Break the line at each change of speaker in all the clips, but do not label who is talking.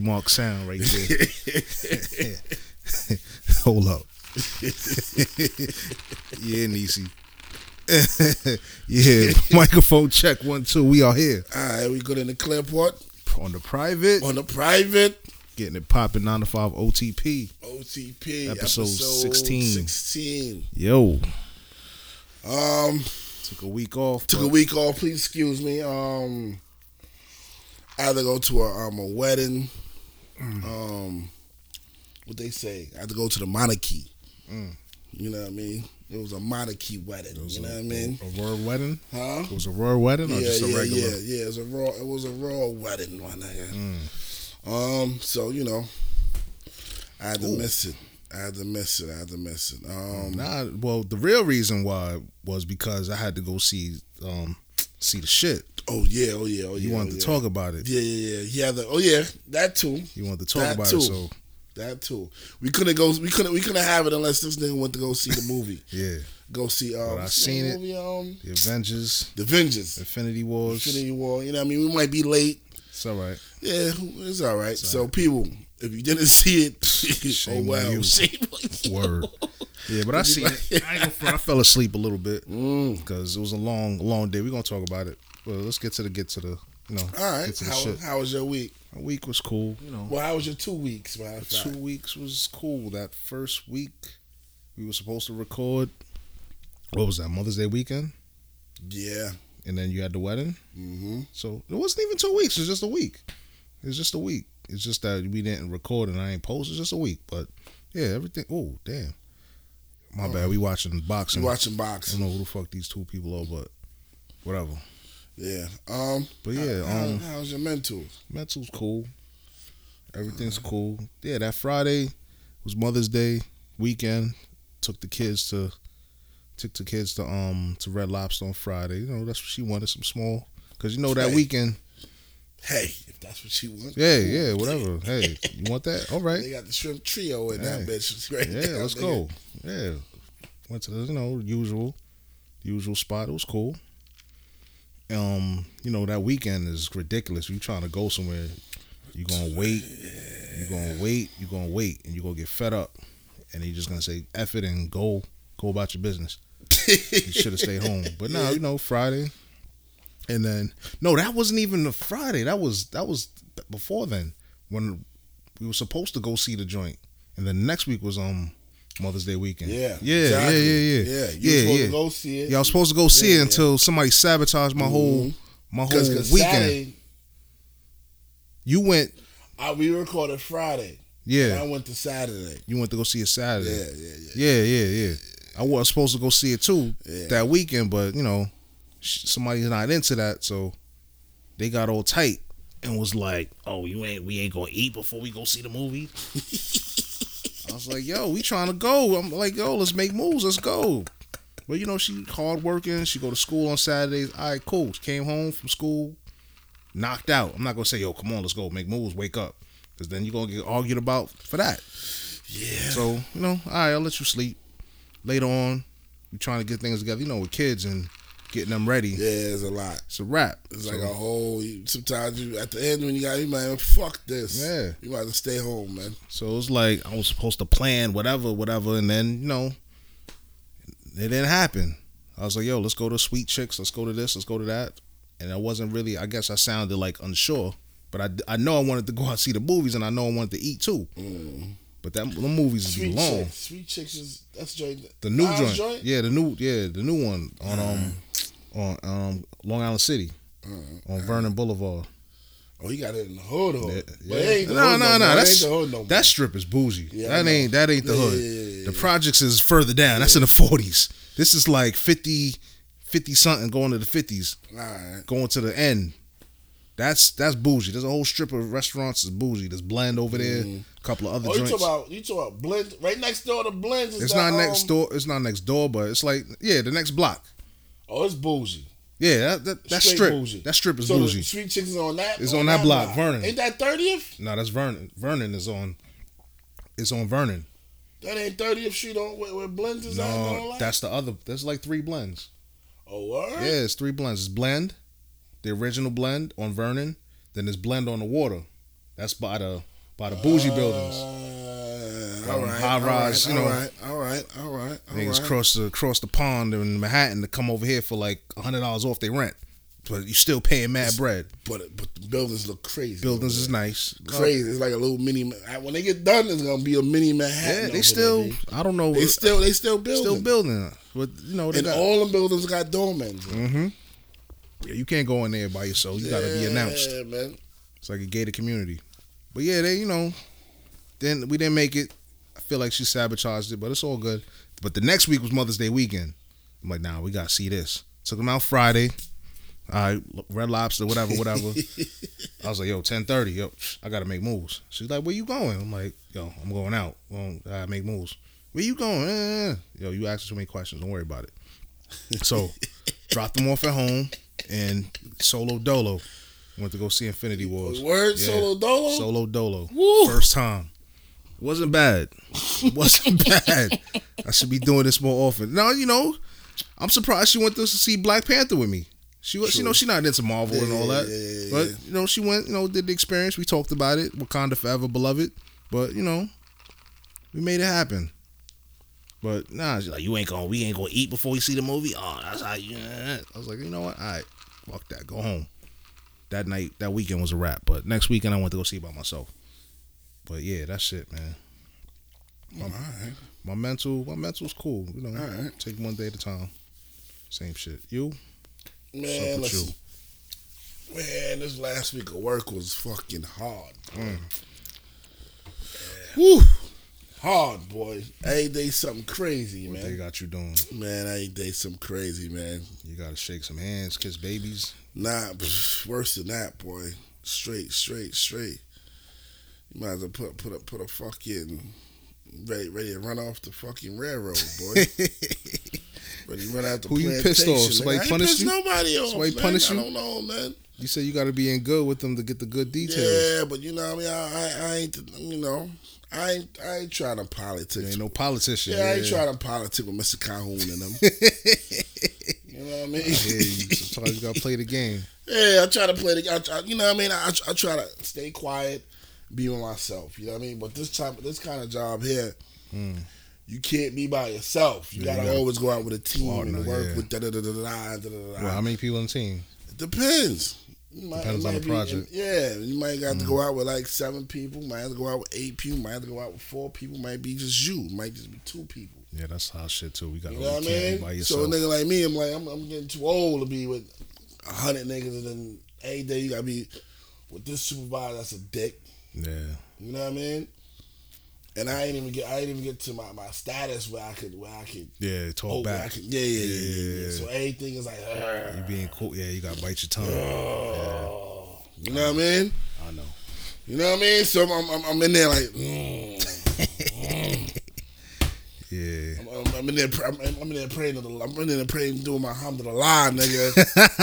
Mark sound right there. Hold up. yeah, Nisi. yeah, microphone check one two. We are here
All right, we good in the clear part
on the private,
on the private
getting it popping nine to five OTP.
OTP
Episode 16.
16.
Yo,
Um,
took a week off.
took a
but
week off. Please excuse me. Um, I had to go to a um a wedding.
Mm.
Um, what they say? I had to go to the monarchy. You know what I mean? It was a monarchy wedding. You know what I mean?
Mm. A royal wedding?
Huh?
It was a royal wedding or
yeah,
just a
yeah,
regular?
yeah, yeah. It was a raw. It was a raw wedding, my nigga.
Mm.
Um, so you know, I had to miss it. I had to miss it. I had to miss it. Um,
Nah, well, the real reason why was because I had to go see um see the shit.
oh yeah, oh yeah, oh yeah.
You wanted to
oh, yeah.
talk about it.
Yeah, yeah, yeah. Yeah, the, oh yeah, that too.
You wanted to talk
That
about
too.
it. So
That too. We couldn't go. We couldn't. We couldn't have it unless this nigga went to go see the movie.
yeah,
Go see. Um,
I
what's
seen
the
it.
Movie, um,
the Avengers,
the Vengeance.
Infinity Wars.
Infinity War. You know what I mean? We might be late.
It's all right.
Yeah, it's all right. so people, if you didn't see it,
Shame on
oh well,
you.
shame on you.
Word. Yeah, but I see. it. I, ain't gonna front, I fell asleep a little bit because it was a long, long day. We're gonna talk about it. Well, let's get to the get to the you know.
All right.
Get to the
How,
shit.
how was your week?
A week was cool. You know,
Well, how was your two weeks? Matter of fact?
two weeks was cool. That first week we were supposed to record. What was that Mother's Day weekend?
Yeah.
And then you had the wedding.
Mm-hmm.
So it wasn't even two weeks. It's just a week. It's just a week. It's just that we didn't record and I ain't post. It's just a week. But yeah, everything. Oh damn. My bad. We watching boxing.
You watching
I don't
boxing?
know who the fuck these two people are, but whatever.
Yeah. Um.
But yeah,
How,
um,
how was your mental?
mental's cool.
uh.
Everything's cool. Yeah, that Friday was Mother's Day weekend. Took the kids to took the kids to um to Red Lobster on Friday. You know that's what she wanted some small because you know that
Hey.
weekend.
Hey, if that's what you want.
Yeah,
cool.
yeah, whatever. Hey, you want that? All right.
They got the shrimp trio in that
Hey.
bitch right
Yeah,
now,
let's
nigga.
go. Yeah, went to the you know usual, usual spot. It was cool. Um, you know that weekend is ridiculous. You trying to go somewhere, you gonna wait, you gonna wait, you gonna wait, and you gonna get fed up, and you just gonna say "eff it" and go go about your business. You should have stayed home. But now you know Friday, and then no, that wasn't even the Friday. That was that was before then when we were supposed to go see the joint, and then next week was um Mother's Day weekend.
Yeah.
yeah,
exactly.
yeah, yeah,
Yeah.
yeah,
You
yeah, yeah.
supposed to go see it.
Yeah, I was supposed to go see
Yeah,
it
yeah.
until somebody sabotaged my whole my whole
Cause, 'cause
weekend.
Saturday,
You went,
I, we recorded Friday. And
yeah.
I went to Saturday.
You went to go see it
Yeah,
Saturday.
yeah, yeah.
Yeah, yeah, yeah. I was supposed to go see it too
Yeah.
that weekend, but you know, sh- somebody's not into that, so they got all tight and was like, "Oh, you ain't we ain't gonna eat before we go see the movie." I was like, "Yo, we trying to go." I'm like, "Yo, let's make moves. Let's go." But you know, she hard working. She go to school on Saturdays. All right, cool. She came home from school, knocked out. I'm not gonna say, "Yo, come on, let's go make moves, wake up," because then you are gonna get argued about for that.
Yeah.
So you know, all right, I'll let you sleep. Later on, you trying to get things together. You know, with kids and getting them ready,
Yeah, it's a lot.
it's a wrap.
It's
So,
like oh. a whole. Sometimes you at the end when you got you man, fuck this.
Yeah.
you got to stay home, man.
so it was like I was supposed to plan whatever, whatever, and then you know, it didn't happen. I was like, yo, let's go to Sweet Chicks, let's go to this, let's go to that, and I wasn't really. I guess I sounded like unsure, but I, I know I wanted to go out and see the movies, and I know I wanted to eat too.
Mm.
But that the movies is
Sweet
long.
chicks, sweet chicks is that's joint. Mm.
The new
Nas
joint. Yeah, the new yeah, the new one on um on um Long Island City.
Uh-huh.
on Vernon Boulevard.
Oh, he got it in the hood. hood.
Yeah,
But it
yeah.
ain't the
No,
hood
no, no.
more. It
That's
ain't the hood no more.
that strip is bougie.
Yeah, I
that
know.
ain't that ain't the
Yeah,
hood.
yeah, yeah, yeah,
the projects is further down. That's in the forties. This is like 50, 50 something going to the fifties,
All right.
going to the end. That's that's bougie. There's a whole strip of restaurants is bougie. There's Blend over there, a couple of other
Oh, you
joints.
talk about you talk about blend right next door to blends. Is
it's
that,
not next
um,
door. It's not next door, but it's like yeah, the next block.
Oh, it's bougie.
Yeah, that, that, that
Straight
strip.
bougie.
That strip is
so
bougie.
The sweet chicks is on that.
It's on that block, Vernon.
Ain't that thirtieth?
no, that's Vernon. Vernon is on. It's on Vernon.
That ain't thirtieth Street on where, where blends is at. and all
No,
that?
that's the other. There's like three blends.
oh word.
Yeah, it's three blends. It's blend, the original blend on Vernon. Then it's blend on the water. That's by the by the bougie buildings.
Uh,
Got
all
them
right,
high
all
rise,
right,
you know.
all right, all right, all right, all
Niggas
right.
cross the cross the pond in Manhattan to come over here for like hundred dollars off their rent, but you still paying mad bread.
but but the buildings look crazy.
Buildings is nice,
crazy. It's like a little mini. Ma- When they get done, it's gonna be a mini Manhattan.
Yeah,
over there,
they still.
B.
I don't know.
they still they still building.
still building. But you know, they
and
got,
all the buildings got doormen.
yeah, you can't go in there by yourself. You Mm-hmm, gotta be announced.
Yeah, man.
It's like a gated community. But yeah, they you know, then we didn't make it. I feel like she sabotaged it, but it's all good. But the next week was Mother's Day weekend. I'm like, nah, we gotta see this. Took them out Friday. All right, Red Lobster, whatever, whatever. I was like, yo, ten thirty, yo, psh, I gotta make moves. She's like, where you going? I'm like, yo, I'm going out. Well, I gotta make moves. Where you going? Eh. Yo, you asking too many questions. Don't worry about it. So, dropped them off at home and solo dolo. Went to go see Infinity Wars.
Word
Yeah.
solo dolo.
Solo dolo.
Woo.
First time. Wasn't bad. Wasn't bad. I should be doing this more often. Now you know, I'm surprised she went to see Black Panther with me. She was, you know, she not into Marvel and all that,
Yeah, yeah, yeah,
but
yeah.
you know, she went, you know, did the experience. We talked about it. Wakanda forever, beloved. But you know, we made it happen. But nah, she's like, you ain't gonna, we ain't gonna eat before we see the movie. Oh, that's how you. I was like, you know what? All right, fuck that. Go home. That night, that weekend was a wrap. But next weekend, I went to go see it by myself. But yeah, that's it, man.
all right.
My mental, my mental's cool. You know,
Alright.
take one day at a time. Same shit. You? Suck with
Man, listen. Man, this last week of work was fucking hard.
Woo!
Hard, boy. Every day something crazy,
What they
man.
got you doing?
Man, every day something crazy, man.
You gotta shake some hands, kiss babies.
Nah, pff, worse than that, boy. Straight, straight, straight. You might as well put put a put a fucking ready ready to run off the fucking railroad, boy. ready to run out the
Who you
plantation.
pissed off?
nigga.
Somebody
I ain't
punished
pissed
you?
nobody off.
Somebody
man.
punished
I
you?
don't know, man.
You say you gotta be in good with them to get the good details.
Yeah, but you know what I mean. I, I, I ain't you know I ain't I ain't trying to politics.
You ain't no politician.
yeah, I ain't trying to politic with Mr. Calhoun and them. you know what I mean?
Yeah, you- sometimes you gotta play the game.
Yeah, I try to play the. I, try- you know what I mean? I, I try to stay quiet, be with myself. You know what I mean? But this type, this kind of job here, you can't be by yourself. You
Yeah, Hmm. you
gotta
gotta
always go out with a team
partner,
and work
yeah.
with da da da da da da da.
Well,
da.
how many people on the team?
It Depends. You might-
Depends
it
on
might
the
be-
project. Hmm.
yeah, you might have to go out with like seven people. Might have to go out with eight people. Might have to go out with four people. Might be just you. Might just be two people.
Yeah, that's how shit too. We gotta
You know what I
you can't be by
mean? So a
yourself.
nigga like me, I'm like, I'm, I'm getting too old to be with a hundred niggas, and then every day you gotta be with this supervisor. That's a dick.
yeah.
You know what I mean? And I ain't even get, I ain't even get to my, my status where I could, where I could,
Yeah, talk
oh, where I
back.
could, yeah, yeah, yeah, yeah,
Yeah.
yeah. So everything is like,
You
"Ugh."
being cool. Yeah, you gotta bite your tongue. Yeah,
you know what I mean?
I know.
You know what I mean? So I'm, I'm, I'm in there like, mm.
Yeah.
I'm, I'm, I'm in there, pr- I'm, I'm in there praying to the, I'm in there praying, doing my hamdulillah, nigga.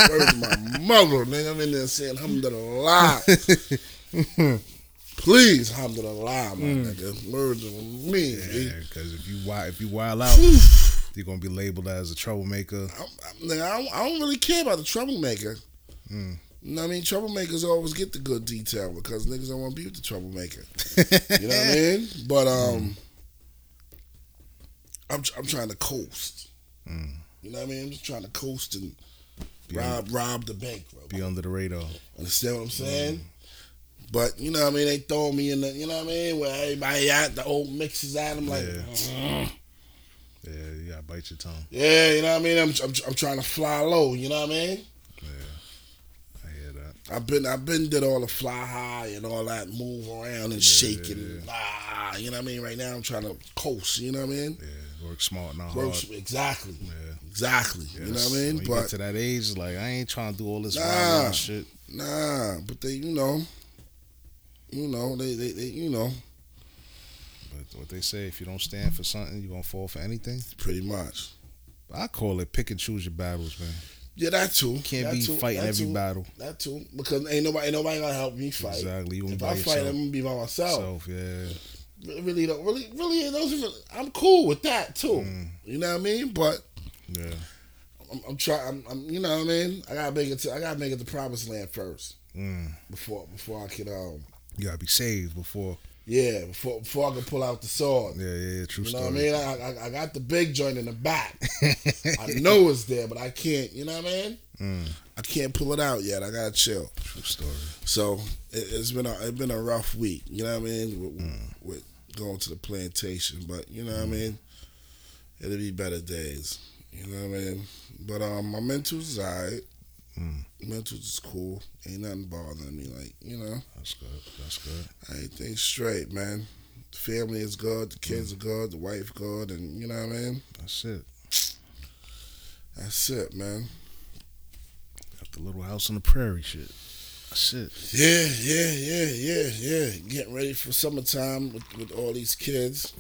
Word to my mother, nigga. I'm in there saying hamdulillah. Please, hamdulillah, my nigga. Word to me. B.
because if you wild, if you wild out, you're gonna be labeled as a troublemaker.
I'm, I'm, nigga, I, don't, I don't really care about the troublemaker. You know what I mean? Troublemakers always get the good detail because niggas don't want to be with the troublemaker. You know what I mean? But um, I'm tr- I'm trying to coast. You know what I mean? I'm just trying to coast and rob rob the bank, bro.
Be under the radar.
Understand what I'm
Mm-hmm.
saying? But you know what I mean? They throw me in the you know what I mean? Where everybody at the old mixes at them like.
Yeah. Yeah, you gotta bite your tongue.
Yeah, you know what I mean. I'm, I'm, I'm trying to fly low. You know what I mean.
Yeah, I hear that.
I've been I've been did all the fly high and all that move around and shake and ah, you know what I mean. Right now I'm trying to coast. You know what I mean.
Yeah, work smart, not
Works
hard.
exactly,
Yeah.
exactly. You know what I mean.
When you get
But
to that age, it's like I ain't trying to do all this
Nah.
wild out shit.
nah, but they you know, you know they they, they you know
But what they say, if you don't stand for something, you are gonna fall for anything.
pretty much.
I call it pick and choose your battles, man.
Yeah, that too.
You can't
that
be
too,
fighting
that
every
too,
battle.
That too, because ain't nobody ain't nobody gonna help me fight.
Exactly, you gonna
If
be
I
by
fight,
yourself.
I'm gonna be by myself.
Self, yeah.
Re- Really, don't really, really, it doesn't really. I'm cool with that too.
Mm.
You know what I mean? But
Yeah.
I'm, I'm trying. I'm, I'm, you know what I mean. I gotta make it to. I gotta make it to promised land first
Mm.
before before I can um
You gotta be saved before.
Yeah, before, before I could pull out the sword.
Yeah, yeah, yeah true
You know
story.
what I mean? I, I, I got the big joint in the back. I know it's there, but I can't. You know what I mean? I can't pull it out yet. I gotta chill.
Hmm, True story.
So it, it's been a it's been a rough week. You know what I mean? With, with going to the plantation, but you know what I mean. It'll be better days. You know what I mean? But um, my mental's alright.
Mm.
Mental's is cool. Ain't nothing bothering me. Like you know,
That's good. That's good.
everything's straight, man. The family is good. The kids are good. The wife good, and you know what I mean.
That's it.
That's it, man.
Got the little house on the prairie shit. That's it.
Yeah, yeah, yeah, yeah, yeah. Getting ready for summertime with, with all these kids.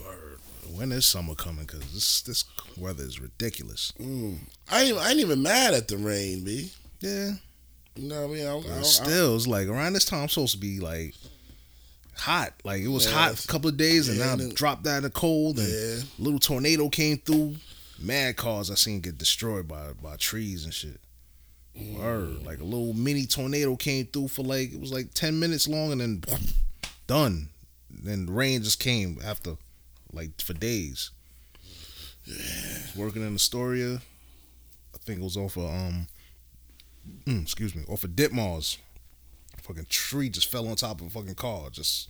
When is summer coming? Cause this this weather is ridiculous.
Mm. I ain't, I ain't even mad at the rain, B.
Yeah.
You know what I mean? I, don't- I,
But
don't- I,
still, it's like around this time I'm supposed to be like hot. Like it was
Yeah,
hot
it's-
a couple of days, and
yeah,
now
and
it
it-
dropped down to cold, and
Yeah.
little tornado came through. Mad cars I seen get destroyed by by trees and shit. Word, like a little mini tornado came through for like it was like ten minutes long, and then done. Then rain just came after, like for days. Was Working in Astoria, I think it was off of um, mm, excuse me, off of Ditmars. Fucking tree just fell on top of a fucking car, just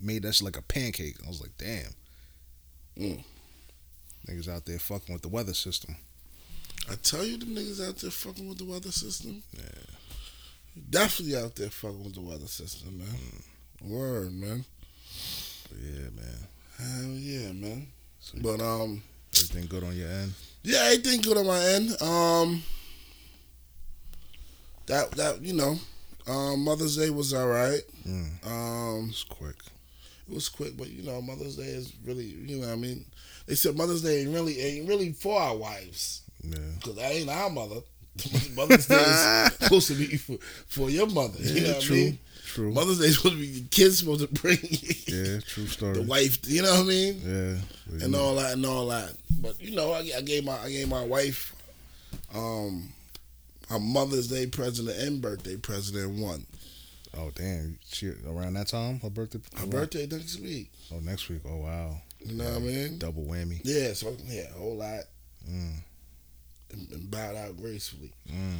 made that shit like a pancake. I was like, damn.
Mm.
Niggas out there fucking with the weather system.
I tell you, them niggas out there fucking with the weather system. Yeah. Definitely out there fucking with the weather system, man. Word, man.
But yeah, man.
Hell yeah, man.
So-
But, um,
Everything good on your end?
Yeah, everything good on my end. Um, that that you know, um, Mother's Day was all right.
Mm.
Um,
It's quick.
it was quick, but you know, Mother's Day is really you know what I mean. They said Mother's Day ain't really ain't really for our wives
Yeah.
because that ain't our mother. Mother's Day is supposed to be for, for your mother. You know what
true.
I mean?
True.
Mother's Day is supposed to be your kids supposed to bring
yeah, true story.
the wife. You know what I mean?
yeah. but
and
you-
all that and all that. But you know, I, I gave my I gave my wife um her Mother's Day present and birthday present in one.
Oh, damn. She, around that time? Her birthday?
Her birthday next week.
Oh, next week. Oh, wow.
You know what I mean?
Double whammy.
Yeah, so yeah, a whole lot
Mm.
and, and bowed out gracefully.
Mm.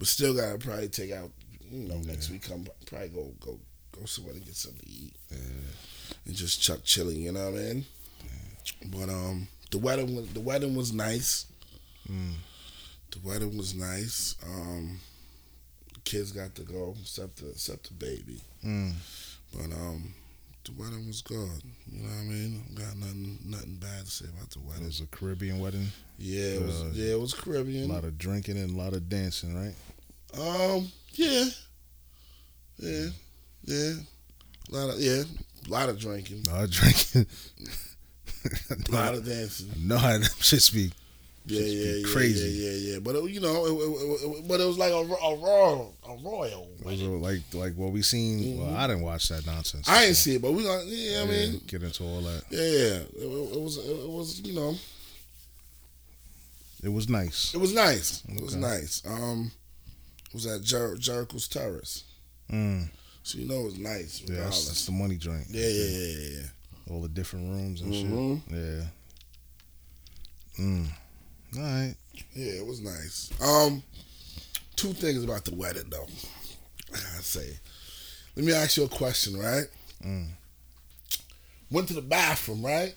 But still gotta probably take out you know, next week come probably go go go somewhere to get something to eat.
Yeah.
And just chuck chilling, you know what I mean? But um the wedding was the wedding was nice.
Mm.
The wedding was nice. Um, kids got to go, except the except the baby.
Mm.
But um, the wedding was good. You know what I mean? I got nothing nothing bad to say about the
It
wedding.
was a Caribbean wedding.
Yeah, it was
Uh,
yeah, it was
A
Caribbean.
lot of drinking and a lot of dancing, right?
um, yeah, yeah, yeah. A lot of yeah, a lot of drinking,
A lot of drinking.
a lot of dancing.
No, I just be.
Yeah,
Just
yeah,
be
yeah,
crazy.
yeah, yeah, yeah. But it, you know, it, it, it, but it was like a, ro- a royal, a royal.
Those are like like what we seen. Well, I didn't watch that nonsense.
Mm-hmm. I ain't see it, but we gonna. Yeah, I mean,
Yeah, get into all that.
Yeah, yeah. It, it- it was it, it was you know
It was nice.
it was nice. It was
Okay.
nice. Um, it was at Jer- Jericho's Terrace,
Mm.
so you know it was nice.
Yeah, that's,
Regardless.
that's the money joint.
Yeah, yeah, yeah, yeah. yeah.
All the different rooms and
Mhm.
shit. Yeah. Mm. All right.
Yeah, it was nice. Um, two things about the wedding though. I gotta say, let me ask you a question. Right,
Mm.
went to the bathroom. Right.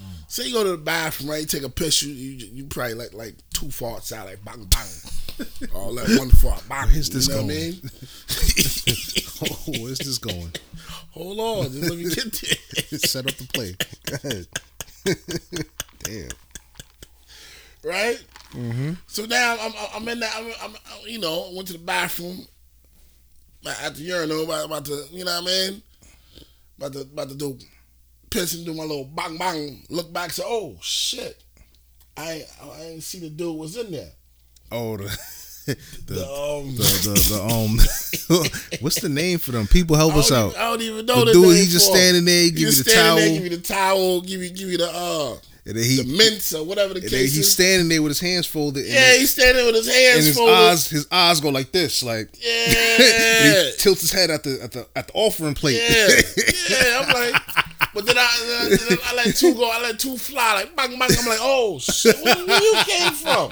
Mm.
Say you go to the bathroom, right? You take a piss. You you, you probably like like two farts out, like bang bang, all that one fart bang.
Where's this
you know what I
going?
mean?
oh, where's this going?
Hold on, just let me get there.
Set up the play. Go ahead. Damn.
right? Mm-hmm. So now I'm I'm in that I'm, I'm you know I went to the bathroom at the urinal about, about to you know what I mean about to about to do piss and do my little bang bang look back say oh shit I ain't- I ain't see the dude was in there
Oh, the the
the, um,
the, the, the um. what's the name for them? People help
I,
us out.
don't even, I don't even know
The
the
dude,
name
he just
for it.
standing there,
He
give you
just
the
standing
towel.
there, give you the towel give you give you the uh
And then he,
the mints or whatever the
and
case
then he's
is.
standing there with his hands folded. And,
yeah, he's standing with his hands
and his
folded.
eyes, his eyes go like this, like
Yeah.
he tilts his head at the at the at the offering plate.
Yeah, yeah. I'm like, but then I, then I, then I let two go. I let two fly. Like, bang, bang. I'm like, oh shit, where, where you came from?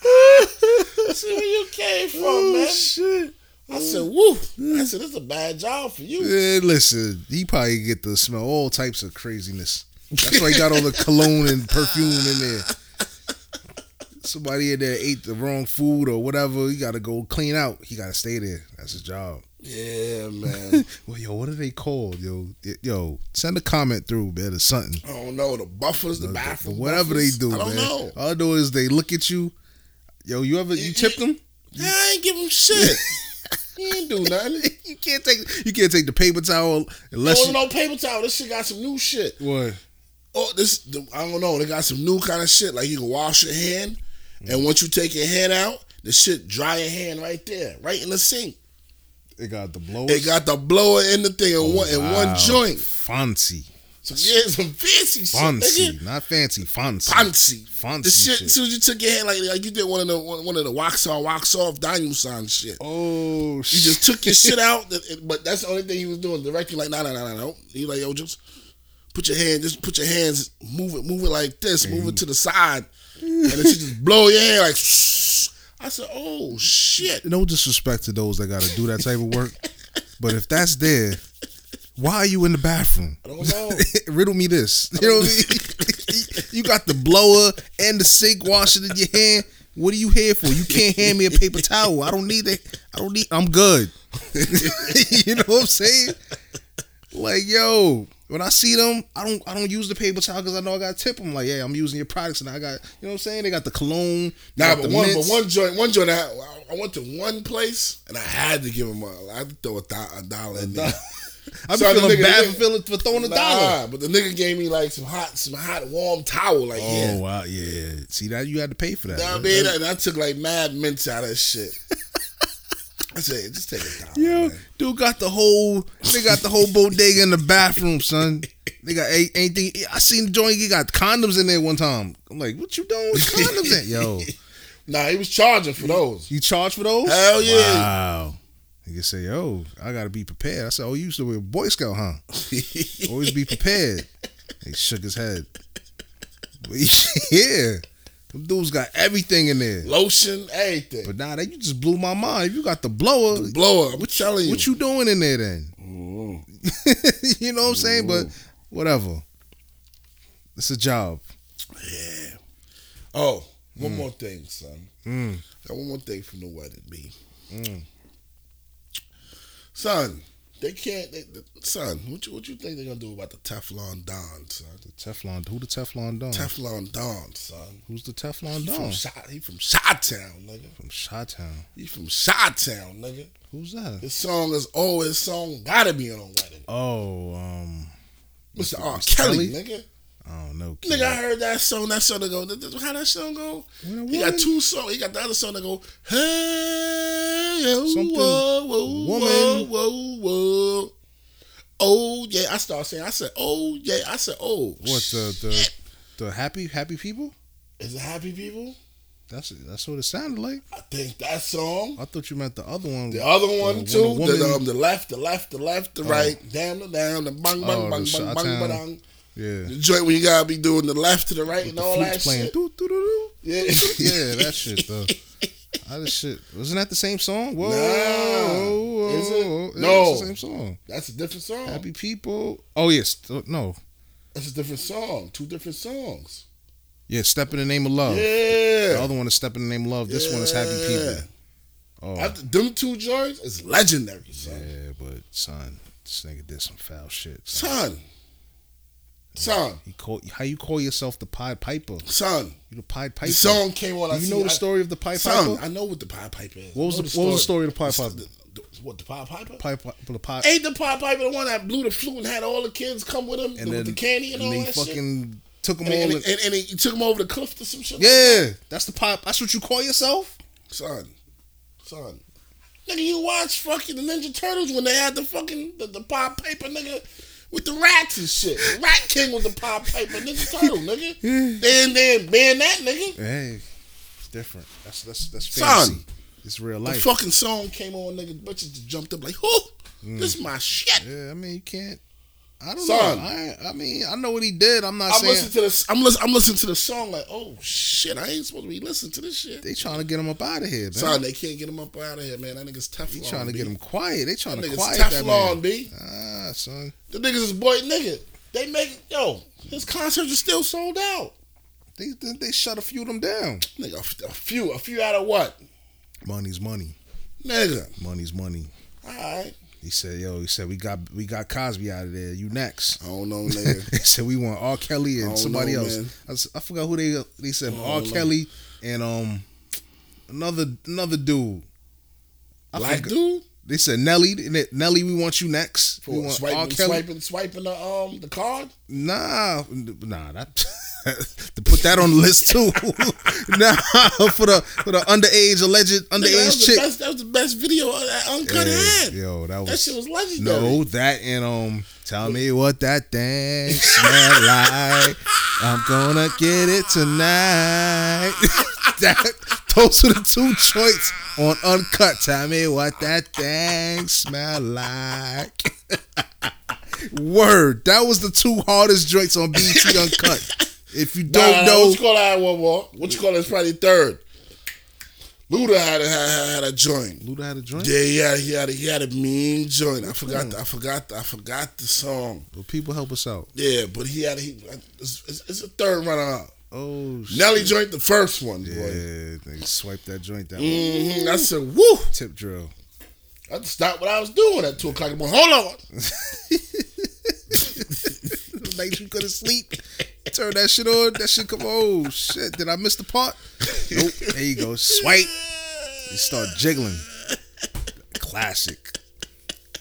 See where you came from, man.
Oh, shit!
I said, woo. I said, this is a bad job for you.
Yeah, Eh, listen, he probably get to smell all types of craziness. That's why he got all the cologne and perfume in there. Somebody in there ate the wrong food or whatever. He got to go clean out. He got to stay there. That's his job.
Yeah, man.
Well, yo, what are they called, yo? Y- Yo, send a comment through, man, or something.
I don't know the buffers, the
Or
bathroom,
whatever they
buffers.
do,
I don't
man. Uh,
know.
All I know is they look at you. Yo, you ever you tipped them?
Yeah, I ain't give him shit. he didn't do nothing.
you can't take you can't take the paper towel
There
unless
was
you,
no paper towel. This shit got some new shit.
what.
oh, this the, I don't know. They got some new kind of shit. Like you can wash your hand, and once you take your hand out, the shit dry your hand right there, right in the sink.
It got the blowers.
It got the blower in the thing in one in
Oh, Wow.
one joint.
Fancy,
So yeah, it's some fancy, shit.
fancy,
nigga.
not fancy, fancy,
Fancy.
fancy
The shit,
shit.
as soon as you took your hand, like like you did one of the one, one of the wax on, wax off Daniel sign shit.
Oh shit!
You just took your shit out, th- it- but that's the only thing he was doing. Directly, like, no, no, no, no, no. He like, yo, just put your hand, just put your hands, move it, move it like this, move it to the side, and then she just blow your hand like. I said, oh shit.
no disrespect to those that got to do that type of work, but if that's there, why are you in the bathroom?
I don't know.
Riddle me this. You know what I mean? you got the blower and the sink washing in your hand. What are you here for? You can't hand me a paper towel. I don't need it. I don't need. I'm good. you know what I'm saying? Like yo, when I see them, I don't. I don't use the paper towel because I know I got to tip them. Like yeah, I'm using your products and I got. You know what I'm saying? They got the cologne. they
Nah,
got
but
the
one, but
mints.
one joint, one joint. I, I- I went to one place and I had to give him. A, I had to throw a, do- a dollar in there.
I be
So the
feeling
nigga-
bad
the nigga-
for, feeling, for throwing a
Nah,
dollar.
but the nigga gave me like some hot, some hot, warm towel. Like, yeah,
Oh wow, yeah. See that you had to pay for that.
You know what I
That-
mean?
that-
And I took like mad mints out of that shit. I said, just take a dollar.
Yo,
man.
dude got the whole they got the whole bodega in the bathroom, son. They got a- anything. I seen the joint. He got condoms in there one time. I'm like, what you doing with condoms? in? Yo,
Nah, he was charging for those.
you charge for those?
Hell yeah.
Wow. Nigga say, yo, I gotta be prepared. I said, oh, you used to be a Boy Scout, huh? Always be prepared. He shook his head. But yeah, them dudes got everything in there.
Lotion, everything.
But nah, that you just blew my mind. You got the blower.
Blower, I'm telling you.
What you doing in there then? you know what I'm saying? But whatever. It's a job.
Oh, one more thing, son. Got one more thing from the wedding, B.
Mm,
Son, they can't. They, the- son, what you, what you think they're going to do about the Teflon Don, son?
The Teflon. Who the Teflon Don?
Teflon Don, son.
Who's the Teflon
He from
Don?
Shot. He from Shot Town, nigga.
From Chi-Town.
He from Shot Town, nigga.
Who's that?
This song is oh, this song gotta be on a wedding.
Oh, um,
Mr. R.
Mr.
uh, Kelly,
Kelly?
nigga.
I don't know.
Nigga, I
kid.
heard that song. That song that go. th- th- How that song go?
When a
He got
woman-
two songs. He got the other song that go. Hey, oh,
Something.
whoa, whoa,
Woman.
whoa, whoa, whoa. Oh yeah, I start saying. I said, oh yeah, I said, oh.
What the the the happy happy people?
Is it Happy People?
That's that's what it sounded like.
I think that song.
I thought you meant the other one.
The other
Uh,
one
when
too.
a woman-
the, um, the left, the left, the left, the right. Down, the down, the bang, bang,
Oh,
bang,
the
bang,
Chi-Town.
bang, bang.
yeah.
The joint where you gotta be doing the left to the right and
The
all
flute's
that
playing.
shit.
Doo, doo, doo, doo.
Yeah.
Yeah, that shit though. I just shit. Wasn't that the same song? Whoa,
Nah.
whoa,
Is it?
whoa. Yeah,
No.
it's the same song.
That's a different song.
Happy people. Oh yes, th- no,
That's a different song. Two different songs.
yeah. Step in the name of love. The
Yeah.
other one is step in the name of love. This one is happy people. Oh
After them two joints is legendary, son.
yeah, but son, this nigga did some foul shit. son.
Son. Son.
He call how you call yourself the Pied Piper?
Son.
You the Pied
The
Piper?
song came on. I
Do you
see-
know
I-
the story of the Pied
Son,
Piper?
I know what the Pied Piper is.
What was
I know
the- what was the story of the Pied Piper?
The- the- what, the Pied Piper?
Pied Pi- the Pied.
Ain't the Pied Piper the one that blew the flute and had all the kids come with him
and
with
then
the candy
and
and, all
they
that shit?
fucking took them
And,
all.
and,
in-
and, and he took him over the cliff to some shit? like
yeah, that's the Pied. That's what you call yourself?
Son, son. Nigga, you watch fucking the Ninja Turtles when they had the fucking the, the pop paper nigga with the rats and shit. Rat King was the pop piper nigga turtle, nigga. Then then ban that nigga.
Hey, it's different. That's that's that's
Son.
fancy. It's real
The
life.
fucking song came on, nigga. Bitches just jumped up like, who? This is my shit.
Mm. Yeah, I mean you can't. I don't
Son.
know. I, I mean I know what he did. I'm not
I'm
saying
listening to this. I'm listening. I'm listening to the song like, oh shit, I ain't supposed to be listening to this shit.
they trying to get him up out of here, man.
Son, they can't get him up out of here, man. That nigga's Teflon.
He trying to
B.
get him quiet. They trying
That
to
nigga's
quiet that
Teflon,
man.
B.
Ah, son.
The niggas is boy nigga. They make yo. His concerts are still sold out.
They, they they shut a few of them down.
Nigga, a f- a few, a few out of what?
Money's money.
Nigga.
Money's money.
All right.
He said, "Yo," he said, "We got we got Cosby out of there. You next."
I don't know,
they
nigga.
said we want R. Kelly
I
and
don't
somebody
know,
else.
man.
I, s- I forgot who they they said R.
know.
Kelly and um another another dude. I
Black
forgot-
dude.
They said Nelly. N- Nelly, we want you next.
For
we
what,
want R.
swiping,
Kelly.
swiping, swiping the um the card.
Nah, nah, that to put that on the list too. nah, for the for the underage alleged
Nigga, that,
underage
was the
chick.
best, that was the best video that Uncut
Hey,
had.
yo, that was
That shit was legendary.
no that and um. Tell me what that thing smell like. I'm gonna get it tonight. that those are the two joints on uncut. Tell me what that thing smell like. Word, that was the two hardest joints on BT uncut. If you
Nah,
don't
nah, nah,
know,
What you call that one more? What you call it? It's probably third. Luda had a, had, had- had a joint.
Luda had a joint.
Yeah, yeah, he had a, he had a mean joint. I forgot, the, I forgot, the, I forgot the song.
Well, people help us out.
Yeah, but he had a, he, it's, it's, it's a third runner up.
Oh shit!
Nelly joint the first one,
Yeah,
boy.
they swiped that joint. That one.
hmm I said, woo!
tip drill.
I had to stop what I was doing at two o'clock in the morning. Hold on,
like you couldn't sleep. Turn that shit on. That shit come. Oh shit! Did I miss the part? Nope. There you go. Swipe. You start jiggling. Classic.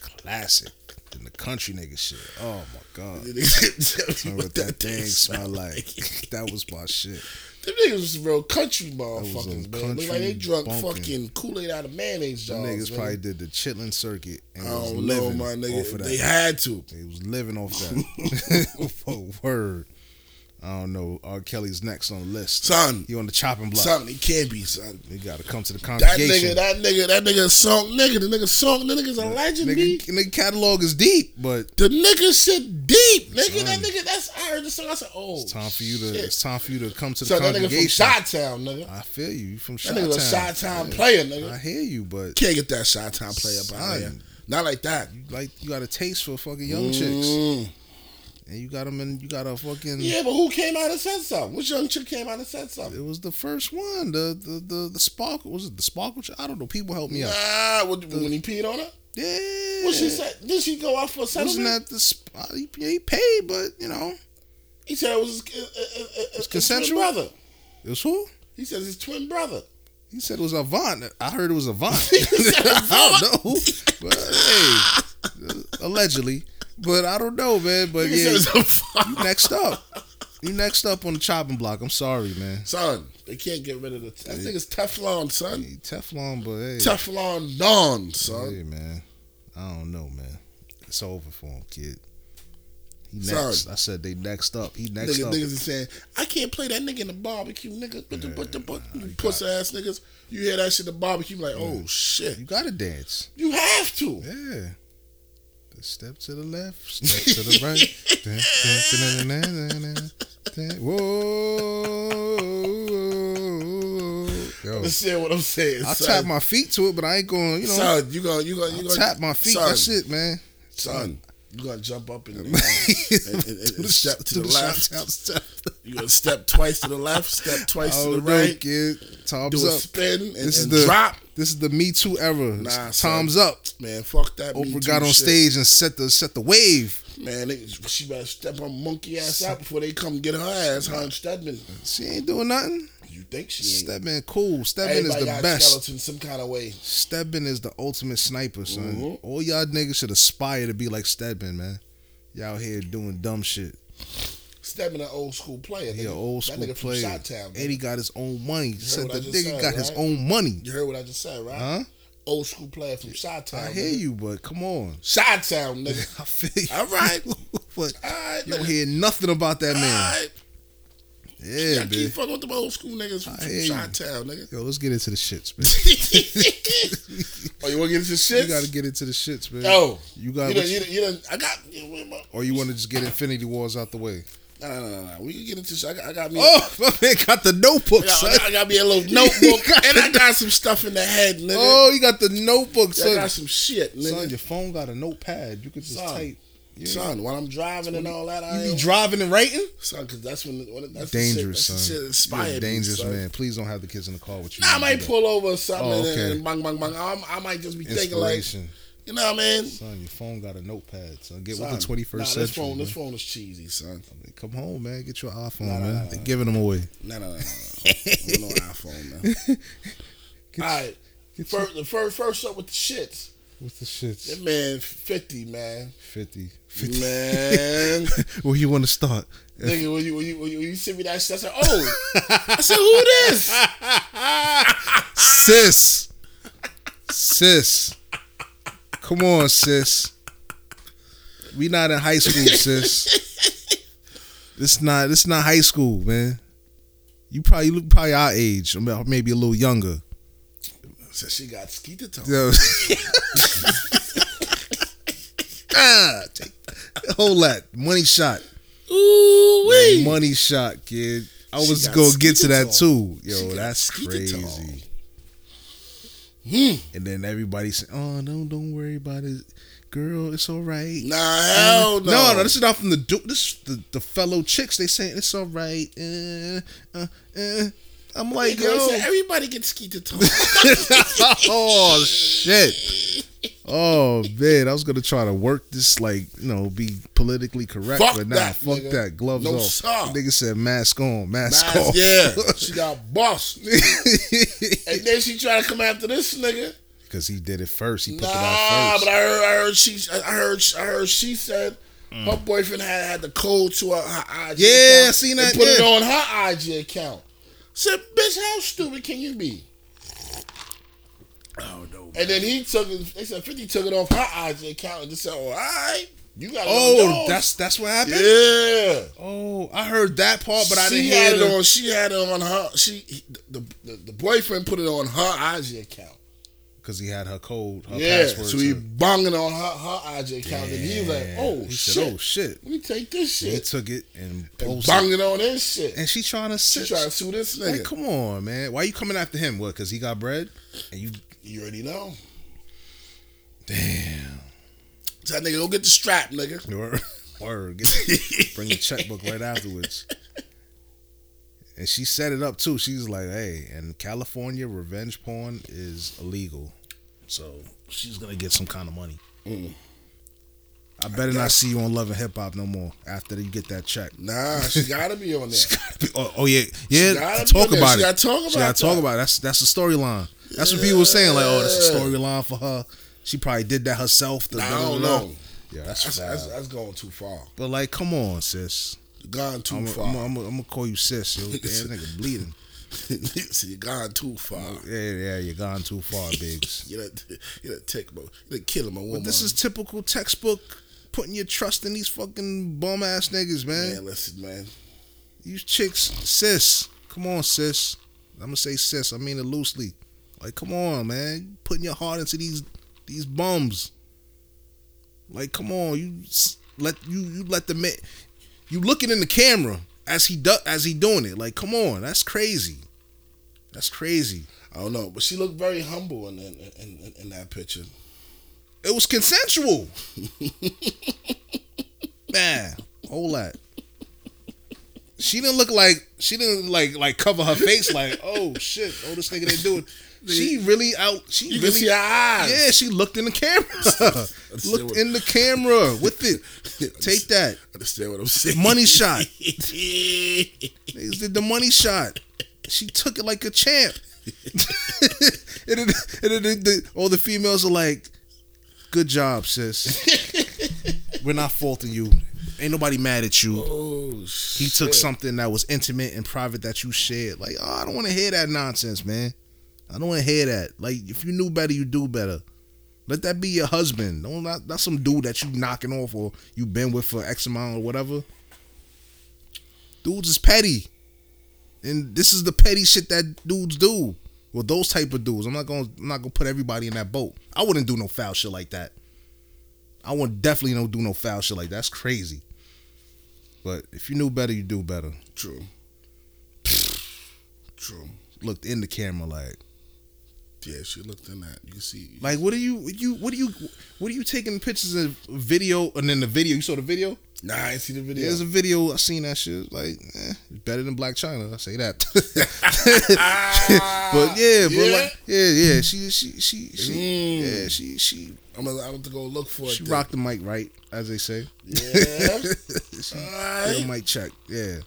Classic. And the country nigga shit. Oh my god.
Tell me
Remember what that thing smell like? That was my shit.
Them niggas was real country
was some
motherfuckers, man.
country
Look like they drunk
bumpkin.
fucking Kool Aid out of mayonnaise
Them
jars.
niggas
nigga.
probably did the chitlin circuit and
Oh, I
was
don't know,
living
my
off
nigga.
of that.
They had to.
He was living off that. For word. I don't know. R. Kelly's next on the list.
Son.
You on the chopping block.
Something it can't be, son.
You gotta come to the
That
congregation.
nigga, that nigga, that nigga song nigga, the nigga song, the nigga's a legend,
nigga,
B.
nigga catalog is deep, but
The nigga shit deep, nigga. That
Son.
nigga, that's I heard the song. I said, oh,
it's time for you to
shit.
it's time for you to come to the
Son, that nigga from
congregation.
Shot Town, nigga.
I feel you. You from
That
Shot
nigga's a
Town.
Shot Town
Yeah.
player, nigga.
I hear you, but
Can't get that Shot Town player up out
Son.
here. Not like that.
like you got a taste for fucking young chicks, Hmm.
Mm.
and you got them in. You got a fucking.
Yeah, but who came out and said something? Which young chick came out and said something?
It was the first one. The the the, the sparkle was it the sparkle? chick? I don't know. People help me out.
Ah, what, when he peed on her?
Yeah.
What she said? Did she go out for a settlement?
Wasn't that the spot? He, he paid, but you know,
he said it was his, uh, uh, uh, his
consensual?
twin brother.
it was who?
He says his twin brother.
He said it was Avant. I heard it was Avant. I don't know, but hey, allegedly, but I don't know, man. But
He said
yeah,
it's a fuck.
you next up. You next up on the chopping block. I'm sorry, man.
son. They can't get rid of the. That nigga's Teflon, son.
Hey, Teflon, but hey,
Teflon Don, son.
hey, man. I don't know, man. It's over for him, kid. He
Sorry.
next. I said they next up. He next
Nigga,
up.
niggas is saying, I can't play that nigga in the barbecue, nigga. But the, but the, but you pussy ass niggas, you hear that shit in the barbecue, like, oh shit.
You gotta dance.
You have to.
Yeah. The step to the left, step to the right. Dun, dun, dun, dun, dun, dun, dun, dun. Whoa. Yo,
Understand what I'm saying?
I
son.
tap my feet to it, but I ain't going, you know,
son, you gonna, you gonna, you
I
gonna
tap my feet.
Son,
That's it, man.
son. You gonna jump up and, and, and, and step to the left.
Shout out, step.
You gonna step twice to the left, step twice
Oh,
to the
no,
right,
kid. Tom's
do a
up.
spin and,
This is
and
the
drop.
This is the Me Too era.
Nah,
It's
son.
Tom's up.
Man, fuck that. Me Too
Oprah got on
shit.
stage and set the set the wave.
Man, they, she better step her monkey ass out before they come get her ass. Her and Stedman.
She ain't doing nothing.
You think she ain't?
Stepman cool. Stepman is
Everybody
the
got
best.
skeleton some kind of way.
Stedman is the ultimate sniper, son.
Mhm.
All y'all niggas should aspire to be like Stedman, man. Y'all out here doing dumb shit.
Stedman, an old school player.
He
nigga.
an old
that
school
nigga From
player.
Chi-town, nigga.
And he got his own money. Said
what
the
I just
nigga
said,
got his
right?
own money.
You heard what I just said, right?
Huh?
Old school player from Chi Town.
I hear you, but come on.
Chi Town, nigga.
I feel you.
All right.
but
All right,
you don't
nigga.
hear nothing about that
All
man.
right.
Yeah,
I keep
man.
fucking with them old school niggas from
hear you.
Chi-Town, nigga.
Yo, let's get into the shits, man.
oh, you want to get into shit?
You gotta get into the shits, man.
Oh.
you got. what
You done,
you-
you done, you done, I got. You know, my-
Or you want to just get Infinity Wars out the way?
no, no, no, no, no. We can get into shit. I got, I got me.
Oh, my man got the notebook,
I, got, I,
son.
got, I got me a little notebook,
got
and I got some stuff in the head, nigga.
Oh, you got the notebook,
I
son.
got some shit, nigga.
Son, your phone got a notepad. You could just
Son.
type. Yeah.
Son, while I'm driving and all that, I
You be
ain't,
driving and writing?
son, because that's when when- that's the shit-
Dangerous,
that's the shit that
son.
inspired
You're a
me,
dangerous
son.
man. Please don't have the kids in the car with you.
Nah, I might pull over or something,
Oh,
and,
okay.
and bang, bang, bang. I'm, I might just be thinking like,
Inspiration,
you know what I mean?
son. Your phone got a notepad, son. Get
Son,
with the 21st
nah,
century.
This phone, this
man.
phone is cheasy, son.
Come home, man. Get your iPhone, man. They're giving them away.
No, no, no, no, no. I'm on iPhone, man. All right,
Get
first, the first, first up with the shits.
your- what's the shits?
That man, fifty, man,
Fifty.
man.
Where you want to start?
Nigga, when you when you when you, when you sent me that shit, I said, oh, I said, who this?
sis, sis, come on, sis. We not in high school, sis. This not this not high school, man. You probably look probably our age, or ma- maybe a little younger.
So she got skeeter tone.
Yo. ah, take hold that money shot,
Ooh wee.
money shot, kid. I
She
was
got
gonna get to that
skeeters
too.
She
Yo,
got
that's
skeeters on.
crazy.
Hmm.
And then everybody said, "Oh no, don't worry about it, girl. It's all right."
Nah, hell no.
no, no, This is not from the du- this is the the fellow chicks. They saying it's all right. Uh, uh, uh. I'm like,
Girl,
yo,
said, everybody gets skeeter tone.
oh shit. Oh man, I was gonna try to work this like you know be politically correct,
Fuck
but nah,
that,
fuck
nigga.
that. Gloves
No,
off.
sir.
Nigga said mask on, mask,
Mask,
off.
yeah, she got boss. and then she tried to come after this nigga.
because he did it first. He
Nah,
put it out first.
but I heard, I heard she, I heard, I heard she said her boyfriend had had the code to her, her
Mm.
IG.
Yeah,
account
I seen
and
that,
Put it
yeah.
on her IG account. Said, bitch, how stupid can you be?
oh no.
And then he took it. They said Fifty took it off her IG account and just said, "All right, you got." it on
Oh,
yours."
that's that's what happened.
yeah.
Oh, I heard that part, but I
she
didn't
had
hear
it
the.
on. She had it on her. She he- the, the the boyfriend put it on her IG account.
Because he had her code, her
yeah,
password.
so he banging on her her IG account, and he was like,
Yeah.
"Oh
He
shit,
Said, oh shit!
let me take this
He
shit."
took it and
And
posted.
banging on this shit.
and she trying to
She
sit.
trying to sue this
like,
nigga.
come on, man! Why you coming after him? What? Because he got bread, and you
you already know.
damn.
So that nigga go get the strap, nigga.
Word, word. Get- bring the checkbook right afterwards. And she set it up too. She's like, "Hey, in California, revenge porn is illegal, so she's gonna get some kind of money."
Mm.
I better not see you on Love and Hip Hop no more after you get that check.
Nah, she gotta be on there.
oh, oh, yeah, yeah.
gotta
Talk
be on
about
there. She
it.
gotta talk
She
about
gotta talk
that.
about it. That's that's the storyline. That's what people were saying. Like, oh, that's a storyline for her. She probably did that herself.
Nah, I don't know.
Yeah, that's,
That's,
foul.
that's, that's going too far.
But like, come on, sis.
Gone too
I'm
far.
gonna call you sis. Yo, damn nigga bleeding.
See, you gone too far.
Yeah, yeah, you gone too far, Biggs.
You done, you done take my, you done killing my woman.
this is typical textbook putting your trust in these fucking bum ass niggas, man.
man. Listen, man.
You chicks, sis. Come on, sis. I'm gonna say sis. I mean it loosely. Like, come on, man. You putting your heart into these these bums. Like, come on. You s- let you you let the man. You looking in the camera as he do, as he doing it. Like, come on. That's crazy. That's crazy.
I don't know, but she looked very humble in in, in, in- in that picture.
It was consensual. Man, whole lot. She didn't look like she didn't like like cover her face like oh shit oh this nigga didn't do it. She really out. She
You
really
can see her eyes.
yeah. She looked in the camera. looked in the camera with it. Take that
Understand what I'm saying?
money shot.
Nigga,
Niggas did the money shot. She took it like a champ. and then, and then the, the, all the females are like, "Good job, sis. We're not faulting you. Ain't nobody mad at you.
oh
he
shit!
took something that was intimate and private that you shared. Like, oh, I don't want to hear that nonsense, man. I don't want to hear that. Like, if you knew better, you do better. Let that be your husband. Don't not, not some dude that you knocking off or you been with for X amount or whatever. Dudes is petty. And this is the petty shit that dudes do. Well, those type of dudes. I'm not gonna I'm not gonna put everybody in that boat. I wouldn't do no foul shit like that. I would definitely don't do no foul shit like that. That's crazy. But if you knew better, you do better.
True. True.
Looked in the camera like
Yeah, she looked in that. You can see.
like what are you what you what are you what are you taking pictures of video and then the video you saw the video?
Nah, I ain't see the video.
There's a video I seen that shit like eh, it's better than Black China. I say that, but yeah, but
Yeah?
like yeah, yeah, she she she she
Mm.
yeah she she
I'm gonna I'm to go look for it.
she
then.
rocked the mic right as they say.
Yeah.
she
Alright.
mic check. Yeah,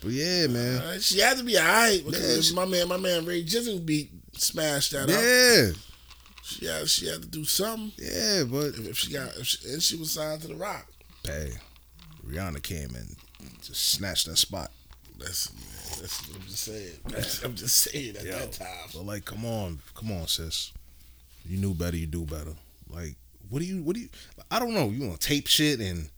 but yeah, man.
Uh, she had to be alright
Yeah,
because
she-
my man, my man Ray Jizzle beat smashed that up.
Yeah,
She had, she had to do something.
yeah, but
If, if she got, if she, and she was signed to the Rock.
hey, Rihanna came and just snatched that spot.
That's man, that's what I'm just saying. That's, I'm just saying at
Yo.
that time.
But like, come on, come on, sis. You knew better. You do better. Like, what do you? What do you? I don't know. You want to tape shit and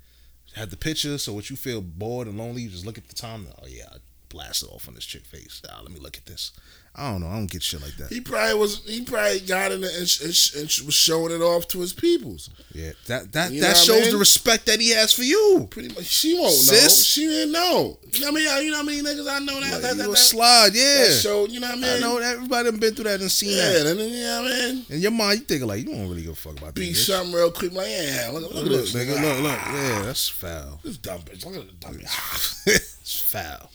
have the picture. So what you feel bored and lonely? You just look at the time. Oh yeah, I blasted off on this chick face. Ah, let me look at this. I don't know. I don't get shit like that.
He probably was. He probably got in the, and, sh- and, sh- and sh- was showing it off to his peoples.
Yeah, that that
You know
that
what I
shows
mean?
the respect that he has for you.
Pretty much, she won't know.
Sis?
She didn't know. You know what I mean? I- You know what I mean? Niggas, I know that. that,
Like,
that,
you a
that,
slide, yeah.
that show. You know what I mean?
I know that everybody done been through that and seen
Yeah,
that.
then, you know what I mean?
In your mind, you thinking like you don't really give a fuck about
Beat
this.
something real quick. Like, yeah, look, look,
Look,
at
look,
this.
nigga,
nigga.
look, look. Yeah, that's foul.
This dumb bitch. Look at the dumb bitch.
it's foul.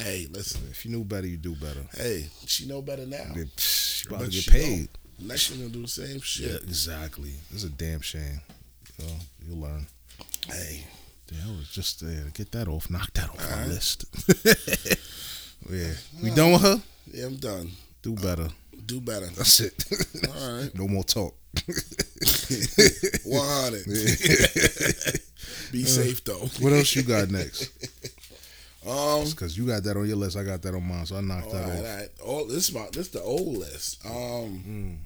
Hey, listen.
If you knew better, you do better.
Hey, she know better now.
Get- You about
But
to get
she don't.
paid.
Next, she gonna do the same
Yeah,
shit.
exactly. It's a damn shame. You know, you learn.
Hey,
That was just there. Get that off. Knock that off my list. yeah, we done with her.
yeah, I'm done.
Do better.
Do better.
Uh, That's it.
All right,
no more talk.
one hundred. Be safe though.
What else you got next?
Um,
Because you got that on your list. I got that on mine. So I knocked
All
that
right, all
off.
right. Oh, this is my this is the old list. Um,
Mm.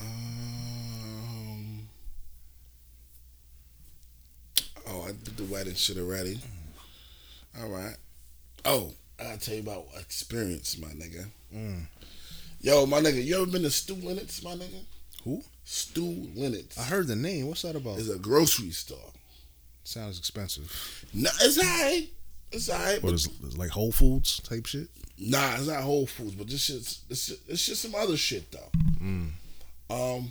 um Oh, I did the wedding shit already. All right. Oh, I gotta tell you about experience, my nigga.
Mm.
Yo, my nigga, you ever been to Stu Lennox, my nigga?
Who?
Stu Lennox
I heard the name. What's that about?
is a grocery store.
Sounds expensive.
No, it's alright. It's alright.
What is is it like Whole Foods type shit?
Nah, it's not Whole Foods, but this shit's it's just, it's just some other shit though. Um, I'm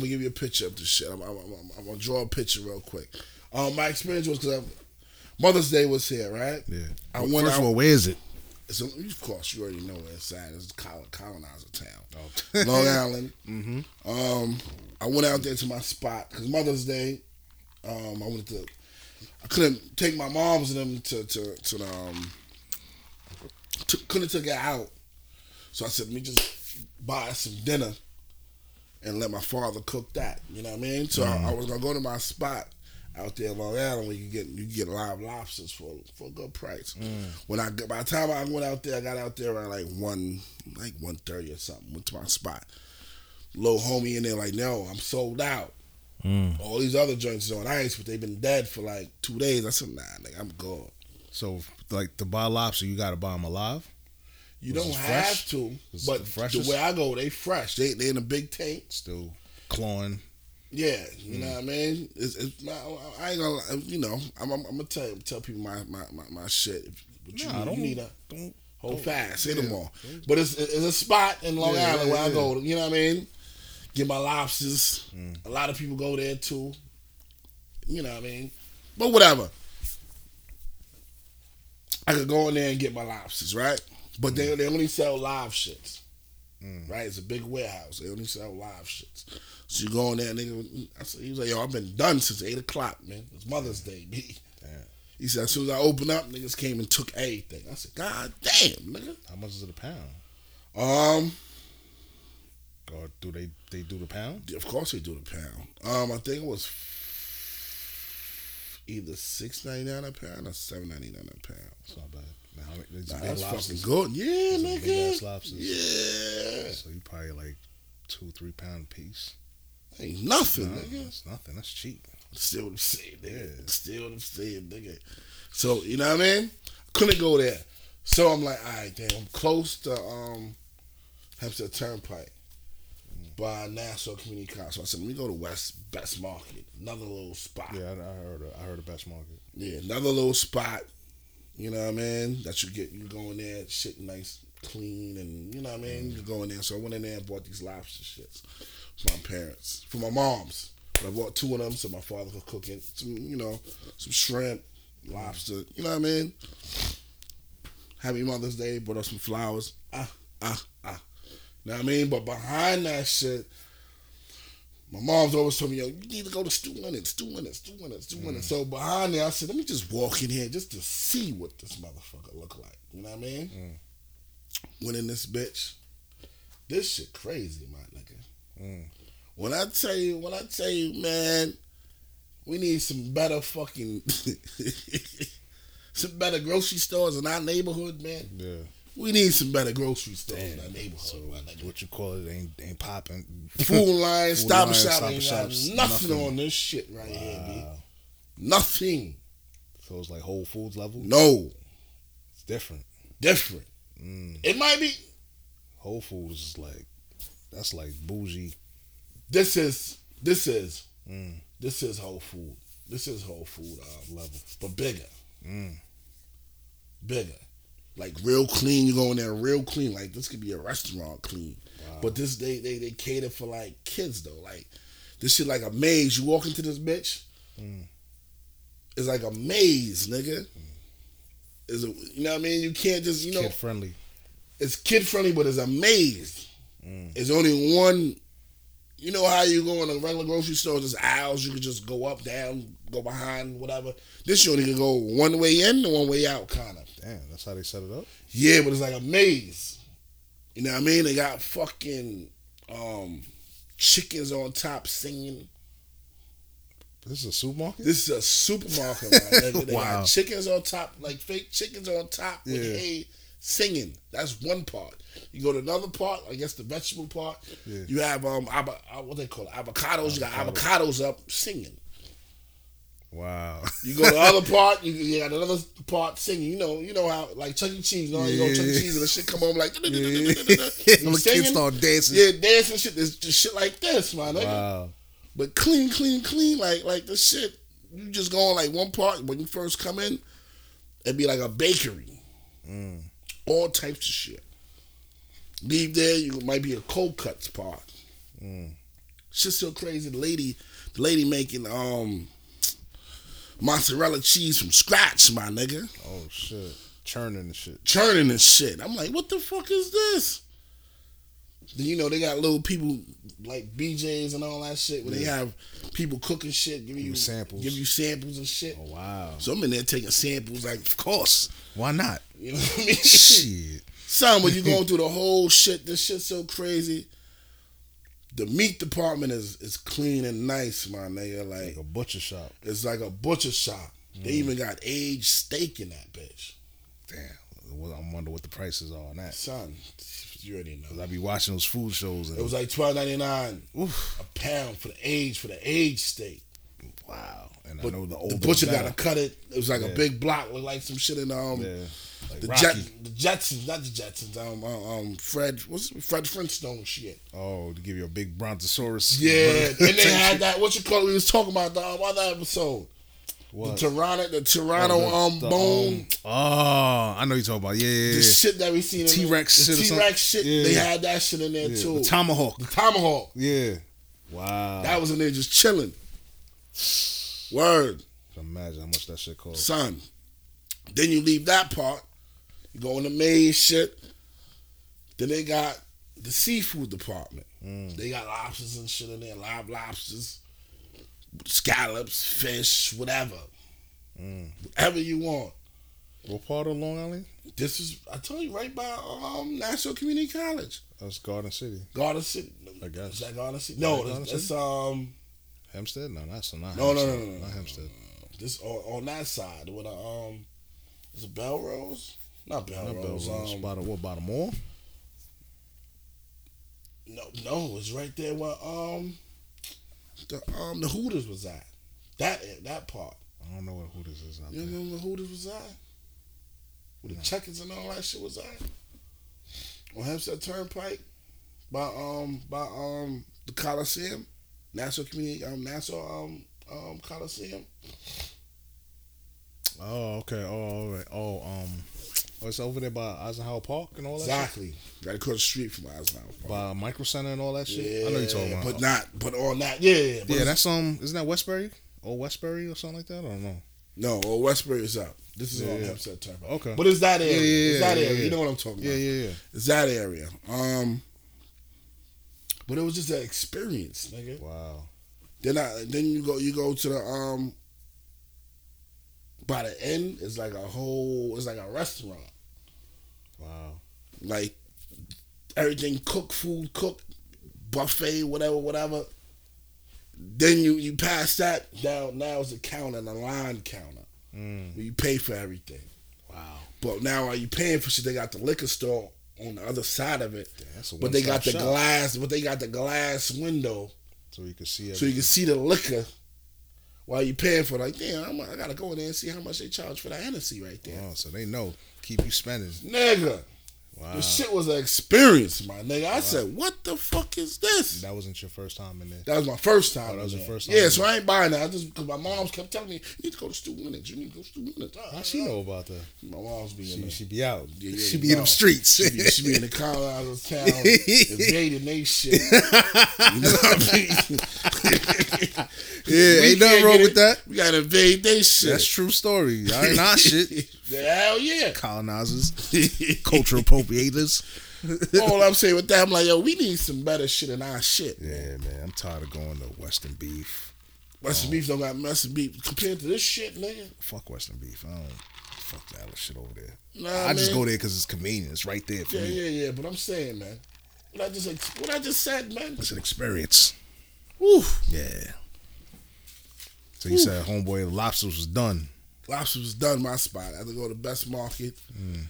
gonna give you a picture of this shit. I'm, I'm, I'm, I'm gonna draw a picture real quick. Um, my experience was because Mother's Day was here, right?
Yeah.
I
Well,
went
First
out-
of all, where is it?
So, of course, you already know where it's at. It's col- colonizer
Oh,
town, Long Island. Mm-hmm. Um, I went out there to my spot because Mother's Day. Um, I went to. I couldn't take my moms and them to to to the, um. To, couldn't take her out, so I said, "Let me just buy some dinner, and let my father cook that." You know what I mean? So I, I was gonna go to my spot out there in Long Island where you get you get live lobsters for for a good price. When I got- by the time I went out there, I got out there around like one like one thirty or something. Went to my spot. Little homie in there like, no, I'm sold out. All these other joints is on ice, but they've been dead for like two days. I said, nah, nigga, I'm gone.
So, like to buy lobster, you gotta buy them alive.
You
Was
don't
it
have
fresh?
to,
Was it
but
the
the,
freshest?
way I go, they fresh. They they in a big tank.
Still clawing.
Yeah, you know what I mean. It's, it's my, I ain't gonna, lie, you know, I'm, I'm, I'm gonna tell tell people my my, my, my shit. But you,
Nah,
need-
don't-
you need a
Don't.
Hold fast, hit them
Oh, yeah.
all. But it's it's a spot in Long
Yeah,
Island
yeah,
where I
yeah.
go. You know what I mean? Get my lobsters.
Mm.
A lot of people go there too. You know what I mean? But whatever. I could go in there and get my lobsters, right? But
Mm.
they they only sell live shits,
hmm,
right? It's a big warehouse. They only sell live shits. So you go in there, and nigga. I said, he was like, "Yo, I've been done since eight o'clock, man. It's Mother's Day, B."
Damn.
He said, as soon as I opened up, niggas came and took everything. I said, God damn, nigga.
How much is it a pound?
Um,
Or do they they do the pound?
of course they do the pound. Um, I think it was either six ninety nine a pound or seven ninety nine a pound.
It's not bad. Now, how many, it's
Nah,
big
that's
lobsters.
fucking good. Yeah,
Those are big-ass
nigga.
lobsters.
Yeah.
So you probably like two, three pound piece.
Ain't nothing,
Nah,
nigga.
that's nothing. That's cheap.
Still what I'm saying, nigga. Still what I'm saying, nigga. So, you know what I mean? Couldn't go there. So I'm like, all right, damn, I'm close to um Hempstead Turnpike by Nassau Community College. So I said, let me go to West Best Market, another little spot.
Yeah, I, I heard. I heard the best market.
Yeah, another little spot. You know what I mean? That you get you go in there, shit nice, clean, and you know what I mean. You go in there. So I went in there and bought these lobster shits for my parents, for my mom's. But I bought two of them so my father could cook it. Some, you know, some shrimp, lobster. You know what I mean? Happy Mother's Day. Brought us some flowers. Ah, ah, ah. You know what I mean? But behind that shit, my mom's always told me, yo, you need to go to Stu Leonard's, Stu Leonard's, Stu Leonard's, Stu
Mm.
Leonard's. So behind there, I said, let me just walk in here just to see what this motherfucker look like. You know what I mean?
Mm.
Went in this bitch. This shit crazy, my nigga.
Mm.
When I tell you, when I tell you, man, we need some better fucking, some better grocery stores in our neighborhood, man.
Yeah.
We need some better grocery stores in our neighborhood,
So
my nigga.
what you call it ain't ain't popping.
Food line, stop and
Line,
shop,
Stop and
ain't
Shop,
got nothing,
nothing.
on this shit right here, B.
Wow.
Nothing.
So it's like Whole Foods level.
No.
It's different.
Different.
Mm.
It might be.
Whole Foods is like that's like bougie.
This is this is
Mm.
this is Whole Food. This is Whole Food uh, level, but bigger,
Mm.
bigger. Like real clean. You go in there real clean. Like this could be a restaurant clean. But this they they they cater for like kids though. Like this shit like a maze. You walk into this bitch.
Mm.
It's like a maze, nigga. Is it, you know what I mean? You can't just you know
Kid friendly.
it's kid friendly, but it's a maze.
Mm.
It's only one. You know how you go in a regular grocery store, there's aisles. You can just go up, down, go behind, whatever. This you only can go one way in and one way out, kind of.
Damn, that's how they set it up.
Yeah, but it's like a maze. You know what I mean? They got fucking um, chickens on top singing.
This is a supermarket.
This is a supermarket. my nigga. They
Wow.
got chickens on top, like fake chickens on top with
Yeah.
hay singing. That's one part. You go to another part, I guess the vegetable part.
Yeah.
You have um, avo- uh, what they call it, avocados. You got avocados up singing.
Wow.
You go to the other part, you, you got another part singing. You know, you know how like Chuck E. Cheese. You know, how you go to Chuck E.
Yeah.
Cheese and the shit come on like.
Little
You
kids
singing?
start dancing.
Yeah, dancing shit. There's just shit like this, my nigga.
Wow.
But clean, clean, clean, like like the shit. You just go on like one part when you first come in, it'd be like a bakery.
Mm.
All types of shit. Leave there, you might be a cold cuts part.
Mm.
Shit's so crazy. The lady, the lady making um mozzarella cheese from scratch, my nigga.
Oh shit. Churning the shit.
Churning and shit. I'm like, what the fuck is this? Then you know they got little people like BJs and all that shit where they have people cooking shit, give you
you samples.
give you samples and shit.
Oh wow.
So I'm in there taking samples, like, of course.
Why not?
You know what I mean?
Shit.
Son, when you going through the whole shit, this shit's so crazy. The meat department is is clean and nice, my nigga. Like
Like a butcher shop.
it's like a butcher shop. They
Mm.
even got aged steak in that bitch.
Damn. Well, I wonder what the prices are on that.
Son, you already know.
'Cause I be watching those food shows and
It was like twelve ninety nine
oof,
a pound for the age for the age steak.
wow. And I
But
know the
the
old
butcher got to cut it. It was like
Yeah.
a big block, looked like some shit in um
yeah. Like
the
Rocky.
Jet, the Jetsons, not the Jetsons. Um, uh, um, Fred, what's Fred Flintstone shit?
Oh, to give you a big brontosaurus.
Yeah, and they had that. What you call? it, We was talking about the um, other episode.
What?
The Toronto, the Toronto um
The,
bone.
um, oh, I know you're talking about. Yeah, yeah,
the
yeah.
shit that we seen in
T-Rex
the
shit or
T
something.
Rex shit.
Yeah,
They
yeah.
had that shit in there
Yeah,
too.
the tomahawk.
The tomahawk.
Yeah. Wow.
That was in there just chilling. Word.
Imagine how much that shit
Oh.
cost.
son. Then you leave that part, you go in the maze shit. Then they got the seafood department.
Mm,
They got lobsters and shit in there, live lobsters, scallops, fish, whatever, whatever you want.
mm. What part of Long Island?
This is I told you right by um, National Community College,
That's Garden City.
Garden City.
I guess.
Is that Garden City? No,
that Garden
that's, that's um
Hempstead? No, that's not
No, no,
Hempstead.
no, no, no,
Not
no.
Hempstead.
this on, on that side with a um, is it Belrose? Not um,
Not
Belrose.
Belrose.
um,
Bottom, what, Baltimore?
No, no, it's right there where um the um the Hooters was at. That that part.
I don't know what Hooters is out
You
there.
remember who this was at? With the checkers and all that shit was at? On Hempstead Turnpike? By um by um the Coliseum? Nassau Community um Nassau um um Coliseum.
Oh, okay. Oh, all right. Oh, um, oh, it's over there by Eisenhower Park and all that. shit?
Exactly. Right across the street from Eisenhower. Park.
By Micro Center and all that shit. I know you're talking about.
But not but on that yeah, yeah, but
yeah,
it's-
that's um, isn't that Westbury or Westbury or something like that? I don't know.
No, well, Westbury is out. This is
Yeah,
on
yeah. Oh,
Hempstead Turnpike.
Okay.
But it's that area.
Yeah, yeah,
it's that
yeah,
area.
yeah.
You know what I'm talking
Yeah,
about.
yeah, yeah.
It's that area. Um But it was just that experience, nigga.
Wow.
Then I then you go you go to the um by the end it's like a whole it's like a restaurant.
Wow.
Like everything cooked, food cooked, buffet, whatever, whatever. Then you you pass that down now is the counter, the line counter.
Mm.
Where you pay for everything.
Wow.
But now are you paying for shit? They got the liquor store on the other side of it.
That's a
But they got the
one-stop shop.
glass but they got the glass window
So you can see it.
so you can see the liquor while you paying for it. Like, damn, I'm, I gotta go in there and see how much they charge for that Hennessy right there.
oh, so they know. Keep you spending.
Nigga,
Wow.
this shit was an experience, my nigga.
Uh-huh.
I said, what the fuck is this?
That wasn't your first time in there.
That was my first time.
Oh, that was
in
your
there.
first
Yeah,
time.
so I ain't buying that. I just because my mom's kept telling me, you need to go to Stu Winnings. You need to go to Stu Winnings.
How she know about that?
My mom's being
She, she be out.
Yeah, yeah,
she be
you
in
know.
them streets.
She be, she be in the Colorado town, invading they shit. You know what I mean?
yeah,
We
ain't
can't
nothing wrong
get
with
it.
that.
We gotta invade they shit.
That's true story. Y'all ain't our shit.
Hell yeah.
Colonizers, cultural appropriators.
All I'm saying with that, I'm like, yo, we need some better shit than our shit.
Yeah, man. I'm tired of going to Western beef.
Western
Oh.
beef don't got Western beef compared to this shit, nigga.
Fuck Western beef. I don't fuck that shit over there.
Nah,
I just
man.
go there because it's convenient. It's right there for
Yeah,
me.
yeah, yeah. But I'm saying, man, what I just ex- what I just said, man.
It's an experience.
Woo,
Yeah. So you said homeboy lobsters was done.
lobster was done my spot. I had to go to Best Market,
Mm.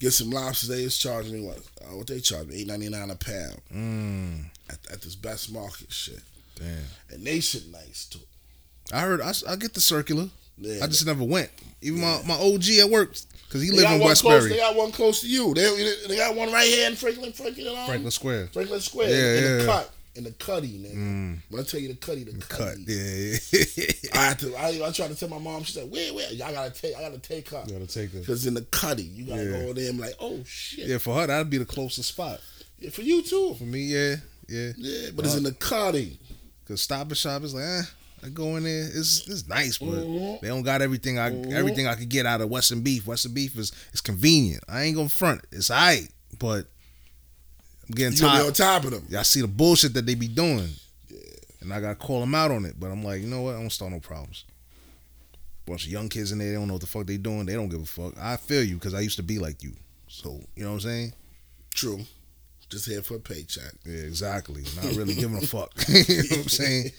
get some lobsters. They was charging me what? Uh, what they charged me? Eight ninety nine a pound
Mm.
at, at this Best Market shit,
Damn.
and they shit nice too.
I heard. I, s- I get the circular.
Yeah,
I just never went. Even my, my OG at work, because he
They
live
got,
in
one close, they
Westbury,
got one close to you. They, they got one right here in Franklin, Franklin, um,
Franklin Square.
Franklin Square.
Yeah,
in
yeah. Mm.
the cut, in the cutty, nigga. When I tell you the cutty, the,
Cut.
cutty.
Yeah. yeah.
I had to. I, I tried to tell my mom. She said, "Wait, wait, I gotta take. I gotta take her
gotta take the.
because in the cutty, you gotta
Yeah.
go in there. and be like, oh shit,
Yeah, for her that'd be the closest spot.
Yeah, for you too.
For me, yeah, yeah.
Yeah, but it's in the cutty.
Cause Stop and Shop is like, eh, I go in there. It's it's nice, but
Mhm.
they don't got everything I
Mm-hmm.
everything I could get out of Western beef. Western beef is is convenient. I ain't gonna front. it. It's alright, but I'm getting
You gonna be
tired.
on top of them.
Y'all see the bullshit that they be doing, and I gotta call them out on it. But I'm like, you know what? I don't start no problems. Bunch of young kids in there, they don't know what the fuck they doing. They don't give a fuck. I feel you because I used to be like you. So you know what I'm saying?
True. Just here for a paycheck.
Yeah, exactly. Not really giving a fuck. you know what I'm saying?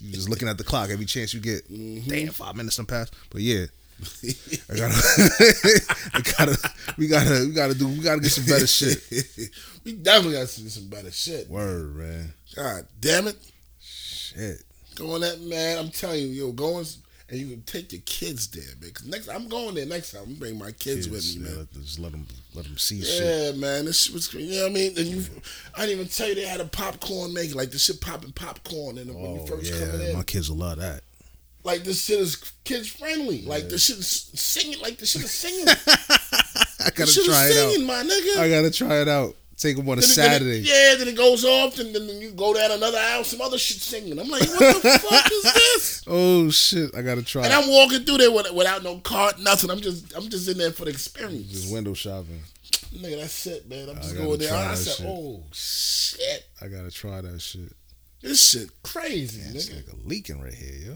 You're just looking at the clock every chance you get.
Mm-hmm.
Damn, five minutes done passed. But yeah. I gotta, I gotta, we gotta, we gotta do, we gotta get some better shit.
we definitely gotta see some better shit.
Word, man.
God damn it.
Shit.
Go on that man. I'm telling you, yo, go on s- and you can take your kids there, man. 'Cause next, I'm going there next time. I'm bring my kids, with
Just,
me,
yeah,
man.
let- just let them, let them see shit.
Yeah, man, this shit was crazy. You know what I mean? And you, I didn't even tell you they had a popcorn maker. Like the shit popping popcorn, and when you
Oh
first coming
yeah,
in,
my kids will love that.
like this shit is kids friendly. Like the shit is singing. Like the shit is singing.
I
the
gotta
shit
try
is
it out.
singing, my nigga.
I gotta try it out. Take them on a
Then it- then it-
Saturday.
yeah, then it goes off, and then you go down another aisle, some other shit singing. I'm like, what the fuck is this?
Oh shit, I gotta try.
And
it.
I'm walking through there with, without no cart, nothing. I'm just I'm just in there for the experience.
Just window shopping.
Nigga, that's it, man. I'm
I
just
gotta
going there.
try
I
that
said,
shit.
oh shit,
I gotta try that shit.
this shit crazy,
Man, this
nigga.
nigga leaking right here, yo.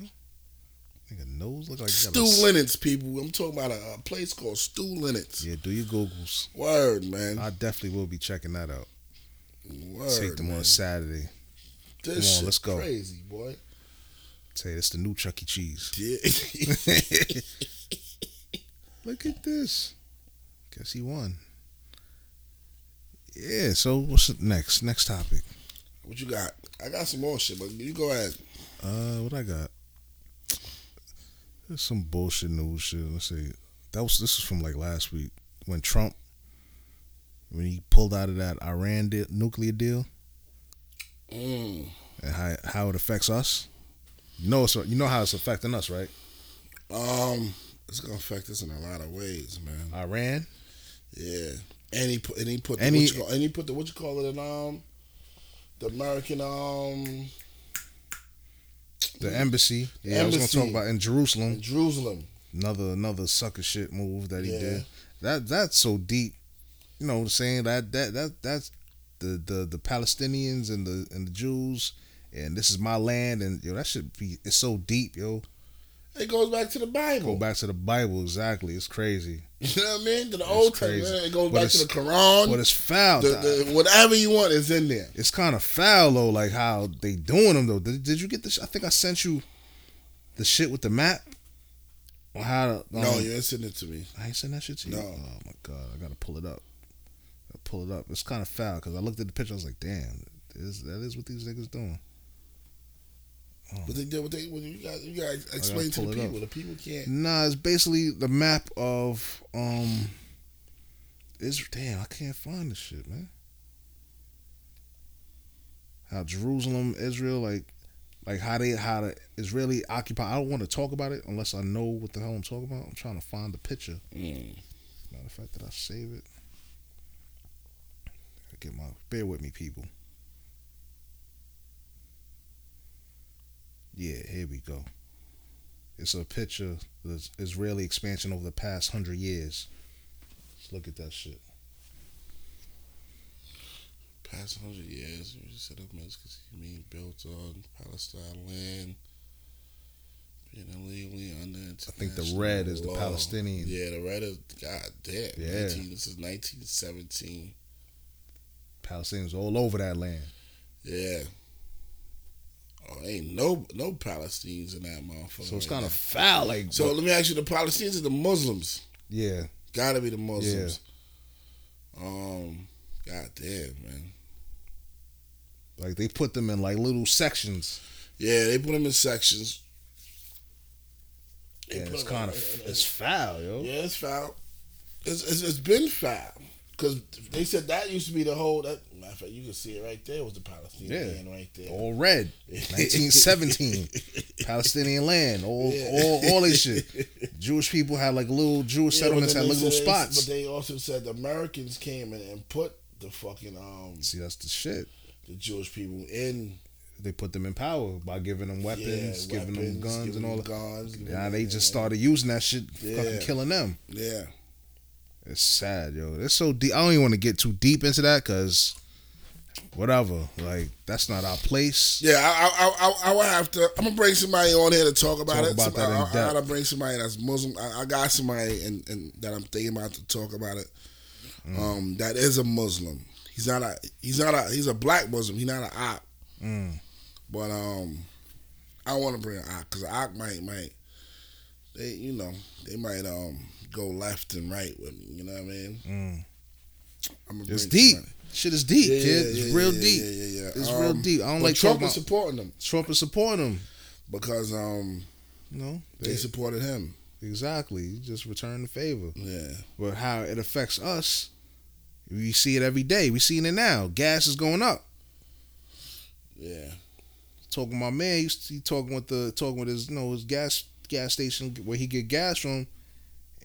Nigga nose look like you got
Stu
a s-
Lennox, people. I'm talking about a, a place called Stu Lennox.
Yeah, do your googles.
Word, man.
I definitely will be checking that out.
Word.
Take them
man.
on Saturday.
This
on,
shit
let's go.
Crazy, boy.
Say it's the new Chuck E. Cheese.
Yeah.
Look at this. Guess he won. Yeah. So what's the next? Next topic.
What you got? I got some more shit, but you go ahead.
Uh, what I got? There's some bullshit news shit. Let's see. That was this was from like last week when Trump when he pulled out of that Iran deal, nuclear deal
Mm.
and how how it affects us. You know, it's, you know how it's affecting us, right?
Um, it's gonna affect us in a lot of ways, man.
Iran.
Yeah, and he put and he put the,
And
what
he-
you call, and he put the what you call it in um the American um
The embassy. Yeah, I was
Embassy.
gonna talk about in Jerusalem.
in Jerusalem.
another another sucker shit move that he
Yeah.
did. That that's so deep. You know what I'm saying? That that that that's the, the the Palestinians and the and the Jews and this is my land and yo that should be it's so deep, yo.
It goes back to the
Go
Bible.
back to the Bible exactly. It's crazy.
You know what I mean? To the Old
crazy.
Testament. It goes
But
back to the
it's-
Quran.
But it's foul.
the, the, whatever you want is in there.
it's kind of foul though, like how they doing them though. Did, did you get this? I think I sent you the shit with the map. On how to, um,
No, you ain't sending it to me.
I ain't send that shit to you.
No.
Oh my god, I gotta pull it up. I pull it up. It's kind of foul because I looked at the picture. I was like, damn, is, that is what these niggas doing.
But they did what they what you got you gotta explain to
pull
the
it up.
people. The people can't
Nah, it's basically the map of um. Is damn, I can't find this shit, man. How Jerusalem, Israel, like, like how they how the Israeli occupy. I don't want to talk about it unless I know what the hell I'm talking about. I'm trying to find the picture. Mm. Matter of fact, that I save it? I Get my bear with me, people. Yeah, here we go. It's a picture of the Israeli expansion over the past hundred years. Let's look at that shit.
past hundred years you set up because you mean built on Palestine land. Being illegally under
I think the red is the
international law.
Palestinian.
Yeah, the red is god damn.
Yeah.
19, this is nineteen seventeen.
Palestinians all over that land.
Yeah. Oh, ain't no no Palestinians in that motherfucker.
So it's
right
kind of foul, like
now. So let me ask you: the Palestinians or the Muslims?
yeah.
Gotta be the Muslims. Um, God damn, man.
Like they put them in like little sections.
Yeah, they put them in sections. They
And
put
it's
them
kind of
in- in- in-
it's foul, yo.
yeah, it's foul. It's, it's it's been foul because they said that used to be the whole. That matter of fact, you can see it right there was the Palestinian
Yeah.
land right there.
All red. 1917. Palestinian land. All
Yeah.
all all this shit. Jewish people had like little Jewish
Yeah, but
settlements
then
had
they
like little
said-
spots.
But they also said the Americans came in and put the fucking um
See, that's the shit.
the Jewish people in
They put them in power by giving them weapons,
yeah,
giving them
weapons,
guns
giving
and all
them
that.
guns. giving
Now
them-
they just started using that shit,
Yeah.
fucking killing them.
yeah.
It's sad, yo. It's so deep. I don't even want to get too deep into that because whatever. Like, that's not our place.
Yeah, I, I, I, I will have to. I'm gonna bring somebody on here to talk about
Talk
it.
about that
I,
in
I- I
depth.
gotta bring somebody that's Muslim. I, I got somebody and and that I'm thinking about to talk about it.
Mm.
Um, that is a Muslim. He's not a. He's not a. He's a black Muslim. He's not an op.
Mm.
But um, I want to bring an op because op might might. They you know they might um go left and right with me. You know what I mean?
Mm.
I'm gonna
It's
bring
deep.
somebody.
Shit is deep,
Yeah,
kid.
yeah,
It's
yeah,
real
yeah,
deep.
yeah, yeah, yeah.
It's real
Um,
deep. I don't
but
like
Trump
talking
is
about
supporting them
Trump is supporting him.
because um
You know?
they supported him.
Exactly. You just return the favor.
Yeah.
But how it affects us, we see it every day. We seeing it now. Gas is going up.
Yeah.
Talking to my man, he, used to- he talking with the talking with his you know his gas gas station where he get gas from.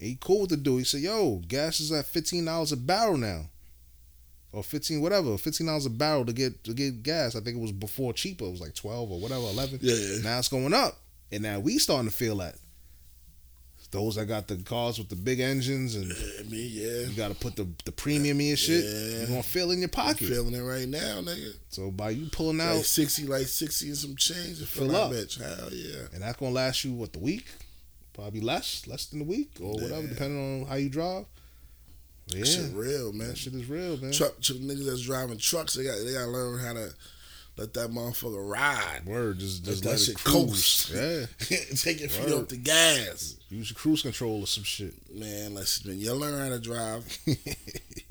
And he cool with the dude. He said, "Yo, gas is at fifteen dollars a barrel now, or fifteen whatever, fifteen dollars a barrel to get to get gas. I think it was before cheaper. It was like twelve or whatever, eleven.
Yeah, yeah.
Now it's going up, and now we starting to feel that. Those that got the cars with the big engines and
I mean, yeah.
You gotta put the, the premium in and shit.
Yeah.
You're gonna feel in your
I'm
pocket.
feeling it right now, nigga.
So by you pulling out
Like sixty, like sixty and some change. It feel
Fill
like
up.
bitch. Hell yeah.
and that's gonna last you what the week? Probably less, less than a week or whatever,
Yeah.
depending on how you drive. Yeah.
Shit real, man.
that shit is real, man.
Truck, truck niggas that's driving trucks, they got they gotta learn how to let that motherfucker ride.
Word, just, just
Let
let,
that
it
shit
cruise.
coast.
Yeah.
Take your feet
Word.
off the gas.
Use your cruise control or some shit.
Man, listen, you learn how to drive. yeah,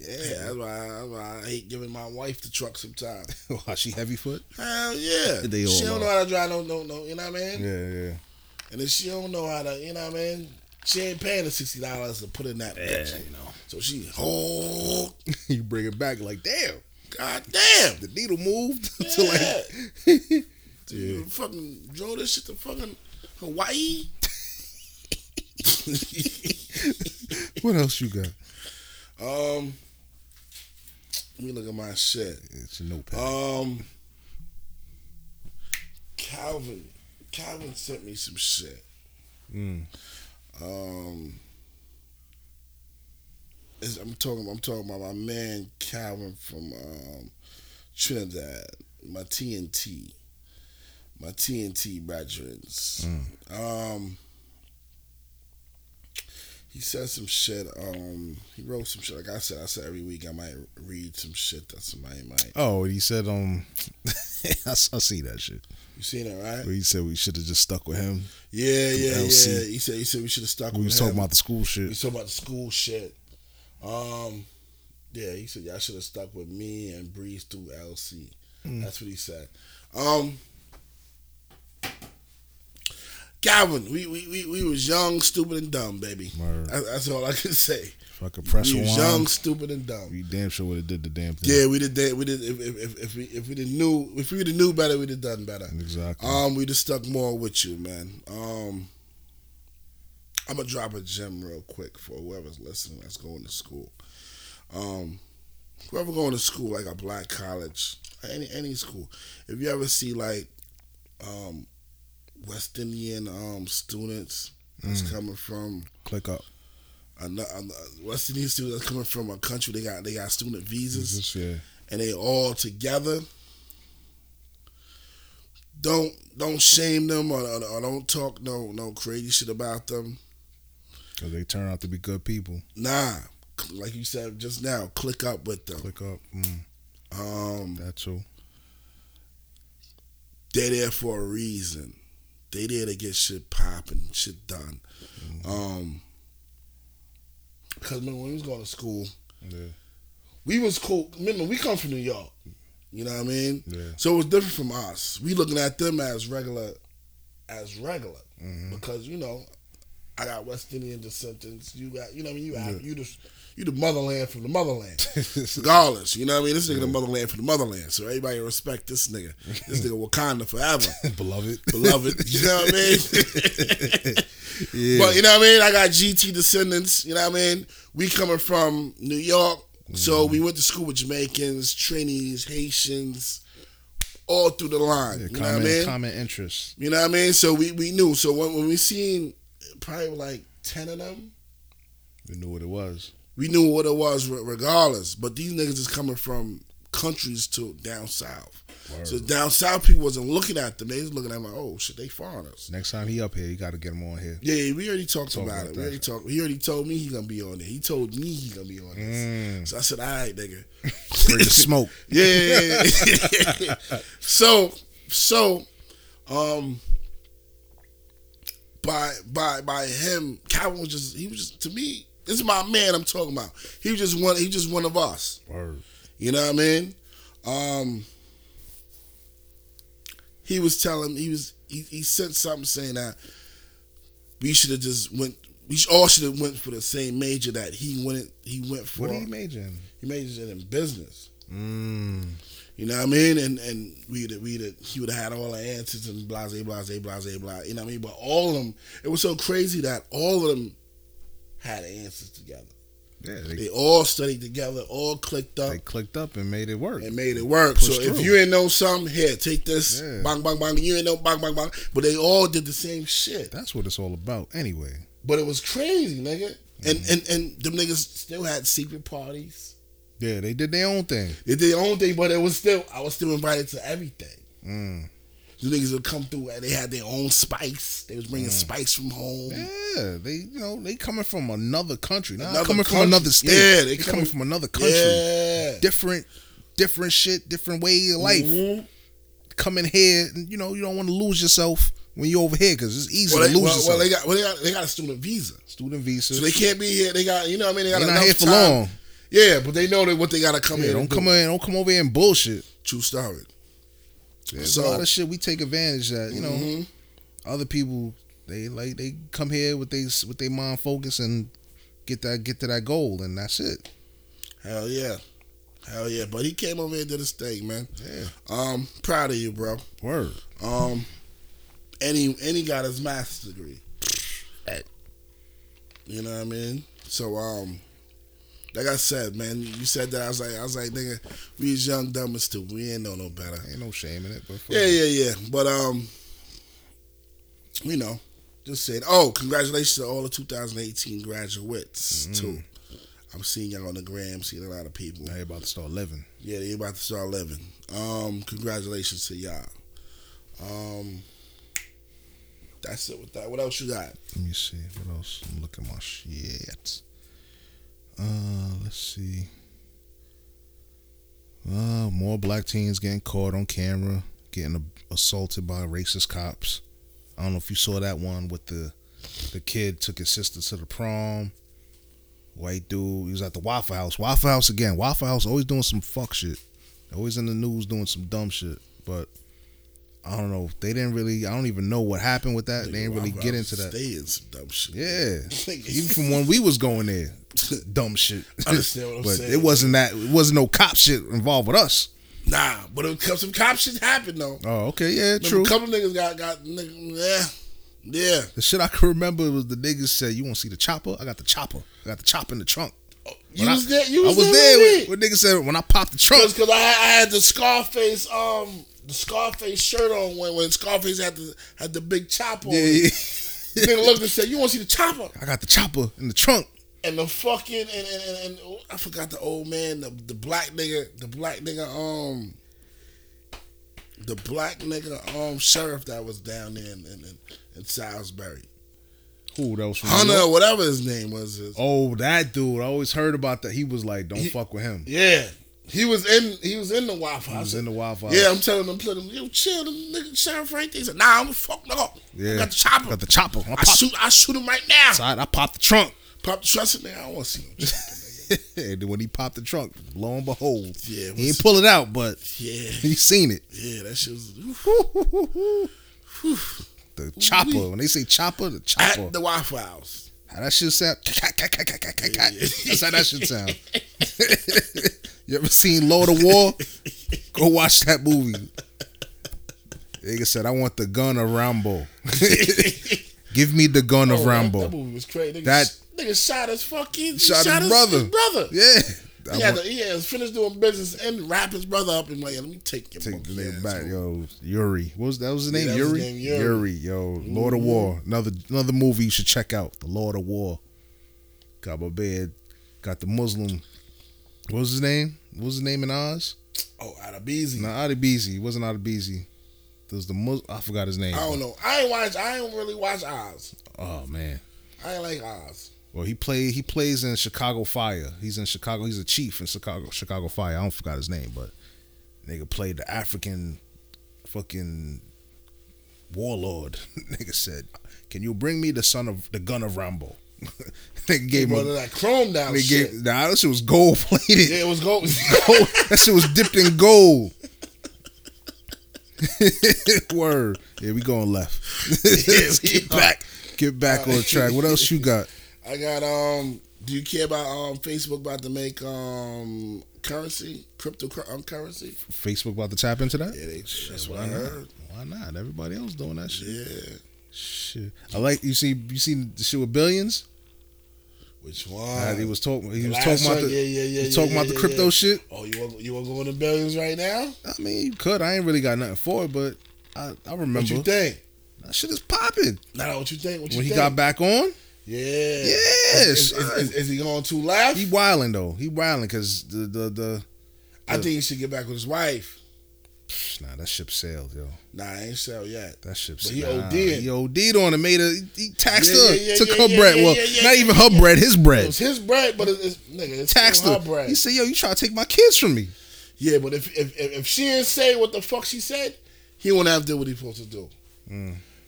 that's why, that's why I hate giving my wife the truck sometimes.
Why she heavy foot?
Hell yeah.
They all
she don't
are.
know how to drive, don't, don't know, you know what I mean?
Yeah, yeah.
And if she don't know how to, you know what I mean? She ain't paying the sixty dollars to put in that bitch.
you know.
So she oh
you bring it back like, damn,
god damn.
the needle moved to like
Yeah. You fucking drove this shit to fucking Hawaii.
what else you got?
um Let me look at my shit.
It's a notepad.
Um Calvin. Calvin sent me some shit.
Mm.
Um is- I'm talking I'm talking about my man Calvin from um Trinidad, my TNT. My TNT veterans.
Mm.
Um he said some shit. Um, he wrote some shit. Like I said, I said every week I might read some shit that somebody might.
Oh, he said, um, I, s- I see that shit.
You seen it, right?
Where he said we should have just stuck with him.
Yeah, yeah,
LC.
yeah. He said he said we should have stuck.
We
with
was
him.
talking about the school
we was
shit.
talking about the school shit. Um, yeah, he said y'all should have stuck with me and breeze through LC. That's what he said. Um, Gavin, we we, we we was young, stupid, and dumb, baby.
Word.
That's, that's all I can say.
If I could press
we
one,
was young, stupid, and dumb.
we damn sure would have did the damn thing.
Yeah, we did that. We did if if, if, if we if we didn't knew if we would have knew better, we'd have done better.
Exactly.
Um, we just stuck more with you, man. Um, I'm gonna drop a gem real quick for whoever's listening that's going to school. Um, whoever going to school like a black college, any any school, if you ever see like um West Indian um students that's coming from
Click up.
another West Indian students that's coming from a country they got they got student visas
Just, yeah.
and they all together. Don't don't shame them or, or, or don't talk no no crazy shit about them.
Because they turn out to be good people.
Nah, cl- like you said just now, click up with them.
Click up. Mm,
Um,
that too.
they there for a reason. They there to get shit popping, shit done.
Mm-hmm.
Um, cause remember when we was going to school,
Yeah.
we was cool. Remember we come from New York. You know what I mean?
Yeah.
So it was different from us. We looking at them as regular, as regular.
Mm-hmm.
because you know I got West Indian descendants. You got you know what I mean you have you the you the motherland from the motherland. Regardless, you know what I mean this nigga the motherland from the motherland. So everybody respect this nigga. This nigga Wakanda forever.
Beloved.
Beloved, you know what I mean?
Yeah.
But you know what I mean? I got GT descendants, you know what I mean? We coming from New York, so
Mm-hmm.
we went to school with Jamaicans, Trinis, Haitians, all through the line.
Yeah,
you know what I
common,
mean?
common interest.
You know what I mean? So we, we knew. So when, when we seen probably like 10 of them,
We knew what it was.
we knew what it was re- regardless. But these niggas is coming from countries to down south. So down south people wasn't looking at them. They was looking at them like, oh shit, they foreigners.
Next time he up here, you got to get him on here.
Yeah, yeah, we already talked
Talk
about,
about
it.
that.
We already talked. He already told me he gonna be on it. He told me he gonna be on this.
Mm.
So I said, all right, nigga.
Bring the smoke.
Yeah. yeah, yeah, yeah. so so um by by by him, Calvin was just he was just to me, this is my man I'm talking about. He was just one he just one of us.
Word.
You know what I mean? Um he was telling he was he, he sent something saying that we should have just went we all should have went for the same major that he went he went for.
What are you majoring?
he majored in business.
Mm.
You know what I mean? And and we would we would he would have had all the answers and blase blase blase blah. You know what I mean? But all of them, it was so crazy that all of them had answers together.
Yeah, they,
They all studied together, all clicked up,
they clicked up and made it work.
Uh, and made it work.
pushed
So if
through.
you ain't know something, here, take this,
Yeah.
bang bang bang. You ain't know bang bang bang. But they all did the same shit.
That's what it's all about, anyway.
But it was crazy, nigga. And
Mm-hmm.
and and them niggas still had secret parties.
Yeah, they did their own thing.
They did their own thing, but it was still I was still invited to everything.
Mm.
The niggas would come through and they had their own spice. They was bringing spice from home.
Yeah, they you know they coming from another country, not
Another
coming
country.
from another state.
Yeah,
they
they
coming
coming-
from another country,
Yeah.
different, different shit, different way of life.
Mhm.
Coming here, and, you know you don't want to lose yourself. when you over here because it's easy
Well,
to
they,
lose
well,
yourself.
well, they got well, they got they got a student visa,
student visa.
so they can't be here. They got you know what I mean. They got
They not
enough
here for
time.
long.
Yeah, but they know that what they got to come
yeah,
here.
don't
to
come
do.
in. Don't come over here and bullshit.
True story.
There's
So- Mm-hmm.
a lot of shit we take advantage that you know. Other people they like they come here with they with their mind focus and get that get to that goal and that's it.
Hell yeah, hell yeah. But he came over here and did his thing, man.
Yeah,
Um, proud of you, bro.
word.
Um, and he and he got his master's degree. You know what I mean? So um, like I said, man, you said that I was like I was like nigga, we was young, dumb, and stupid. We ain't know no better.
Ain't no shame in it. But fuck
Yeah,
it.
yeah, yeah. But um, you know, just saying. Oh, congratulations to all the 2018 graduates too. I'm seeing y'all on the gram, seeing a lot of people.
Now you about to start living.
Yeah, they about to start living. Um, congratulations to y'all. Um, that's it with that. What else you got?
Let me see what else. I'm looking at my shit. Uh, let's see. Uh, more black teens getting caught on camera, getting a- assaulted by racist cops. I don't know if you saw that one with the the kid took his sister to the prom. White dude, he was at the Waffle House. Waffle House again. Waffle House always doing some fuck shit. Always in the news doing some dumb shit. But I don't know. They didn't really. I don't even know what happened with that. They didn't really
Wow,
get
wow,
into that.
Stay in some dumb shit.
Yeah, even from when we was going there, dumb shit.
Understand what I'm
but
saying.
it wasn't that. It wasn't no cop shit involved with us.
Nah, but it, some cop shit happened though.
Oh, okay, yeah,
Remember,
true.
A couple niggas got got nigga, yeah, yeah.
the shit I can remember was the niggas said, "You want to see the chopper? I got the chopper. I got the chopper in the trunk."
You
When
was
I,
there. You was,
I was there.
there. with me.
When, when niggas said, "When I popped the trunk."
Cause, 'cause I, I had the Scarface um the Scarface shirt on when when Scarface had the had the big chopper. on
Yeah,
it.
yeah.
Nigga looked and said, "You want to see the chopper?"
I got the chopper in the trunk.
and the fucking and and, and, and oh, I forgot the old man, the, the black nigga, the black nigga, um, the black nigga, um, sheriff that was down there in in, in, in Salisbury,
Who that was from? New
Hunter,
York?
or whatever his name was.
Oh, that dude. I always heard about that. He was like, "Don't fuck with him."
Yeah, he was in he was in the Wi Fi.
He was in the Waffle House.
Yeah, I'm telling them, telling them, yo, chill, the nigga sheriff right there. He said, Nah, I'm gonna fuck no.
Yeah.
I got the chopper.
Got the chopper. I
I
popped
shoot, I shoot him right now.
the side. I popped the trunk.
Pop the trust in there. I don't want to see no chopper.
and then when he popped the trunk, lo and behold,
Yeah, it
he
was-
ain't pull it out, but
yeah,
he seen it.
yeah, that shit was.
The chopper. When they say chopper, the
At
chopper.
the Wi Fi house.
how that shit sound? That's how that shit sound. you ever seen Lord of War? Go watch that movie. Nigga said, "I want the gun of Rambo. Give me the gun
Oh,
of
that-
Rambo."
That, movie was crazy. Nigga,
That-
nigga shot his fucking
Shot his brother.
brother.
yeah. I
He had,
want-
to, he had to finish doing business and wrap his brother up and like, let me take your
take the
monkey
nigga
ass
back,
home.
yo. Yuri, what was that? Was his name?
that was
Yuri?
his name,
Yuri,
Yuri. Mm-hmm.
yo. Lord of War, another another movie you should check out. The Lord of War. Got my bed. Got the Muslim. What was his name? What was his name in Oz?
Oh, out of busy.
No, Adibizi. It wasn't Adibizi. There was the Mus. I forgot his name.
I don't know. I ain't watch. I ain't really watch Oz.
Oh man.
I ain't like Oz.
Well, he play he plays in Chicago Fire. He's in Chicago. He's a chief in Chicago Chicago Fire. I don't forgot his name, but nigga played the African fucking warlord. nigga said, "Can you bring me the son of the gun of Rambo?" nigga gave him.
Brother,
a-
that chrome down
Nigga
shit.
gave, nah, that shit was gold plated.
yeah, it was gold.
Gold- that shit was dipped in gold. Word. Yeah, we going left. Let's
we
get back. Get back on track. What else you got?
I got um. Do you care about um Facebook about to make um currency crypto cur- um, currency?
Facebook about to tap into that?
Yeah, they, that's what I
Why not?
heard.
Why not? Everybody else doing that shit.
Yeah,
Shit. I like you see you seen the shit with billions.
which one?
Uh, he was talking. He was
Last
talking about
one,
the.
yeah, yeah, yeah,
he was
yeah,
talking
yeah,
about the
yeah,
crypto
yeah.
shit.
Oh, you want you want to go into billions right now?
I mean, you could. I ain't really got nothing for it, but I, I remember
What you think?
that shit is popping.
Nah, nah, what you think? What you
When he
think?
got back on,
yeah,
Yeah,
Is, is,
son.
is- is he going too left?
he wilding though. He wilding because the the the.
I think he should get back with his wife.
Psh, Nah, that ship sailed, yo.
Nah, I ain't sell yet.
That ship.
But he
nah,
OD'd.
He OD'd on and made a. He taxed
Yeah,
her.
yeah, yeah,
took
yeah,
her
yeah,
bread.
yeah,
well,
yeah, yeah,
not
yeah,
even her bread. His
It
bread.
was his bread, but it's, it's nigga, it's
Taxed
still
her.
her bread.
He said, "Yo, you trying to take my kids from me?"
yeah, but
Mm,
if, if if if she didn't say what the fuck she said, he wouldn't have to do what he supposed to do.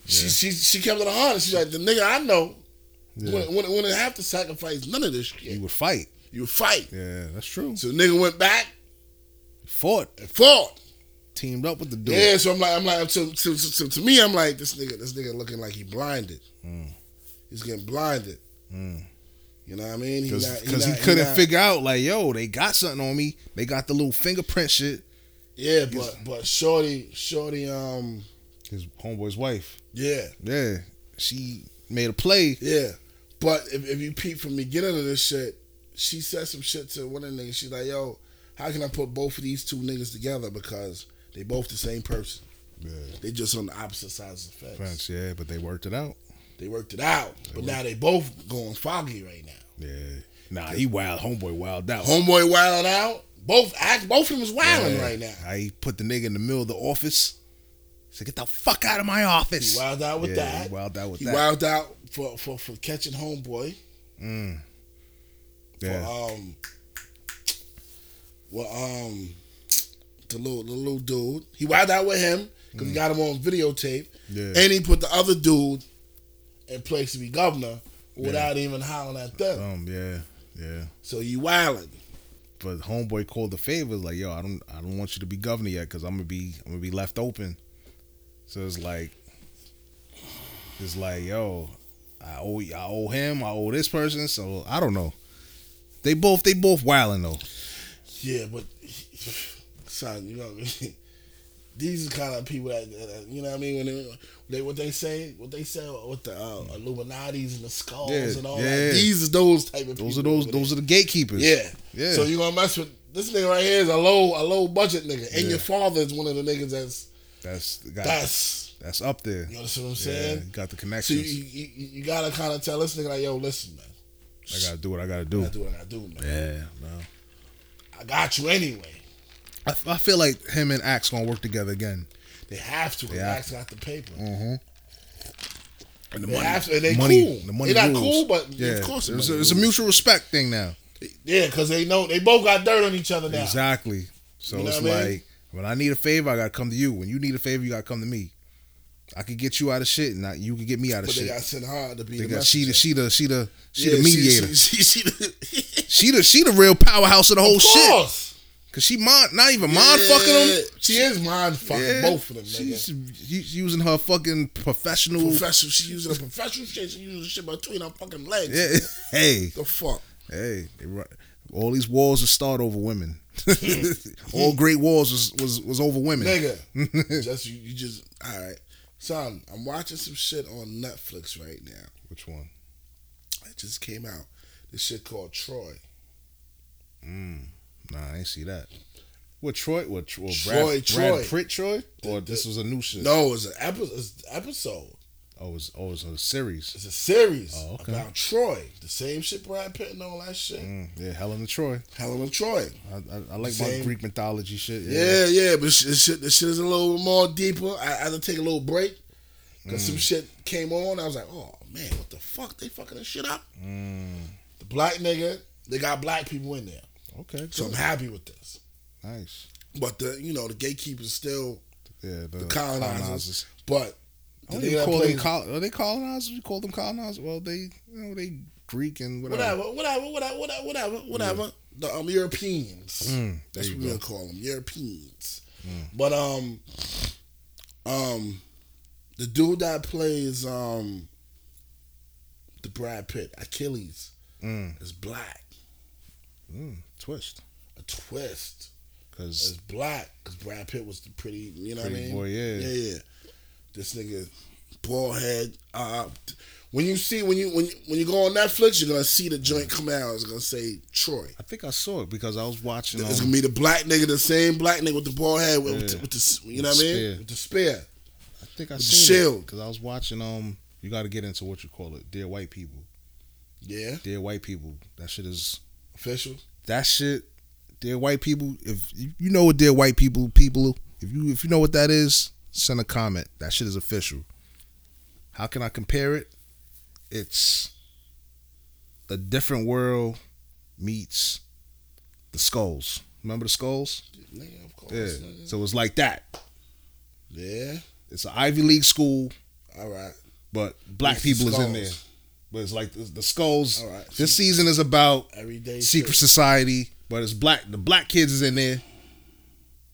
She she she kept it honest. She's like the nigga I know. Wouldn't, wouldn't, wouldn't have to sacrifice none of this shit.
You would fight.
You would fight.
Yeah, that's true.
So the nigga went back
Fought.
and fought.
Teamed up with the dude.
Yeah, so I'm like, I'm like, to, to, to, to, to me, I'm like, this nigga, this nigga looking like he blinded. He's getting blinded. You know what I mean? Mm. He not-
Because he,
not-
couldn't
not-
figure out, like, yo, they got something on me. They got the little fingerprint shit.
Yeah, but but shorty, shorty, um,
His homeboy's wife.
yeah,
Yeah. She made a play.
yeah. But if, if you peep from the beginning of this shit, she said some shit to one of the niggas. She's like, yo, how can I put both of these two niggas together because they both the same person?
Yeah.
They just on the opposite sides of the fence.
French, yeah, but they worked it out.
They worked it out, but now they both going foggy right now.
Yeah. Nah, he wild. Homeboy wild out.
Homeboy wilding out. Both act, both of them is wilding
Yeah.
right now.
How he put the nigga in the middle of the office. Said, get the fuck out of my
He
office.
wild out with
Yeah,
that.
he wild out with
He
that.
wild out for, for, for catching homeboy.
yeah.
For, um, well, um, the little the little dude. He wild out with him because he got him on videotape.
Mm. Yeah.
And he put the other dude in place to be governor without even hollering at them.
um, yeah. Yeah.
so you wilding.
But homeboy called the favor like, yo, I don't, I don't want you to be governor yet because I'm gonna be, I'm gonna be left open. So it's like, it's like, yo, I owe, I owe him, I owe this person. So I don't know. They both, they both wilding though.
Yeah, but son, you know, these are kind of people that, that- you know what I mean when they, they what they say, what they say with the uh, Illuminati's and the skulls
Yeah,
and all
yeah.
that. These are those type
Those
of people
are those,
over
those are the gatekeepers.
there. yeah,
yeah.
So you gonna mess with this nigga right here is a low a low budget nigga, and your father is one of the niggas that's
that's got, that's
that's
up there.
you know what I'm
Yeah,
saying.
you got the
So you,
connections.
you, you you gotta kind of tell this nigga like, yo, listen, man,
I gotta do what I gotta
I
do.
gotta do what I gotta do, man.
Yeah, no.
I got you anyway.
I, f- I feel like him and Axe gonna work together again.
They have to. 'cause
Yeah.
Max got the paper.
Mm. And the
They have to- and they cool.
the money
they not
rules.
cool, but
yeah,
of course
it's a, it's a mutual respect thing now.
Yeah, because they know they both got dirt on each other now.
Exactly. So
You know
it's
what I
like
mean?
when I need a favor, I gotta come to you. When you need a favor, you gotta come to me. I could get you out of shit, and I, you could get me out of
But they
shit.
got sent hard to be
They
the
got she the she the she the she the mediator.
mediator. She, she, the, Oh,
She the she the real powerhouse of the whole
of
shit.
course.
Cause she mind not even mind fucking them.
She is mind fucking
Yeah.
both of them.
She's
Nigga.
she's using her fucking professional.
Professional. She using a professional shit. She using shit between her fucking legs.
yeah. Hey.
The fuck.
Hey, they run, all these wars are start over women. all great wars was was, was over women.
Nigga. just you, you just all right. Son, I'm watching some shit on Netflix right now.
Which one?
It just came out. This shit called Troy.
Mm, nah, I ain't see that. What Troy? What Troy?
Troy,
Brad,
Troy.
Brad Pitt Troy? Or
The-
this was a new shit?
No, it's an epi- it's an episode.
Oh, it was oh, it was a series.
It's a series
Oh, okay.
about Troy. The same shit Brad Pitt and all that shit.
Mm, yeah, Helen of Troy.
Helen of Troy.
I, I, I like
Same.
my Greek mythology shit.
Yeah, yeah, but sh- this shit, this shit is a little more deeper. I, I had to take a little break because
Mm.
some shit came on. I was like, oh man, what the fuck? They fucking this shit up.
Mm,
The black nigga, they got black people in there,
Okay.
so I'm
good.
happy with this.
nice.
But the you know the gatekeepers still
Yeah. The,
colonizers. But
I don't
the nigga
even
that
call them
plays,
col- are they colonizers? You call them colonizers? Well, they you know they Greek and whatever.
whatever, whatever, whatever, whatever, whatever, whatever. The um, Europeans.
Mm, there
That's
you
what
go. Mm.
we're gonna call them, Europeans. But um, um, the dude that plays um, the Brad Pitt Achilles
Mm,
is black.
mm, twist.
A twist
Cause
is black because Brad Pitt was the pretty, you know
Pretty
what I mean?
boy, yeah.
yeah, yeah. This nigga, bald head. Uh, when you see when you when you, when you go on Netflix, you're gonna see the joint come out. It's gonna say Troy.
I think I saw it because I was watching.
It's
um,
gonna be the black nigga, the same black nigga with the bald head with,
Yeah.
with the you know
With
what I
the
mean?
spear.
With the spear.
I think I
the
seen
shield.
because I was watching. Um, you got to get into what you call it, dear white people,
Yeah,
dear white people. That shit is
official.
that shit. Dear white people, if you you know what dear white people people, if you if you know what that is, send a comment. That shit is official. How can I compare it? It's a different world meets the skulls. Remember the skulls?
Nigga, of course.
Yeah.
nigga.
So it's like that.
Yeah.
It's an Ivy League school
All right.
But black
It's
people is in there.
skulls.
But it's like the, the skulls.
All right.
This season is about
Every day.
secret society, but it's black. The black kids is in there.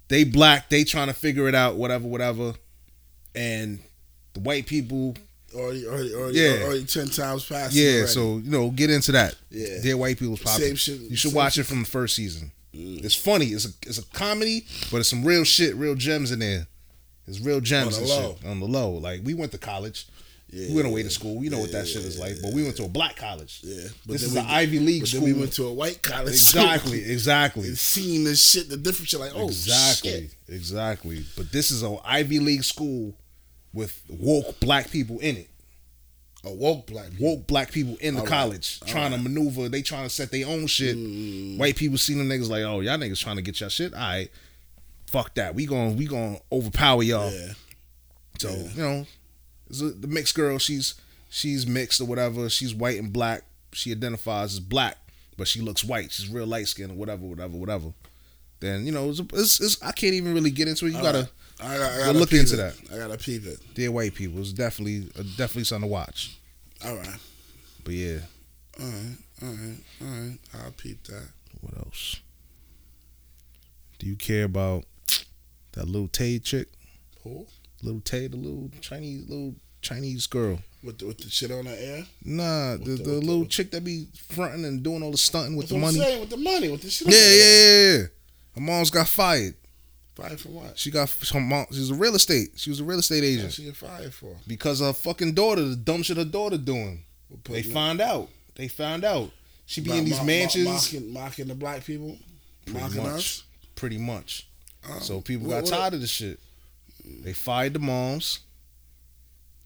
They black. They trying to figure it out. Whatever, whatever. And the white people.
Already, already, already, uh,
Yeah.
already ten times past.
yeah.
already.
So you know, get into that.
Yeah.
Their white people's popular.
Same shit-
You should
same
watch it from the first season.
Mm.
It's funny. It's a it's a comedy, but it's some real shit, real gems in there. It's real gems
the
and
low.
shit on the low. Like we went to college.
Yeah.
we went away to school. We know what that shit is like. But we went to a black college.
Yeah, but
this
then
is
we-
an Ivy League
But
school.
then we went to a white college.
exactly, exactly,
and seeing this shit, the different shit, like, oh,
exactly,
shit.
exactly. But this is an Ivy League school with woke black people in it.
A woke black people.
Woke black people in the
All right, Mm.
college
all
trying to maneuver. They trying to set their own shit. White people see them niggas like, oh, y'all niggas trying to get y'all shit. All right, fuck that. We going we gonna overpower y'all.
Yeah.
So
Yeah.
you know, it's a- the mixed girl. She's she's mixed or whatever. She's white and black. She identifies as black, but she looks white. She's real light skinned or whatever, whatever, whatever. Then you know, it's, it's, it's I can't even really get into it. You gotta
I got, I
We'll
got to
look
peep
into
it.
that.
I got to peep it.
dear white people. It's definitely uh, definitely something to watch.
All right.
But yeah,
All right. All right. All right. I'll peep that.
what else? Do you care about that little Tay chick?
Who?
Little Tay, the little Chinese little Chinese girl.
With the, with the shit on the air?
Nah, the,
the-
the
what the-
little chick that be fronting and doing all the stunting with
That's
the
what I'm
money.
saying, with the money, with the shit on
Yeah,
the air.
yeah, yeah, yeah. Her mom's got fired.
Fired for what?
She got her mom. She was a real estate. She was a real estate
What
agent
she get fired for?
because her fucking daughter, the dumb shit her daughter doing.
For
They
putting-
find out. They found out. She be
Mo-
in
mo-
these
mo-
mansions.
mocking, mocking the black people,
Pretty
mocking us.
much. Pretty much.
Um,
So people
what-
got
what-
tired of this shit. They fired the moms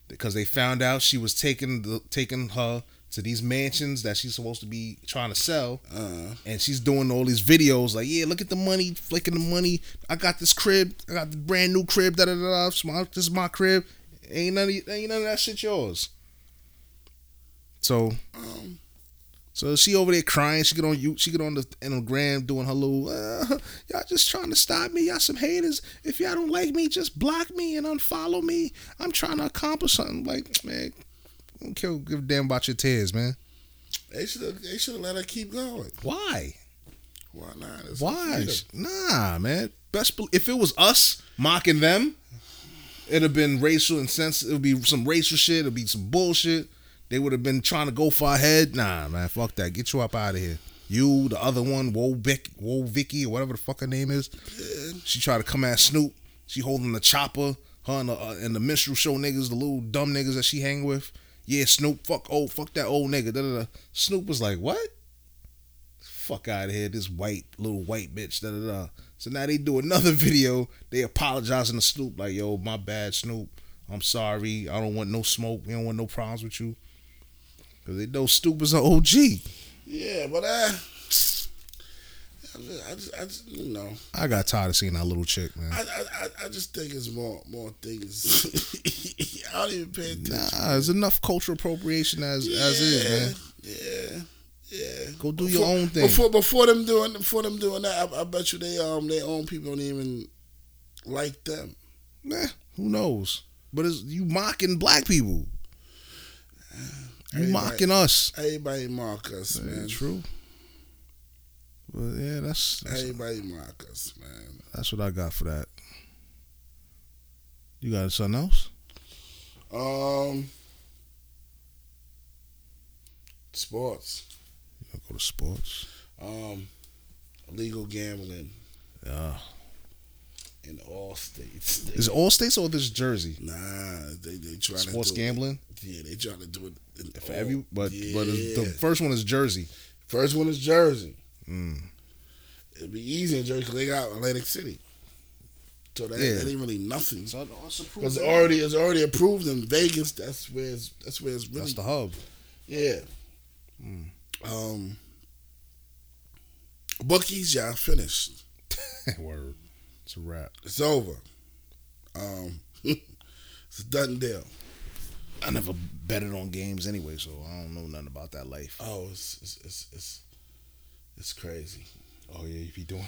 because they found out she was taking the taking her to these mansions that she's supposed to be trying to sell.
Uh,
and she's doing all these videos like, yeah, look at the money, flicking the money. I got this crib, I got the brand new crib, da da da. da. It's my- This is my crib. Ain't none of y- ain't none of that shit yours. So
um,
so she over there crying. She get on you. She get on the Instagram doing her little. Uh, y'all just trying to stop me. Y'all some haters. If y'all don't like me, just block me and unfollow me. I'm trying to accomplish something. Like man, I don't care, give a damn about your tears, man.
they should have. They should have let her keep going.
Why?
Why not? It's
Why?
freedom.
Nah, man. Best bel if it was us mocking them, it'd have been racial insensitive. It'd be some racial shit. It'd be some bullshit. They would have been trying to go far ahead. Nah, man. Fuck that. Get you up out of here. You, the other one, Wo Vic, Wo Vicky, or whatever the fuck her name is. She tried to come at Snoop. She holding the chopper. Her and the, uh, and the minstrel show niggas, the little dumb niggas that she hang with. Yeah, Snoop, fuck old, fuck that old nigga. Da, da, da. Snoop was like, what? fuck out of here, this white little white bitch, da da da. So now they do another video. They apologizing to Snoop, like, yo, my bad, Snoop. I'm sorry. I don't want no smoke. We don't want no problems with you. Cause they know Snoop is an OG.
Yeah, but uh, I, I just, I just, I just you know,
I got tired of seeing that little chick, man.
I, I, I- I just think it's more, more things. I don't even pay attention.
Nah, Ah, it's enough cultural appropriation as as is, man.
Yeah, yeah.
Go do your own thing.
Before, before them doing, before them doing that, I, I bet you they, um, their own people don't even like them.
Nah, who knows? But it's you mocking black people. You
Everybody-
mocking us.
Everybody mock us, man.
Yeah, true. But yeah, that's that's,
Everybody mock us, man.
that's what I got for that. You got something else?
Um, sports.
I go to sports.
Um, illegal gambling
Uh,
in all states. They-
is it all states or this Jersey
nah, they they trying
sports
to do
gambling
It. Yeah, they trying to do it in
for
all-
every? But but it's, the
yeah.
first one is Jersey.
first one is Jersey.
Mm.
It'd be easy in Jersey 'cause they got Atlantic City, so that,
Yeah.
that ain't really nothing.
So
Because already it's already approved in Vegas. That's where it's, that's where it's really
that's the hub.
Yeah. Um. Bookies, y'all finished.
Word, it's a wrap.
It's over. Um. it's a done deal.
I never betted on games anyway, so I don't know nothing about that life.
Oh, it's it's it's it's, it's crazy.
Oh yeah, you be doing.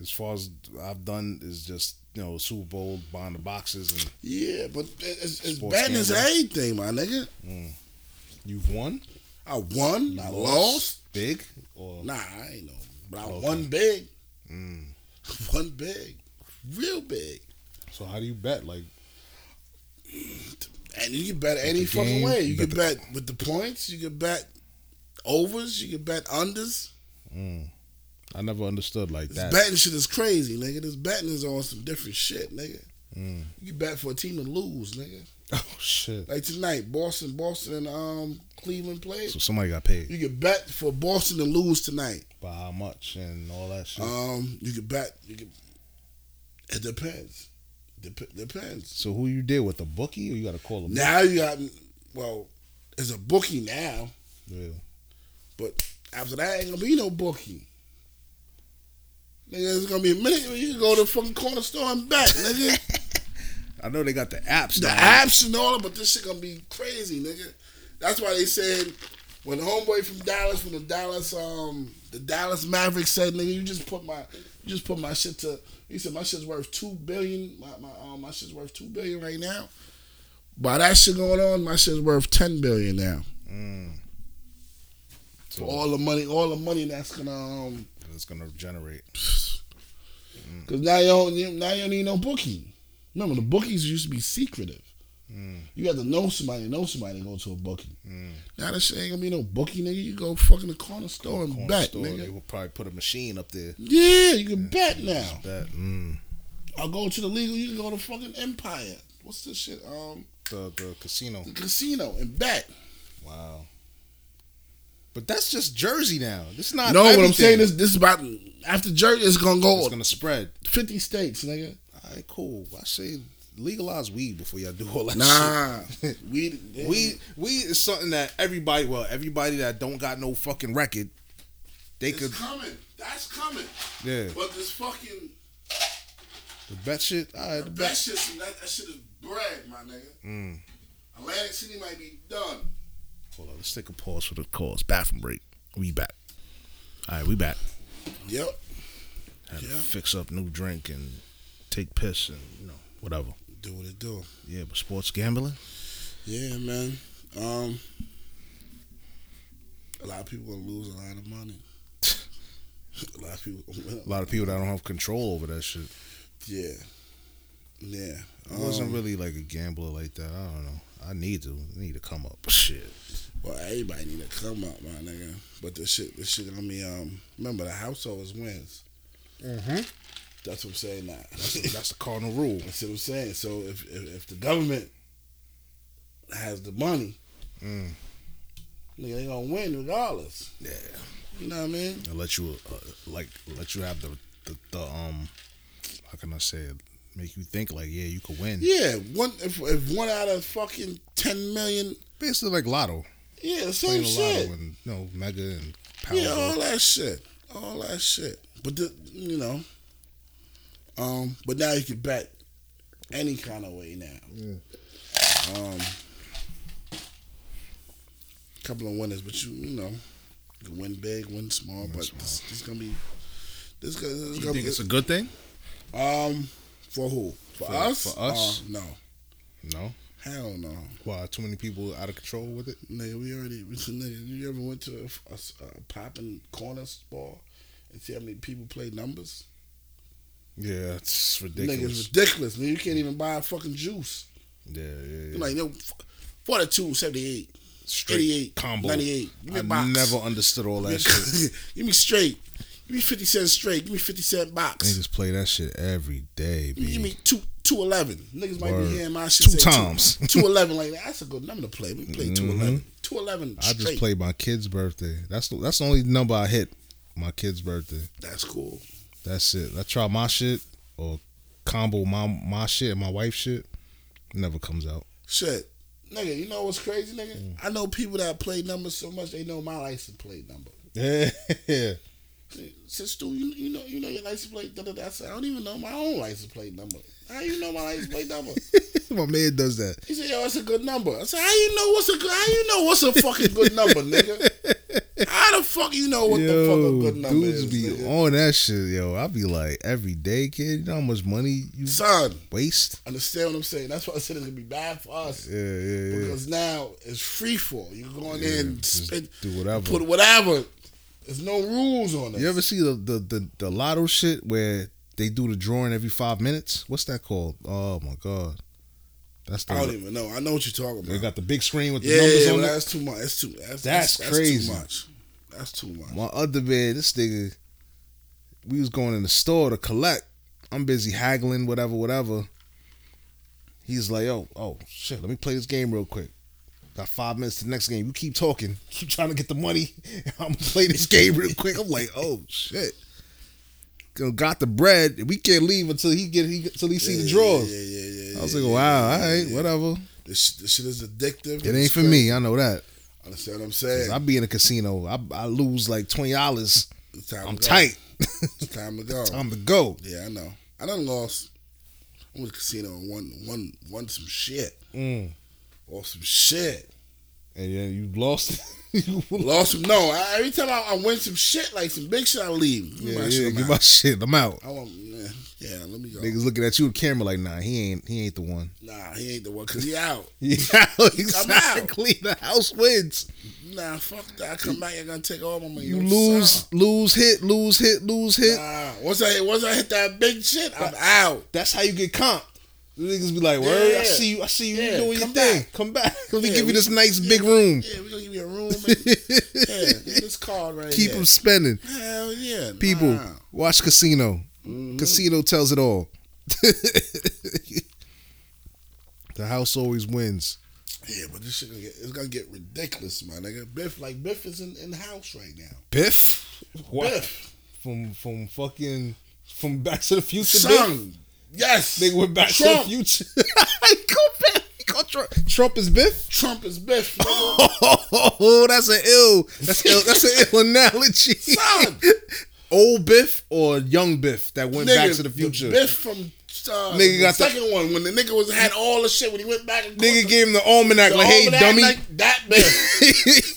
As far as I've done is just you know Super Bowl buying the boxes and
Yeah, but it's, it's
Sports
betting is
gambling.
anything, my nigga.
you've won.
I won, I lost.
big or
Nah, I ain't know, but I won big,
Mm.
won big, real big.
so how do you bet? Like
And you can bet any
the
fucking
game,
way. You
bet
can bet with the points. You can bet overs. You can bet unders.
mm, I never understood like
This
that.
betting shit is crazy, nigga. This betting is on some different shit, nigga.
Mm.
You can bet for a team to lose, nigga.
Oh shit!
Like tonight, Boston, Boston, and um Cleveland played.
So somebody got paid
You can bet for Boston to lose tonight.
by how much and all that shit.
Um, you can bet. You can. It depends. Dep- depends.
so who you deal with? The bookie or you got to call them?
Now you got well, it's a bookie now,
Yeah.
but after that ain't gonna be no bookie. Nigga, it's gonna be a minute when you can go to the fucking corner store and bet, nigga.
I know they got the apps.
the
now.
apps and all, but this shit gonna be crazy, nigga. That's why they said when the homeboy from Dallas, when the Dallas, um, the Dallas Mavericks said, nigga, you just put my, you just put my shit to. He said my shit's worth two billion. My my um, my shit's worth two billion right now. By that shit going on, my shit's worth ten billion now.
Mm.
For
So
all the money, all the money that's gonna, um,
it's gonna generate.
Mm. cause now you don't, you- now you don't need no bookie. Remember the bookies used to be secretive.
Mm.
You had to know somebody, know somebody to go to a bookie.
Mm.
Now that shit ain't gonna be no bookie, nigga. You go fucking the corner store and
Corner
bet,
store,
nigga.
They will probably put a machine up there.
Yeah, you can bet now.
That mm.
I'll go to the legal. You can go to fucking Empire. What's this shit? Um,
the the casino.
the casino and bet.
Wow. But that's just Jersey now. This is not.
no, what I'm
everything.
saying is this is about after Jersey it's gonna go
it's gonna spread.
50 states, nigga.
All right, cool. I say legalize weed before y'all do all that shit.
Nah, we
Weed, weed is something that everybody, well, everybody that don't got no fucking record, they
It's
could,
coming. That's coming.
yeah.
But this fucking
The bet shit, all right, the
that
bet.
shit, that, that shit is bread, my nigga.
Mm.
Atlantic City might be done.
Hold on, let's take a pause for the calls. Bathroom break. We back. All right, we back.
Yep.
Had to
Yeah.
fix up new drink and take piss and you know whatever.
Do what it do.
Yeah, but sports gambling.
Yeah, man. Um, a lot of people gonna lose a lot of money. a lot of people.
A lot of people that don't have control over that shit.
Yeah, yeah.
I
Um,
wasn't really like a gambler like that. I don't know. I need to. I need to come up. Shit.
well, everybody need to come up, my nigga. But this shit, this shit gonna be. Um, remember the house always wins.
Mm-hmm.
That's what I'm saying now.
That's the cardinal rule.
That's what I'm saying. So if if, if the government has the money,
Mm.
nigga, they gonna win regardless.
Yeah.
You know what I mean?
And let you uh, like let you have the, the the um how can I say it? Make you think like yeah you could win.
Yeah, one if if one out of fucking ten million,
Basically like lotto.
yeah, the same
Playing lotto
Oh, shit.
and you know mega and power.
Yeah, uh, all that shit, all that shit. But the, you know, um, but now you can bet any kind of way now. Um, couple of winners, but you you know, you can win big, win small. but This, this gonna be this gonna, this
you
gonna
think it's a good thing?
um for who for,
For-
us
for us?
Uh, no,
No.
hell no,
Why too many people out of control with it?
nigga. We already nigga. You ever went to a, a, a popping corner bar and see how many people play numbers?
Yeah, it's
Nigga's
ridiculous.
ridiculous, man. You can't even buy a fucking juice.
Yeah, yeah,
You're
yeah.
Like, no, f- 42, 78,
Straight
88,
combo.
98. Give me
I
a box.
never understood all that shit.
Give me straight. Give me 50 cents straight. Give me 50 cent box.
Niggas play that shit every day, B.
Give me two. 211. Niggas might
Word.
be hearing my shit.
Two
say
times.
211 like that. That's a good number to play. We play 211. 211
Mm-hmm. I
straight.
just played my kid's birthday. That's the, that's the only number I hit. My kid's birthday.
That's cool.
That's it. I try my shit or combo my my shit and my wife's shit. Never comes out.
Shit. Nigga, you know what's crazy, nigga?
Mm.
I know people that play numbers so much they know my license plate number.
Yeah,
said, Stu, you, you know you know your license plate. Da, da, da. I said, I don't even know my own license plate number. How you know my license plate number?
my man does that.
He said, Yo, that's a good number. I said, How you know what's a good? How you know what's a fucking good number, nigga? How the fuck you know what the fuck
Yo,
a good number
dudes
is,
be
nigga?
on that shit, yo. I be like, every day, kid, you know how much money you
Son,
waste?
understand what I'm saying? That's why I said it's gonna be bad for us.
Yeah, yeah, yeah.
Because now it's free fall. You go in there and
just
spend,
do whatever.
put whatever. There's no rules on it.
You ever see the, the the the lotto shit where they do the drawing every five minutes? What's that called? Oh my god, that's
I don't
the
even know. I know what you're talking
they
about.
got the big screen with the
yeah,
numbers
yeah,
on
but
it.
that's too much. That's too. That's,
That's crazy.
Too much. That's too much.
My other man, this nigga, we was going in the store to collect. I'm busy haggling, whatever, whatever. He's like, oh, oh shit, let me play this game real quick. Got five minutes to the next game. You keep talking, keep trying to get the money. I'm gonna play this game real quick. I'm like, oh shit. Go- Got the bread. We can't leave until he get he until he see the
Yeah,
drawers.
Yeah, yeah, yeah. yeah
I was like,
yeah,
wow,
yeah,
all right,
yeah.
whatever.
This, sh- this shit is addictive.
It ain't for me. I know that.
Understand what I'm
'Cause
saying?
I be in a casino. I, I lose like twenty dollars.
It's time
I'm
to go.
tight.
It's time to go.
Time to go.
yeah, I know. I done lost. I went to the casino and won, won, won some shit.
Mm.
Or some shit.
And then you lost. you lost.
Lost some. No, I, every time I, I win some shit, like some big shit, I leave. Give me
Yeah,
my
yeah,
shit, I'm
get
out.
my shit. I'm out.
I want, yeah, yeah, let me go.
Niggas looking at you with camera like, nah, he ain't. He ain't the one.
Nah, he ain't the one, cause he out.
Yeah,
out.
exactly. The house wins.
Nah, fuck that. I come back, you're gonna take all my money.
You
What's
lose,
up?
lose, hit, lose, hit, lose, hit.
Nah, once I hit, once I hit that big shit, I'm out.
That's how you get comped. The Niggas be like, word, I
Yeah.
see you. I see you.
Yeah,
you doing your
come
thing.
back.
Come back. Let me
Yeah,
give you
we-
this nice
yeah,
big room.
Yeah, we gonna give you a room. And, yeah, get this card right
Keep
here.
them spending.
Hell yeah,
People,
Nah. Mm-hmm.
watch Casino. Casino tells it all. the house always wins.
Yeah, but this shit gonna get, it's gonna get ridiculous, my nigga. Biff, like Biff is in, in the house right now.
Biff? What?
Biff.
From from fucking from Back to the Future. Biff?
Son, yes,
Nigga went Back
Trump.
to the Future. he called Biff. He called Trump. Trump is Biff.
Trump is Biff. nigga.
Oh, that's an ill. That's ill. That's an ill analogy.
Son.
Old Biff or young Biff that went back
Nigga,
to the future.
Biff from uh,
Nigga
the
got the-
second one when the nigga was had all the shit when he went back and
Nigga
caught
gave him the almanac
the-
like,
the
"Hey,
almanac
dummy."
like that Biff.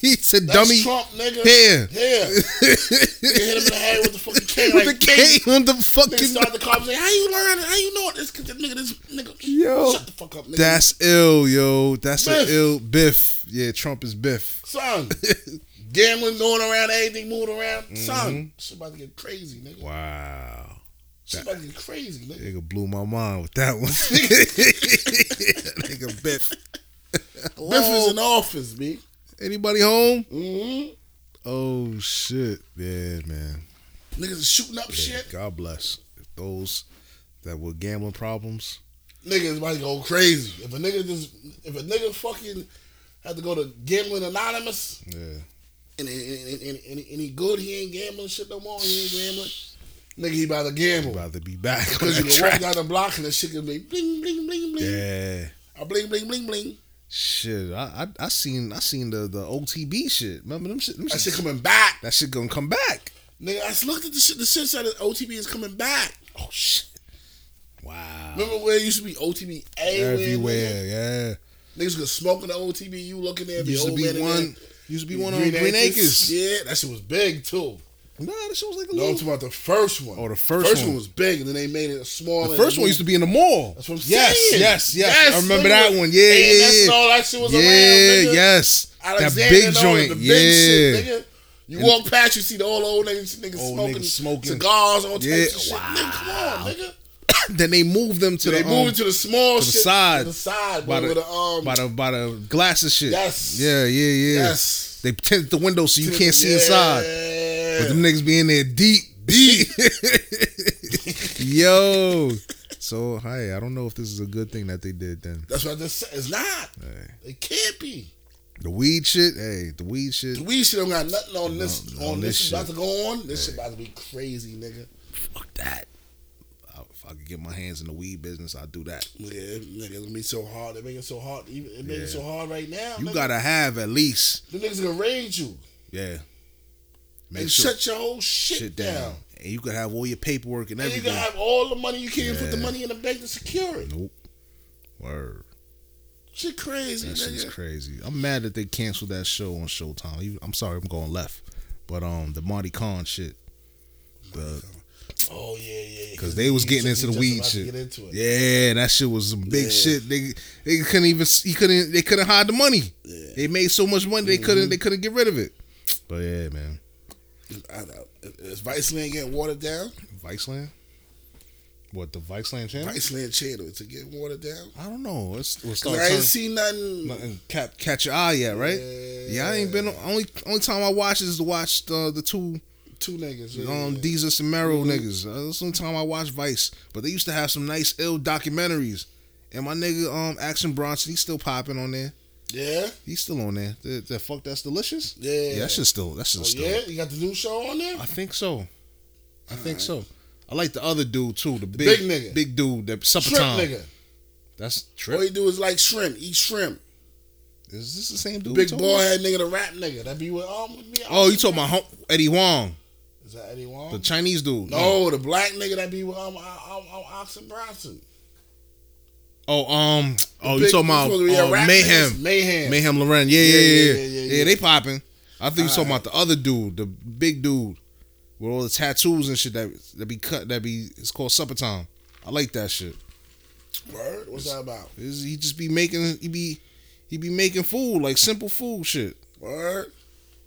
he said,
That's
"Dummy."
Trump, nigga.
Here.
Here. Nigga hit him in the head with the fucking cane.
With
like,
the K on the
They
fucking.
started the conversation. How you learn? it? How you know it? This cause this nigga, this nigga.
Yo.
shut the fuck up, nigga.
That's ill, yo. That's an
Biff.
ill Biff. Yeah, Trump is Biff.
son. Gambling going around, everything moving around, son. Shit about to get crazy, nigga.
Wow.
Shit about to get crazy, nigga.
Nigga blew my mind with that one. Nigga Biff.
Biff is in office, b.
Anybody home?
Mm-hmm.
Oh shit. Yeah, man.
Niggas is shooting up
Yeah,
shit.
God bless. Those that were gambling problems.
niggas might go crazy. If a nigga just, if a nigga fucking had to go to gambling anonymous
Yeah.
and and, and, and, and and he good, he ain't gambling shit no more. He ain't gambling. Nigga, he about to
I'd
gamble
rather be back. on
because you
that
can walk
track.
down the block and the shit can be bling bling bling bling.
Yeah.
I bling bling bling bling.
Shit. I, I I seen I seen the the OTB shit. Remember them shit? Them
That
shit,
shit coming back.
that shit gonna come back.
Nigga, I just looked at the shit. The shit said that OTB is coming back.
Oh shit. Wow.
Remember where it used to be OTB everywhere? Everywhere.
Oh. Everywhere, yeah.
Niggas could smoke in the OTB. You looking there? Be
Used to
old man
be
in
one
there.
used to be one on Green Acres.
Yeah, that shit was big too.
Nah, that shit was like a
No, I'm
little
talking about the first one.
Oh, the first
first
one.
one. was big, and then they made it smaller.
The first one used to be in the mall.
That's what I'm
yes,
saying.
Yes, yes, I remember that
nigga.
one. Yeah, yeah,
AMS
yeah.
and all that shit was
yeah,
around. Nigga.
yes.
Alexander
that big
and all
joint.
The big
yeah.
shit, nigga. You walk past, you see the old old niggas, niggas
Old
smoking,
niggas smoking.
cigars, all types
Yeah,
of shit. Nigga, come on, nigga.
then they moved them to
So they
the,
moved
um,
it to the small
to the
shit,
side.
to the side,
by
boy,
the,
with the um,
by the by the glasses shit.
Yes.
Yeah, yeah, yeah.
yes,
They tinted the window so you
To
can't
the-
see inside. But
Yeah.
them niggas be in there deep, deep. Yo. So hey, I don't know if this is a good thing that they did then.
That's what I just said. It's not.
Hey.
It can't be.
The weed shit, hey, the weed shit.
The weed shit don't got nothing on this.
No, no,
on
this
this, is about
shit.
to go on. This shit about to be crazy, nigga.
Fuck that. I, Oh, if I could get my hands in the weed business, I'd do that.
Yeah, nigga, it's gonna be so hard. They make it so hard. Even it make
Yeah.
it so hard right now.
You
nigga.
gotta have at least,
the niggas gonna raid you
yeah. Make
and
sure
shut your whole shit,
shit down.
down.
and you could have all your paperwork and
And you
everything.
gonna have all the money you can not even put the
Yeah.
money in the bank to secure it.
nope. Word.
Shit crazy,
That shit's
nigga.
crazy. I'm mad that they canceled that show on Showtime. Even- I'm sorry, I'm going left. But um, the Monty Khan shit, the
Oh yeah, yeah. yeah.
because they was
he
getting
just-
into the
he
weed
just about to
shit.
Get into it.
Yeah, that shit was some big
Yeah.
shit. They they couldn't even he couldn't they couldn't hide the money.
Yeah. Mm-hmm.
They made so much money they couldn't they couldn't get rid of it. But yeah, man,
I, I, is Viceland getting watered down?
Viceland. What the Viceland channel?
Viceland channel to get watered down.
I don't know. It's, it's
'Cause
like
I ain't
some-
seen nothing.
nothing cap, catch your eye yet, right? Yeah, I ain't been. On, only only time I watch is to watch uh, the two
Two niggas. yeah,
um
yeah.
Deezus and Mero niggas. Uh, that's the only time I watch Vice. But they used to have some nice ill documentaries. And my nigga um Action Bronson, he's still popping on there.
yeah,
He's still on there. The, the fuck that's delicious.
yeah.
Yeah, that's just still that's just
Oh,
still.
yeah, you got the new show on there.
I think so. I think so. I like the other dude too, the big
big nigga.
big dude that supper
Shrimp
time.
nigga.
That's
All
trip.
he do is like shrimp, eat shrimp.
Is this the same dude?
Big
we talking
boy
about?
head nigga, the rap nigga. That be with um with me.
Oh, you talking about Hum- Eddie Wong,
Is that Eddie Wong?
Oh, the Chinese dude?
no, the black nigga that be with um um, um, um Oxen Bronson.
Oh, um. Oh, you
Big-
talking about
supposed to be a
uh,
rap nigga.
Mayhem?
Mayhem.
Mayhem Loren. Yeah, yeah, yeah. Yeah,
yeah, yeah, yeah.
they popping. I think you talking about the other dude, the big dude with all the tattoos and shit that that be cut. That be it's called Supper Time. I like that shit.
Word? What's that about?
It's- he just be making he be he be making food like simple food shit,
Word?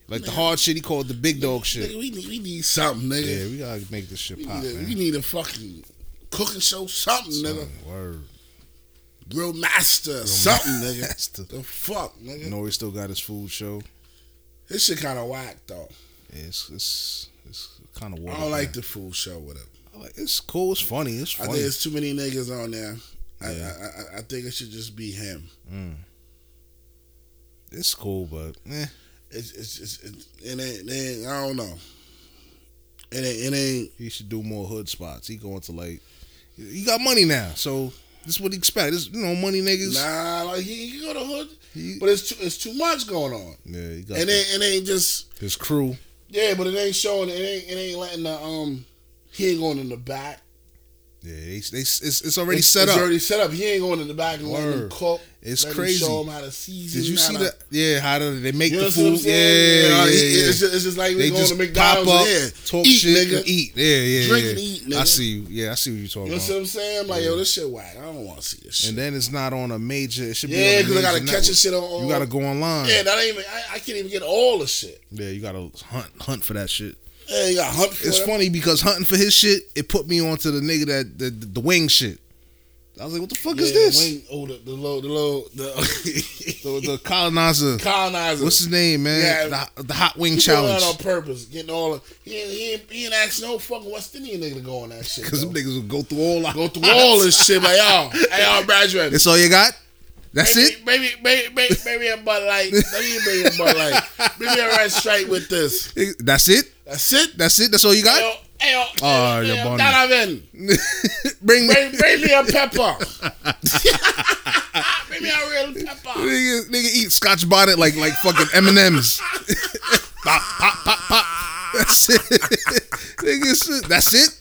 like the hard shit he called the big dog shit.
Nigga, we need, we need something, nigga.
Yeah, we gotta make this shit
we,
pop,
need a, we
man.
need a fucking cooking show, something, nigga.
Word.
Grill master, something, nigga.
That's the.
The fuck, nigga.
You know he still got his food show.
This shit kind of whack, though.
Yeah, it's it's it's kind of.
I don't like the food show with it.
It's cool. It's funny. It's
I
funny.
think it's too many niggas on there. I, I, I, I think it should just be him.
It's cool, but eh.
It's it's, it's it, it ain't, it ain't I don't know. It ain't it ain't
he should do more hood spots. He going to like, he got money now, so this is what he expect. This you know money niggas.
nah like he, he go to hood,
He-
but it's too it's too much going on.
yeah, he got
And it, it ain't just
his crew.
yeah, but it ain't showing. It ain't it ain't letting the um he ain't going in the back.
Yeah, they, they it's, it's already
It's-
set
it's
up.
Already set up. He ain't going in the back and letting them
Word.
cook.
It's
letting them
crazy.
Show him how to season.
Did you
how
see
to-
that? Yeah, how do they make
You know
the
what I'm
food? Yeah,
saying?
yeah,
Like,
yeah.
It's, just, it's just like
they
we going
just
to
pop
McDonald's
up,
yeah.
talk
eat,
shit,
nigga.
and eat. Yeah, yeah,
Drink
yeah.
and eat,
I
nigga.
see you. Yeah, I see what you're talking
You know
about.
what I'm saying? Like, yo, this shit whack. I don't want to see this shit.
And then it's not on a major. It should
Yeah,
be. on a
'cause I gotta
major
catch this
network.
shit on-
You gotta go online.
yeah, that ain't even. I, I can't even get all the shit.
yeah, you gotta hunt hunt for that shit.
Yeah, you got hunt for
It's
it.
funny because hunting for his shit, it put me onto the nigga that the, the, wing shit. I was like, what the fuck
Yeah,
is this?
Wing, oh, the, the low, the low, the
The, the colonizer.
colonizer.
What's his name, man?
Yeah.
the, the hot wing
he
challenge.
Doing that on purpose, getting all. Of, he ain't, he ain't, he ain't asking no fucking West Indian nigga to go on that shit.
Because
Because
them niggas would go through all our
go through all this shit, like y'all, hey, y'all graduated.
That's all you got? That's
maybe,
it?
Maybe, maybe, maybe, maybe a butt light. Maybe, maybe a butt light. Maybe a red stripe with this.
That's it?
That's it.
That's it? That's all you
Ayo,
got?
ayo,
Oh,
ayo,
you're
ayo,
bonny.
Donovan,
Bring me.
bring, bring me a pepper. bring me a real pepper.
Nigga, nigga eat scotch bonnet like like fucking M&M's. pop, pop, pop, pop. That's it. nigga, shit, that's it.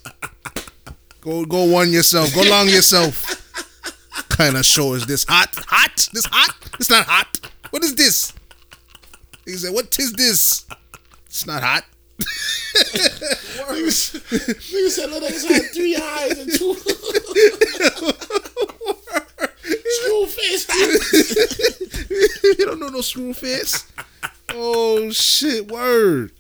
Go go one yourself. Go long yourself. kind of show is this hot? Hot? This hot? It's not hot. What is this? He said, "What is this? It's not hot."
Nigga said- nigga said, "Little niggas had three eyes and two screw face."
you don't know no screw fits. Oh shit! Word.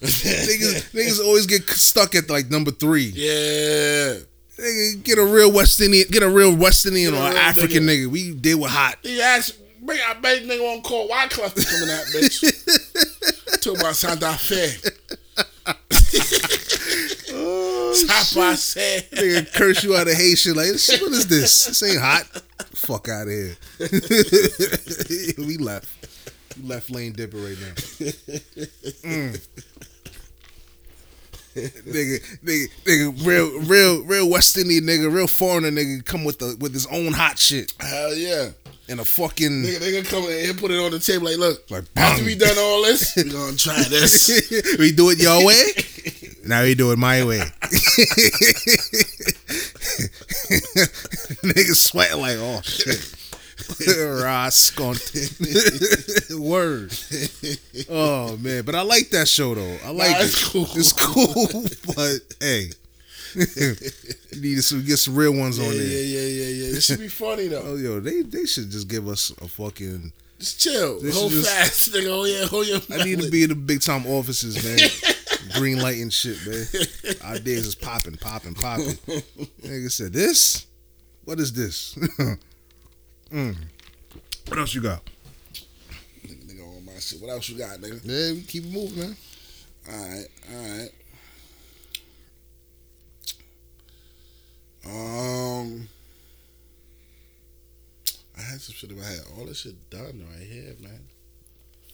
niggas, niggas always get stuck at like number three.
Yeah,
Nigga, get a real West Indian, get a real West Indian
Get a
or
real
African nigga. We deal with hot.
he asked. Bring, I bet nigga won't call Wyclef to come in that bitch. Talk about Santa Fe. Sapa said.
Nigga curse you out of Haitian like "This- what is this? This ain't hot. Fuck out of here. we left. We left lane dipper right now. Mm. nigga, nigga, nigga, real, real, real West Indian nigga, real foreigner nigga, come with the with his own hot shit
Hell yeah.
and a fucking
Nigga, they gonna come in and put it on the table like, look,
Like,
after
bang.
we done all this, we gonna try this.
we do it your way. Now we do it my way. Niggas sweating like, oh shit. Rasconte. Word. Oh man, but I like that show though. I like
Nah,
it.
it's cool.
It's cool, but hey, you need to get some real ones
Yeah,
on
yeah,
there.
yeah, yeah, yeah. It should be funny though.
Oh yo, they they should just give us a fucking.
Just chill.
This
hold
is just-
fast, nigga. Hold your, hold your
I need to
mallet.
be in the big time offices, man. Green light and shit, man. Ideas is popping, popping, popping. Nigga said this. What is this? mm. What else you got?
Nigga, nigga, on my shit. What else you got, nigga?
Yeah, we keep it moving, man.
All right, all right. Um, I had some shit in my head. All this shit done right here, man.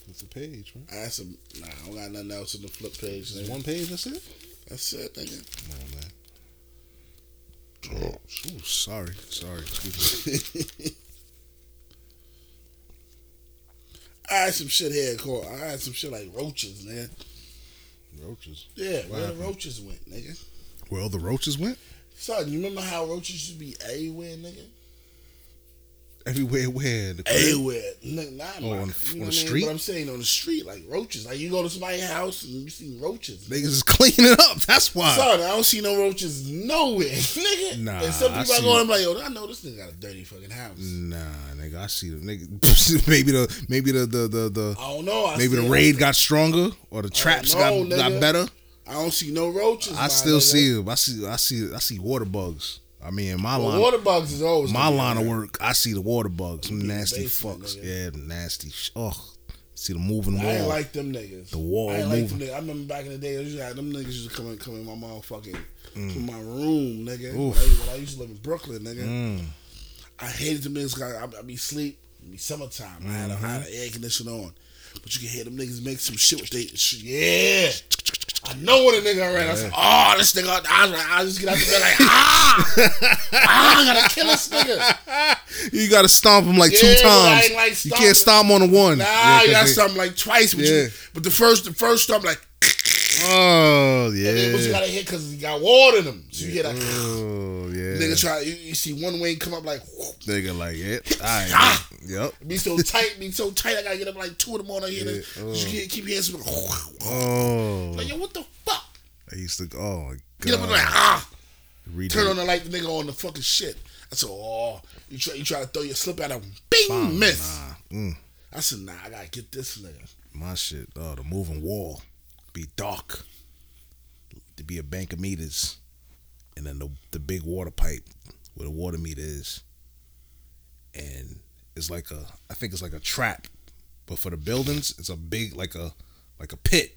It's a page, right?
I had some. Nah, I don't got nothing else in the flip page. nigga.
one page. That's it.
That's it, nigga.
Come on, man. Ooh, sorry, sorry. Excuse me.
I had some shit here called. I had some shit like roaches, nigga.
Roaches.
Yeah, where the
happened?
roaches went, nigga.
Where all the roaches went?
Son, you remember how roaches used to be everywhere, nigga?
Everywhere. Where? The
everywhere. N- Not
Oh, on the-
like, you know
on the
what I mean?
street?
But I'm saying on the street, like roaches. Like you go to somebody's house and you see roaches.
Niggas is cleaning up. That's why.
Son, I don't see no roaches nowhere, nigga.
Nah,
and some
I
people I
see-
go, I'm like, yo, I know this nigga got a dirty fucking house.
Nah, nigga, I see the nigga. maybe the maybe the the the, the
I don't know. I
maybe
see-
the raid got stronger or the traps
know,
got, got
nigga.
better.
I don't see no roaches.
I
my
still
nigga.
see them. I see I see I see water bugs. I mean, in my
Well,
line,
water bugs is always
my
gonna be
line of
there.
work, I see the water bugs. Some
in the
nasty
basement,
fucks.
nigga.
Yeah, them nasty. Sh- Ugh. See the moving
I ain't
wall.
like them niggas.
The wall
I ain't like them
moving.
niggas. I remember back in the day, it was like, them niggas used to come in, come in my motherfucking, to my room, nigga.
Mm. Oof.
Like, when I used to live in Brooklyn, nigga.
Mm.
I hated them niggas. 'cause I, I be sleep. It be summertime. I had a I
Mm-hmm.
had a air conditioner on, but you can hear them niggas make some shit. Which they, sh- yeah. I know what a nigga already. I said, oh, this nigga. I, was like, I just get out the bed like, ah, ah, I gotta kill this nigga.
You gotta stomp them like
Yeah,
two
but I
times.
ain't like
you
stomp-
can't stomp on the one.
Nah,
Yeah, 'cause
you got
they-
something like twice, but
Yeah.
you, but the first, the first time like,
Oh
and then what you
yeah.
gotta hit because you got water in them. So you hear that.
Oh yeah.
Nigga try, you, you see one wing come up like, whoop,
Nigga like it. All right.
Ah!
Yep.
be so tight, be so tight. I gotta get up like two in the morning. I hear that- 'cause You keep hearing some.
Oh.
Like, yo, what the fuck?
I used to. Oh my
Get up
god.
and be like, ah,
Read
turn
that.
on the light, the nigga on the fucking shit. I said, oh, you try, you try to throw your slip at him, bing, miss.
Mm,
I said, nah, I gotta get this nigga.
my shit. Oh, the moving wall. Be dark. To be a bank of meters, and then the the big water pipe where the water meter is, and it's like a. I think it's like a trap, but for the buildings, it's a big like a like a pit.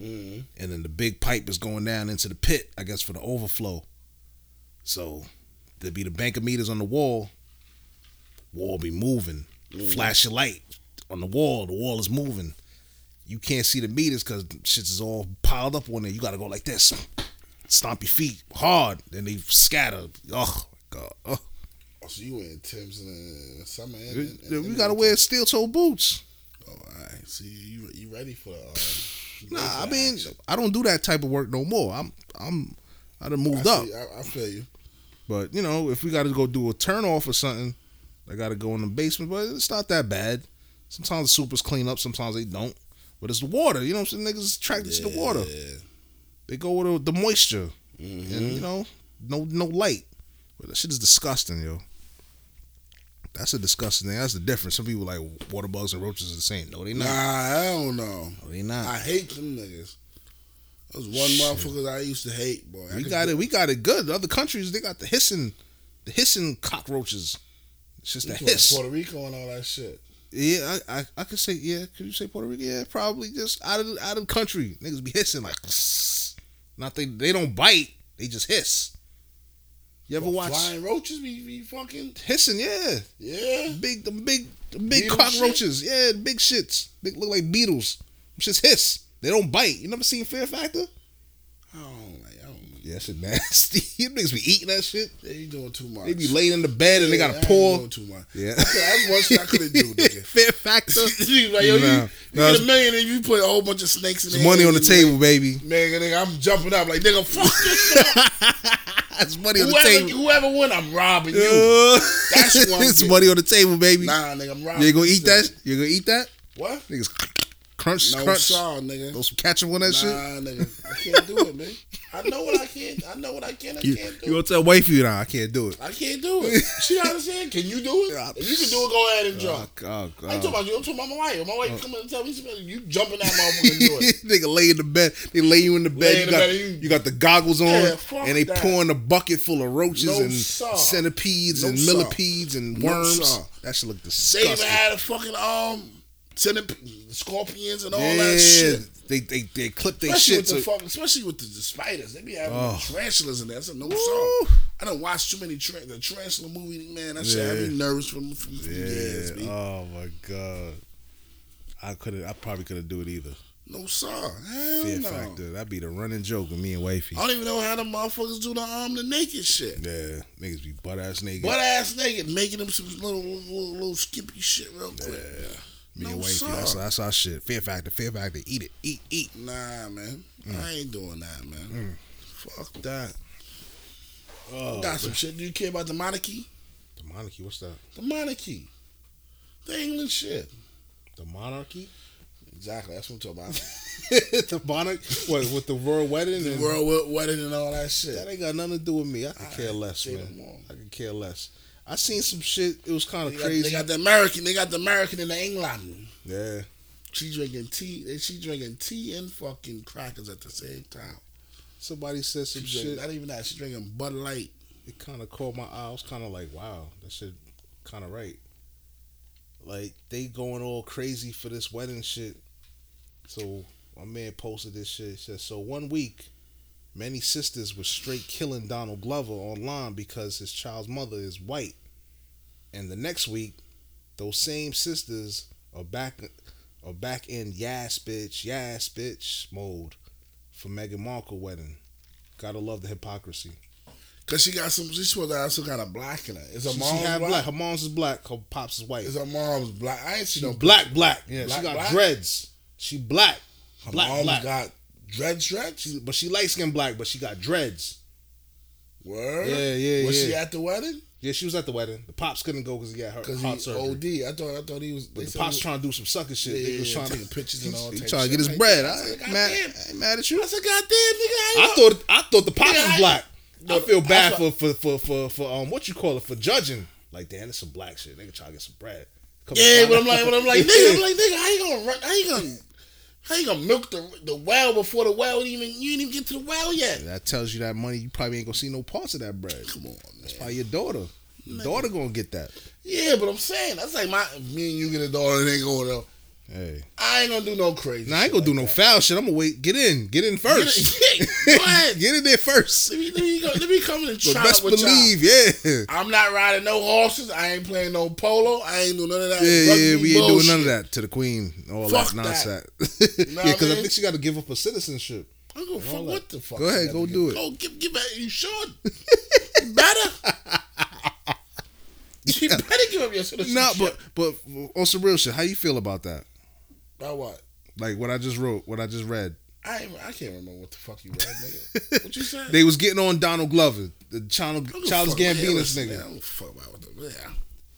Mm.
and then the big pipe is going down into the pit, I guess, for the overflow. So there'd be the bank of meters on the wall. Wall be moving. Flash your light on the wall. The wall is moving. You can't see the meters because shits is all piled up on there. You gotta go like this. Stomp your feet hard, then they scatter. Oh god. Oh.
Oh, so you wearing Tim's in the summer? And, and, and,
We gotta wear steel toe boots.
Oh, all right. So you, you you ready for? Um, you ready
Nah, I
for the
mean,
action.
I don't do that type of work no more. I'm I'm I done
I,
moved up.
see, I, I feel you.
But you know, if we got to go do a turn off or something, I got to go in the basement. But it's not that bad. Sometimes the supers clean up, sometimes they don't. But it's the water. You know what I'm saying? Niggas is attracted to the water.
Yeah.
They go with the, the moisture,
Mm-hmm.
and you know, no no light. But that shit is disgusting, yo. That's a disgusting thing. That's the difference. Some people like water bugs and roaches are the same. No, they
Nah,
not.
I don't know.
No, they not.
I hate them niggas. Those one
Shit.
motherfuckers I used to hate, boy. I
we
could-
got it. We got it good. Other countries they got the hissing, the hissing cockroaches. It's just
we
a
went to
hiss.
Puerto Rico and all that shit.
Yeah, I, I, I could say yeah. Could you say Puerto Rico? Yeah, probably just out of out of country. Niggas be hissing like, not they they don't bite. They just hiss. You ever
But
watch
flying roaches be, be fucking
hissing? Yeah,
yeah.
big the big the big
Beetle
cockroaches. Yeah, big shits. They look like beetles. Just hiss. They don't bite. You never seen Fear Factor?
I don't like. I don't.
Yeah, that shit nasty. you niggas be eating that shit.
They doing too much.
They be laying in the bed and they
Yeah,
got
Oh,
a paw.
I ain't Doing too much.
Yeah,
Okay, that's one shit I couldn't do, nigga.
Fear Factor.
He was like, yo, you,
Nah,
you
nah,
get a million and you put a whole bunch of snakes in
There's money on the table, baby.
Nigga, nigga, I'm jumping up like, nigga, fuck this shit.
it's money on the
Whoever,
table.
whoever win, I'm robbing you. That's
That's
what I'm
it's
getting.
money on the table, baby.
Nah, nigga, I'm robbing
you ain't gonna
you,
eat that? You gonna eat that?
What?
Niggas crunch,
No
crunch.
saw, nigga.
Throw some ketchup on that
nah,
shit.
nigga. I can't do it, man. I know what I can't. I know what I can. I
You,
can't do.
you gonna tell wifey nah, I can't do it.
I can't do it. See what I'm saying? Can you do
Yeah. uh,
it? If you can do it, go ahead and
Oh,
jump.
God,
I ain't talking
God.
about you. I'm talking about my wife. My
uh,
wife come in and tell me something. You jumping that motherfucker and do it.
Nigga lay in the bed. They lay you in the bed.
Lay
you,
in the
got,
bed, you-
you got the goggles on,
Yeah, fuck
and they
that.
pouring a bucket full of roaches
No
and
saw.
centipedes
No
and
saw.
millipedes and
No
worms.
saw.
That should look
They
disgusting.
even had a fucking um, centip- scorpions and all
Yeah.
that shit.
They they they clip their
Especially
shit
with the
to
fucking, especially with the, the spiders, they be having
Oh.
tarantulas in there. That's a no
Woo.
song. I don't watch too many tra- the tarantula movie. Man, that shit had me nervous from from, from years.
Yeah.
B.
Oh my god. I couldn't. I probably couldn't do it either.
no song. Hell
Fear
no. Oh.
factor. That'd be the running joke with me and wifey.
I don't even know how the motherfuckers do the um the naked shit.
Yeah, niggas be butt ass niggas.
Butt ass naked, making them some little little, little skimpy shit real quick.
me
no
and wifey.
sir.
That's, that's our shit. Fear factor. Fear factor. Eat it. Eat. Eat.
Nah, man,
Mm.
I ain't doing that, man. Fuck that.
Oh,
Got some shit. Do you care about the monarchy?
the monarchy. What's that?
The monarchy, the England shit.
The monarchy.
Exactly. That's what I'm talking about.
the monarchy. What with the royal wedding?
the
and,
world wed- wedding and all that shit.
That ain't got nothing to do with me. I could care less,
say no
man.
more.
I could care less. I seen some shit. It was kind
They
of
got,
crazy.
they got the American. They got the American in the England.
yeah.
She drinking tea. and She drinking tea and fucking crackers at the same time.
Somebody said some
She
shit.
drinking, not even that. She drinking Bud Light.
it kind of caught my eye. I was kind of like, wow, that shit kind of right. Like they going all crazy for this wedding shit. So my man posted this shit. It says so one week, many sisters were straight killing Donald Glover online because his child's mother is white, and the next week, those same sisters are back are back in yas bitch yas bitch mode for Meghan Markle wedding. Gotta love the hypocrisy.
Cause she got some. She supposed to have some kind of black in her. Is her
She,
mom
she half
black?
black. Her mom's is black. Her pops is white.
Is her mom's black? I ain't see no
black, black. Yeah,
Black,
she got
black?
dreads. She black,
Her
black,
mom's
black.
got dread dreads.
She- but she light skin black, but she got dreads.
Word.
Yeah, yeah,
Was she
yeah.
at the wedding?
Yeah, she was at the wedding. The pops couldn't go because he got her
Cause
heart
he
surgery.
OD. I thought. I thought he was.
but the pops trying to do some sucker shit.
Yeah,
They was
yeah,
trying
taking
to
pictures and all
He
type
trying to get
shit
his
like
bread.
that.
I ain't
God
mad.
damn.
I ain't mad at you.
I said, "Goddamn, nigga, how
I
you
thought I thought the pops
Yeah,
was
I-
black. I
No,
feel
that's
bad for
what-
for for for for um what you call it for judging. Like damn, it's some black shit. Nigga trying to get some bread. Come
Yeah,
find
but
out.
I'm like, but I'm like,
Yeah.
nigga, I'm like, nigga, how you gonna run? How you gonna, how you gonna milk the the well before the well even you didn't even get to the well yet?
That tells you that money, you probably ain't gonna see no parts of that bread.
Come on, man.
By your daughter. Your daughter gonna get that.
Yeah, but I'm saying that's like my me and you get a daughter and they go to.
Hey.
I ain't gonna do no crazy.
Now I ain't
shit
gonna do
like
no
that.
foul shit. I'm gonna wait. Get in. Get in first.
Get in- go ahead.
Get in there first.
Let me, let me go. Let me come in and
But
try
best
it with y'all.
believe, yeah.
I'm not riding no horses. I ain't playing no polo. I ain't doing none of that.
Yeah, yeah,
rugby
we ain't doing
bullshit.
none of that to the queen. All
Fuck
that
that.
nonsense.
Know
yeah,
what I
because I
mean?
think she got to give up her citizenship.
I'm gonna fuck
all
what the fuck.
Go ahead,
I
go
gotta
do
get-
it.
Go give give back. You should. You better. you better give up your citizenship.
No, but but on some real shit, how you feel about that?
About what?
Like what I just wrote, what I just read.
I ain't, I can't remember what the fuck you read, nigga. What you said?
They was getting on Donald Glover, the China,
I don't give a
Childish
fuck about
Gambino's
Ellis,
nigga.
man. I don't fuck about what the yeah.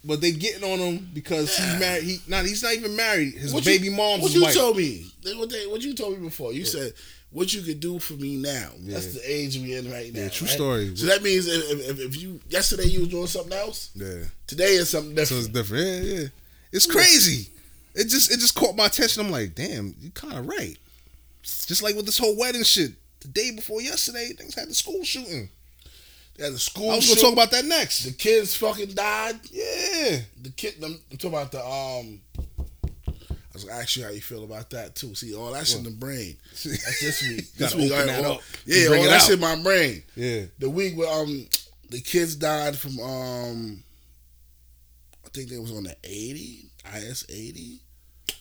But they getting on him because he
Yeah.
married. He not. He's not even married. His
What you-
baby mom's
What
is
you
white.
told me? They- What, they, what you told me before? You said what you could do for me now. That's the age we in right now.
Yeah, true
right?
story.
So that means if, if, if you yesterday you was doing something else,
yeah.
today is something
So
different.
it's different. Yeah, yeah. It's crazy. It just it just caught my attention. I'm like, damn, you kind of right. Just like with this whole wedding shit. The day before yesterday, things had the school shooting.
That's a school.
I was gonna
shoot.
talk about that next.
the kids fucking died.
Yeah,
the kid. I'm, I'm talking about the um. I was gonna ask you how you feel about that too. See, all that's in the brain. That's this week. this
Gotta
week,
open
I-
that
all-
up.
yeah,
Bring
all
it
that's
out.
in my brain.
yeah.
The week where um the kids died from um, I think they was on the eighty, IS eighty,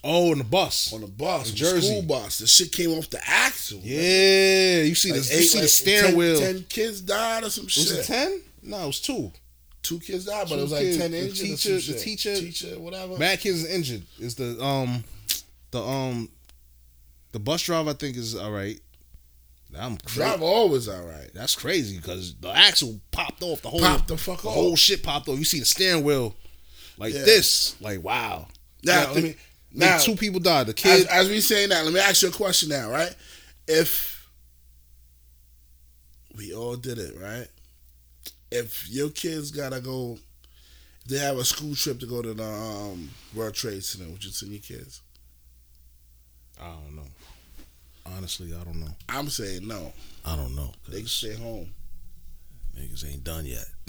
Oh, and the bus.
on the bus,
In
the
Jersey.
school bus. The shit came off the axle.
Yeah, you see
Like
the you
eight-
see the
like
steering
10
wheel.
Ten kids died or some
was it
shit.
ten? No, it was two.
Two kids died, but
Two
it was like
kids.
ten
The
injured. or some
teacher- the
shit.
teacher-
teacher, whatever.
Bad kids is injured. Is the um the um the bus driver I think is all right. I'm crazy.
Driver always all right.
That's crazy because the axle popped off. The whole
Popped the fuck off.
whole shit popped off. You see the steering wheel like
Yeah.
this. Like wow.
Now,
Yeah,
let
like,
me- now-
two people died. The
As,
kid.
as we saying that, let me ask you a question now, right? If we all did it, right? If your kids gotta go, they have a school trip to go to the um, World Trade Center. Would you send your kids?
I don't know. Honestly, I don't know.
I'm saying no.
I don't know.
They can
'cause
stay home.
niggas ain't done yet.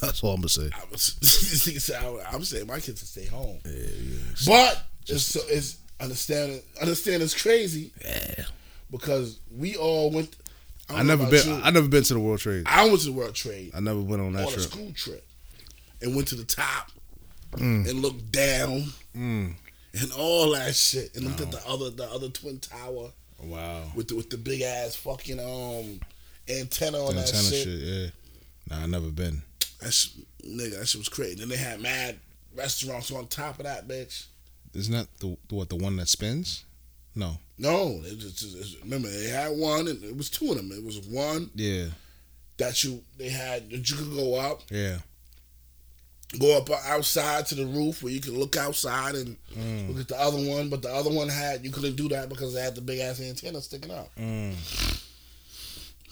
That's all I'm gonna say.
I was, I'm saying my kids can stay home.
Yeah, yeah.
But it's so it's understand understand it's crazy
yeah.
because we all went. don't
I
know
never
about
been.
you.
I never been to the World Trade.
I went to the World Trade
I never went on that
on a
trip.
school trip and went to the top and looked down
Mm.
and all that shit and looked at the other the other twin tower
Wow.
with the, with the big ass fucking um antenna on that
Antenna
shit.
shit. Yeah. Nah, I never been.
That sh- nigga, that shit was crazy. Then they had mad restaurants on top of that bitch.
Isn't that the what the one that spins? No.
No, it was just, it's- remember they had one and it was two of them. It was one
Yeah.
that you they had that you could go up,
Yeah.
go up outside to the roof where you could look outside and
Mm,
look at the other one. But the other one had you couldn't do that because it had the big ass antenna sticking out.
Mm.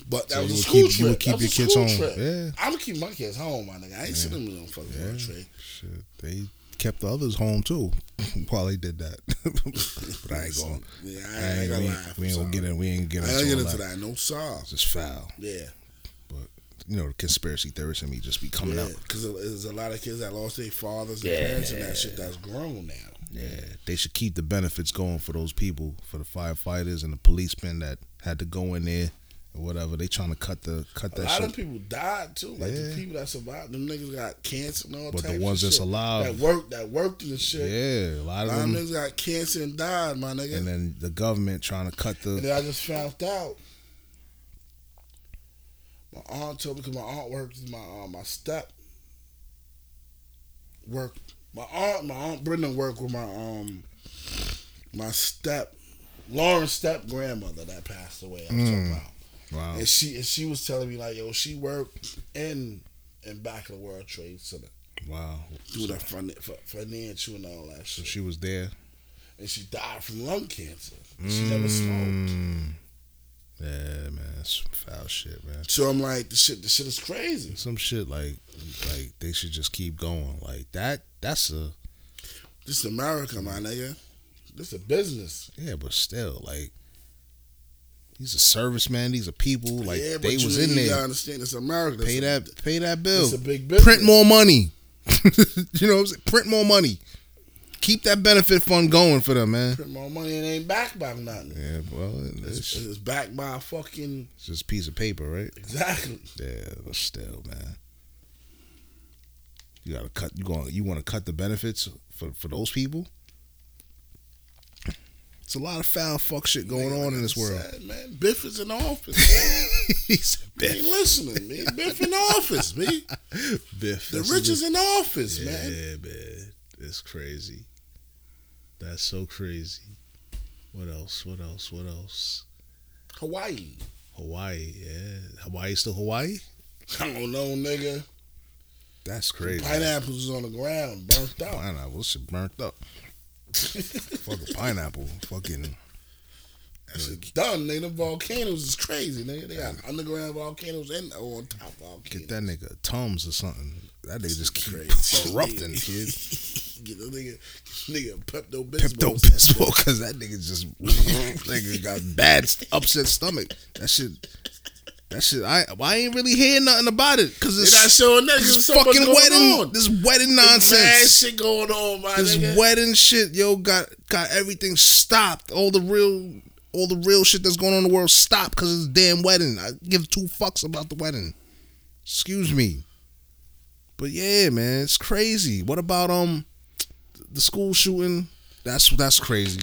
But that
So
was
you
a
would
school
keep-
trip.
you would keep
that was
your
a
kids
school
home.
Trip.
Yeah.
I'm gonna keep my kids home, my nigga. I ain't seen them in no fucking
Yeah.
road trip.
Shit, they kept the others home too while they did that. but I ain't going.
Yeah,
I
I,
ain't,
ain't gonna
we,
lie.
ain't, we ain't gonna get in. We ain't get
I
into,
ain't
all
get into
that.
that. No sorry.
It's just foul.
Yeah,
You know, the conspiracy theorists in me just be coming
yeah.
out.
Because there's a lot of kids that lost their fathers and
Yeah.
parents and that shit that's grown now.
Yeah, they should keep the benefits going for those people, for the firefighters and the policemen that had to go in there or whatever. They trying to cut the cut
A
that
lot
shit.
of people died too. Like the
Yeah.
people that survived, them niggas got cancer and all
But the
types of
ones that's
shit.
alive-
that worked, that worked and shit.
yeah, a lot
A
of
lot of
them.
niggas got cancer and died, my nigga.
And
And then,
then the government trying to cut the.
I just found out. My aunt told me because my aunt worked, my uh, my step worked. My aunt, my aunt Brenda worked with my um my step Lauren's step grandmother that passed away. I'm talking
Mm.
about.
Wow.
And she and she was telling me like, yo, she worked in and back of the World Trade Center,
Wow.
through the fin- fi- financial and all that
So
shit.
she was there.
And she died from lung cancer. She never smoked.
Mm. Yeah, man, that's some foul shit, man.
So I'm like, the shit, the shit is crazy.
Some shit like, like they should just keep going. Like that. That's a
This is America, my nigga. Mm-hmm. This is a business.
yeah, but still, like these are servicemen. These are people. Like
yeah, but
they
you,
was in
you gotta
there.
understand, it's America. That's
Pay
a-
that. Pay that bill.
It's a big business.
Print more money. you know what I'm saying? Print more money. Keep that benefit fund going for them, man.
Print more money and ain't backed by nothing.
Yeah, well,
It's,
it's
it's backed by a fucking
just a piece of paper, right?
exactly.
Yeah, but still, man. You gotta cut. You going? to You want to cut the benefits for for those people? It's a lot of foul fuck shit going on
Nigga, like
in this
I
world.
said, man, Biff is in office.
He said,
He ain't listening, man. Biff in office, man.
Biff,
The
that's
rich
a-
is in office, man.
Yeah, man. It's crazy. That's so crazy. What else? What else? What else?
Hawaii.
Hawaii, yeah. Hawaii still Hawaii?
I don't know, nigga.
That's crazy.
Pineapples is on the ground, burnt out.
Pineapple shit burnt up. Fucking pineapple. Fucking
That shit done, nigga. The volcanoes is crazy, nigga. They got underground volcanoes and oh, on top volcanoes.
get that nigga a Tums or something. That nigga just keep
Crazy.
corrupting kid.
Get the nigga, nigga Pepto
Pepto
Bismol.
Bismol because that nigga just nigga got bad st- upset stomach. That shit. That shit. I I ain't really hearing nothing about it because
They're
it's
not showing that because
this
so much
fucking
going
wedding,
on.
this wedding
Mad
nonsense,
shit going on, my
this
nigga.
wedding shit, yo, got got everything stopped. All the real, all the real shit that's going on in the world stopped because it's a damn wedding. I give two fucks about the wedding. Excuse me, but yeah, man, it's crazy. What about um, the school shooting? That's that's crazy.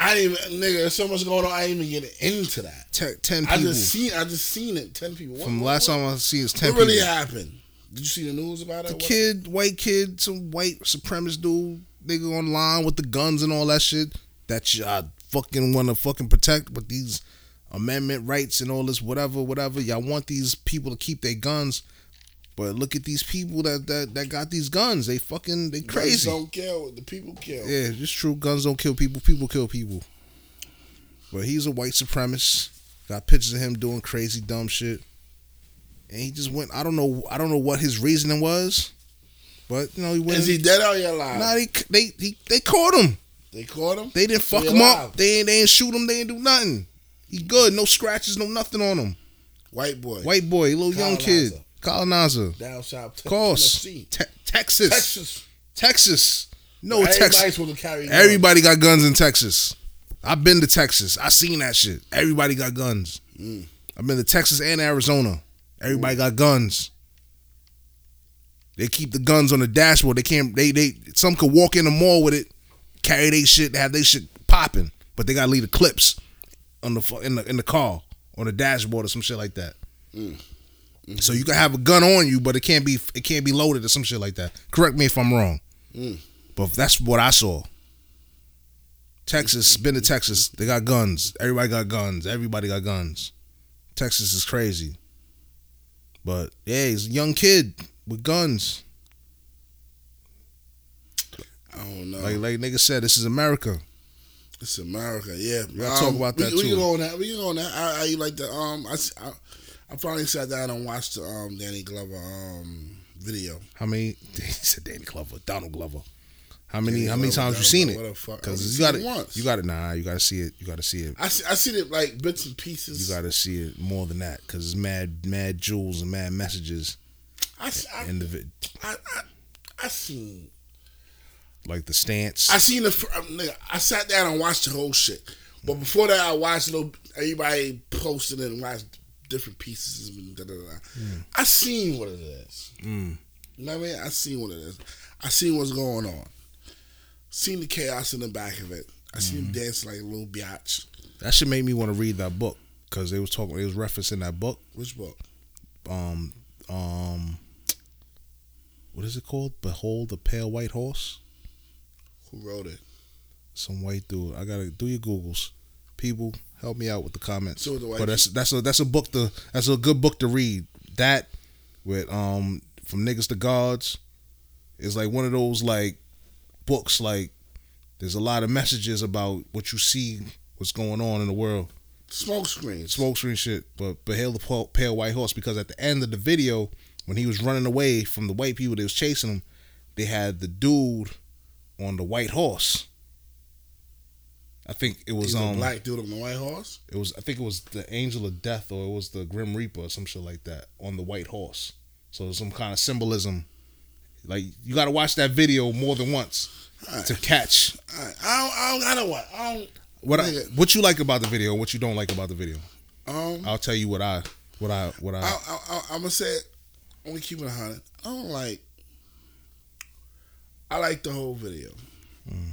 I didn't even, nigga. There's so much going on. I didn't even get into that.
Ten, ten
I
people
just seen. I just seen it. Ten people. What,
from
what-
last
what-
time I see is ten
What really
people.
happened? Did you see the news about it?
the
What-
kid, white kid, some white supremacist dude, nigga online with the guns and all that shit that you I fucking want to fucking protect, but these amendment rights and all this whatever, whatever. Y'all want these people to keep their guns. But look at these people that, that, that got these guns. They fucking they
Guns
crazy.
don't kill. The people kill.
Yeah, it's true. Guns don't kill people. People kill people. But he's a white supremacist. Got pictures of him doing crazy dumb shit. And he just went. I don't know. I don't know what his reasoning was. But you know he went.
Is he dead or he alive?
Nah, they they he, they caught him.
they caught him.
They didn't fuck
He
him
alive.
up. They ain't they ain't shoot him. They ain't do nothing. He good. No scratches. No nothing on him.
White boy.
White boy, little young
Colonizer.
kid, colonizer.
Down south. Te-
Of course,
Tennessee.
Te- Texas, Texas,
Texas.
No
Everybody's
Texas.
supposed to carry. guns.
Everybody got guns in Texas. I've been to Texas. I seen that shit. Everybody got guns.
Mm.
I've been to Texas and Arizona. Everybody got guns. They keep the guns on the dashboard. They can't. They they some could walk in the mall with it, carry they shit, have they shit popping, but they gotta leave the clips on the fu- in the in the car on the dashboard or some shit like that. So you can have a gun on you, but it can't be it can't be loaded or some shit like that. Correct me if I'm wrong,
Mm.
but that's what I saw. Texas, been to Texas. They got guns. Everybody got guns. Everybody got guns. Texas is crazy. But yeah, he's a young kid with guns.
I don't know.
Like like nigga said, this is America.
It's America, yeah. Um,
gotta talk about
we,
that,
We
too.
can go on that. We can go on that. I, I like the um. I, s- I- I finally sat down and watched the um Danny Glover um video.
How many? He said Danny Glover, Donald Glover. How many?
Danny
how many
Glover,
times you seen
Donald Glover,
it?
what the fuck? I've
Because
seen
you got
it
to
once.
You got to Nah, you got to see it. You got to see it.
I see, I seen it like bits and pieces.
You got to see it more than that. Because it's mad, mad jewels and mad messages
I, s- I-
in the vi-
I, I, I seen.
like the stance.
I seen the. fir- um, nigga, I sat down and watched the whole shit. But before that, I watched little everybody posted and watched different pieces. And da, da, da.
Hmm.
I seen what it is.
Mm.
You know what I mean? I seen what it is. I seen what's going on. Seen the chaos in the back of it. I seen
Mm-hmm.
him dancing like a little biatch.
That should make me want to read that book. Because they was talking. They was referencing that book.
Which book?
Um, um, what is it called? Behold the pale white horse.
Who wrote it?
some white dude. I gotta do your googles. People, help me out with the comments.
So the white
but that's that's a that's a book to that's a good book to read. That with um from niggas to gods is like one of those like books like there's a lot of messages about what you see what's going on in the world
Smoke screens.
smoke screen shit but but hail the pale, pale white horse because at the end of the video when he was running away from the white people that was chasing him they had the dude on the white horse i think it was
He's a
um
black dude on the white horse.
it was i think it was the angel of death or it was the grim reaper or some shit like that on the white horse so some kind of symbolism like you got to watch that video more than once
Alright.
to catch
All right. I don't. I don't. I don't. Want, I don't
what I,
Nigga.
what you like about the video and what you don't like about the video
um,
i'll tell you what i what i what i
I, I, I, I'm gonna say, it. I'm gonna keep it a hundred. I don't like. I like the whole video.
Mm.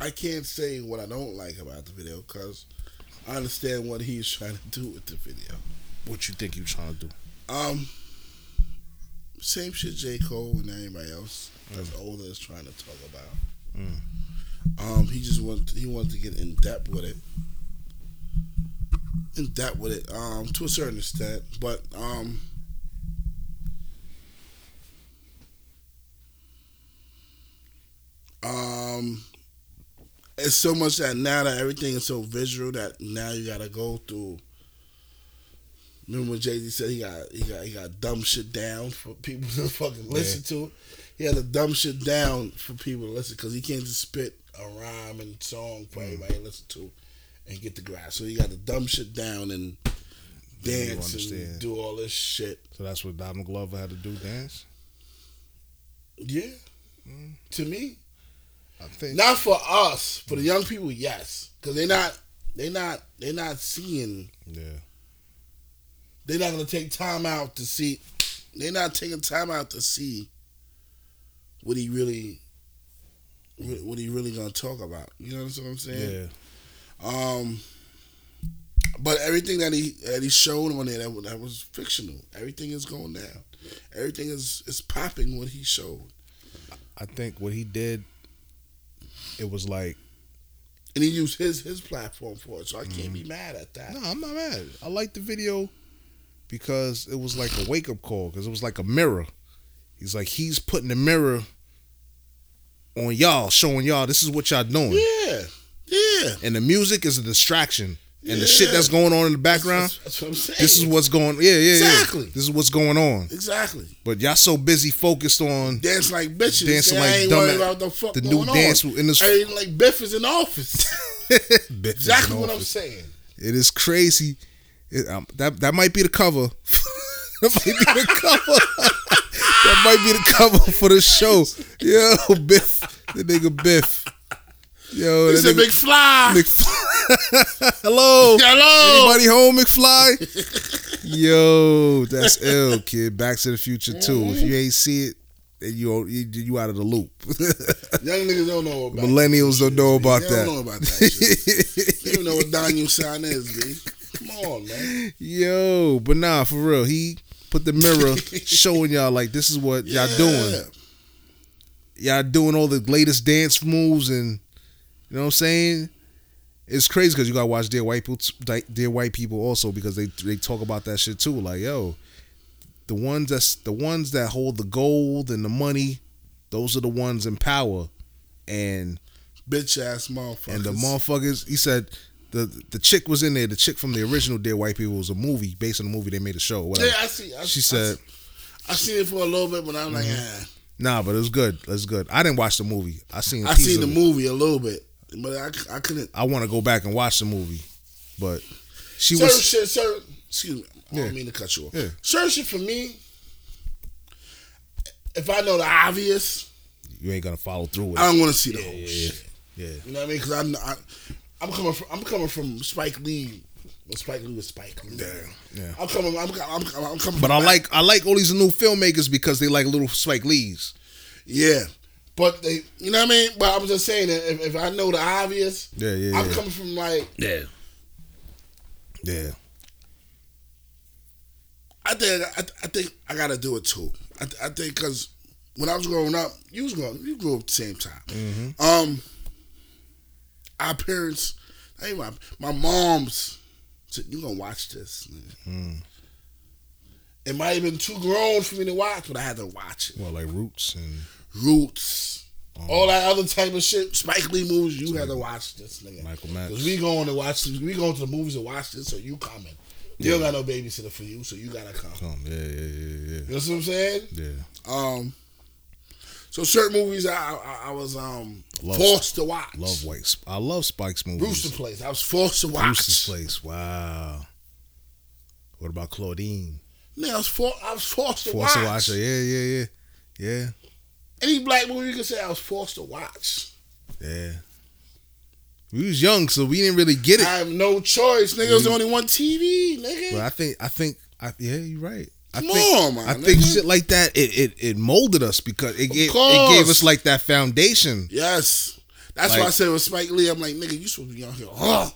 I can't say what I don't like about the video because I understand what he's trying to do with the video.
what you think you trying to do
Um, same shit J Cole and everybody else that's older is trying to talk about. Um, he just wants he wants to get in depth with it, in depth with it. Um, to a certain extent, but um, um, it's so much that now that everything is so visual that now you gotta go through Remember when Jay Z said he got he got he got dumb shit down for people to fucking listen to it. He had the dumb shit down for people to listen because he can't just spit a rhyme and song for everybody to listen to and get the grasp. So he got the dumb shit down and
you
dance and
understand.
do all this shit.
So that's what Donald Glover had to do dance.
Yeah,
Mm-hmm.
to me,
I think.
not for us, for the young people, yes, because they're not they not they're not seeing
Yeah.
they're not gonna take time out to see they're not taking time out to see what he really what what he really gonna talk about you know what i'm saying
Yeah.
um but everything that he that he showed on there that, wa- that was fictional everything is going down everything is is popping what he showed
I think what he did, it was like
and he used his his platform for it. So I can't be mad at that.
Mm-hmm. No, I'm not mad. I liked the video because it was like a wake up call because it was like a mirror. He's like he's putting the mirror on y'all, showing y'all this is what y'all doing,
Yeah, yeah.
and the music is a distraction, and the shit
Yeah.
that's going on in the background.
That's, that's what I'm saying.
This is what's going. Yeah, yeah, yeah.
Exactly.
This is what's going on.
exactly
But y'all so busy focused on.
dance like bitches.
Dance
Say,
like
I ain't
dumb-
worried about the fuck
the new
going on.
dance in this-
I ain't like Biff is in office. exactly what I'm saying.
It is crazy. It, um, that that might be the cover. that might be the cover. that might be the cover for the show. Yo, Biff, the nigga Biff. Yo,
It's
that
a
nigga
big fly.
McFly. Hello.
Hello.
Anybody home, McFly? Yo, that's ill, kid. Back to the Future too. If you ain't see it, then you you, you out of the loop.
Young niggas don't know about. it.
Millennials don't know about
They
that.
don't know about that. Shit. they don't know what Daniel sign is, B. Come on, man.
Yo, but nah, for real, he put the mirror showing y'all like this is what y'all doing. Y'all doing all the latest dance moves, and you know what I'm saying. It's crazy because you gotta watch dear white people, dear white people also because they they talk about that shit too. Like yo, the ones that's the ones that hold the gold and the money, those are the ones in power, and
Bitch ass motherfucker.
and the motherfuckers, he said the the chick was in there. The chick from the original Dead White People was a movie based on the movie they made a show. Whatever.
Yeah, I see. I,
she
I
said, Mm-hmm.
see. I seen it for a little bit, but I'm like, ah.
"Nah, but it was good. It was good. I didn't watch the movie. I seen.
I
pieces
seen the
of it.
movie a little bit, but I, I couldn't.
I want to go back and watch the movie, but she
Certain
was.
shit, certain. Excuse me. I
Yeah.
don't mean to cut you off.
Yeah.
Certain shit for me. If I know the obvious,
You ain't gonna follow through with.
I
it.
don't want to see the whole shit.
Yeah,
You know what I mean? Because I'm, I, I'm coming from, I'm coming from Spike Lee. Well, Spike Lee was Spike Lee.
Yeah.
I'm coming. I'm, I'm, I'm, I'm coming.
but
from
I
that.
like I like all these new filmmakers because they like little Spike Lees.
Yeah. But they, you know what I mean? But I'm just saying that if, if I know the obvious,
Yeah, yeah,
I'm
yeah.
coming from like
Yeah, yeah.
I think I, I think I gotta do it too. I, th- I think because when I was growing up, you was growing, you grew up at the same time. Um, our parents, hey, my my mom's, said, you gonna watch this? It might have been too grown for me to watch, but I had to watch it.
Well, like Roots and um,
Roots, all that other type of shit, Spike Lee movies. You had to watch this, nigga.
Michael Max.
'Cause we going to watch, we going to the movies to watch this, so you coming. You don't got no babysitter for you, so you gotta come.
um, yeah, yeah, yeah,
You know what I'm saying?
yeah, yeah.
Um, so certain movies I I, I was um
Love-
forced to watch.
Love White. Sp- I love Spike's movies.
Rooster Place. I was forced to watch.
Rooster's Place. Wow. What about Claudine?
Man, I was for, I was forced to
Force
watch.
Watcher. Yeah, yeah, yeah, yeah,
Any black movie you can say I was forced to watch.
yeah. We was young, so we didn't really get
I
it.
have no choice, nigga.
Mm.
There's only one TV, nigga.
But I think, I think, I, yeah, you're right. I
Come
think,
on, man.
I think shit like that it, it, it molded us because it gave, it
course.
gave us like that foundation.
Yes, that's why I
Like-
said with Spike Lee, I'm like, nigga, you supposed to be out here. Huh?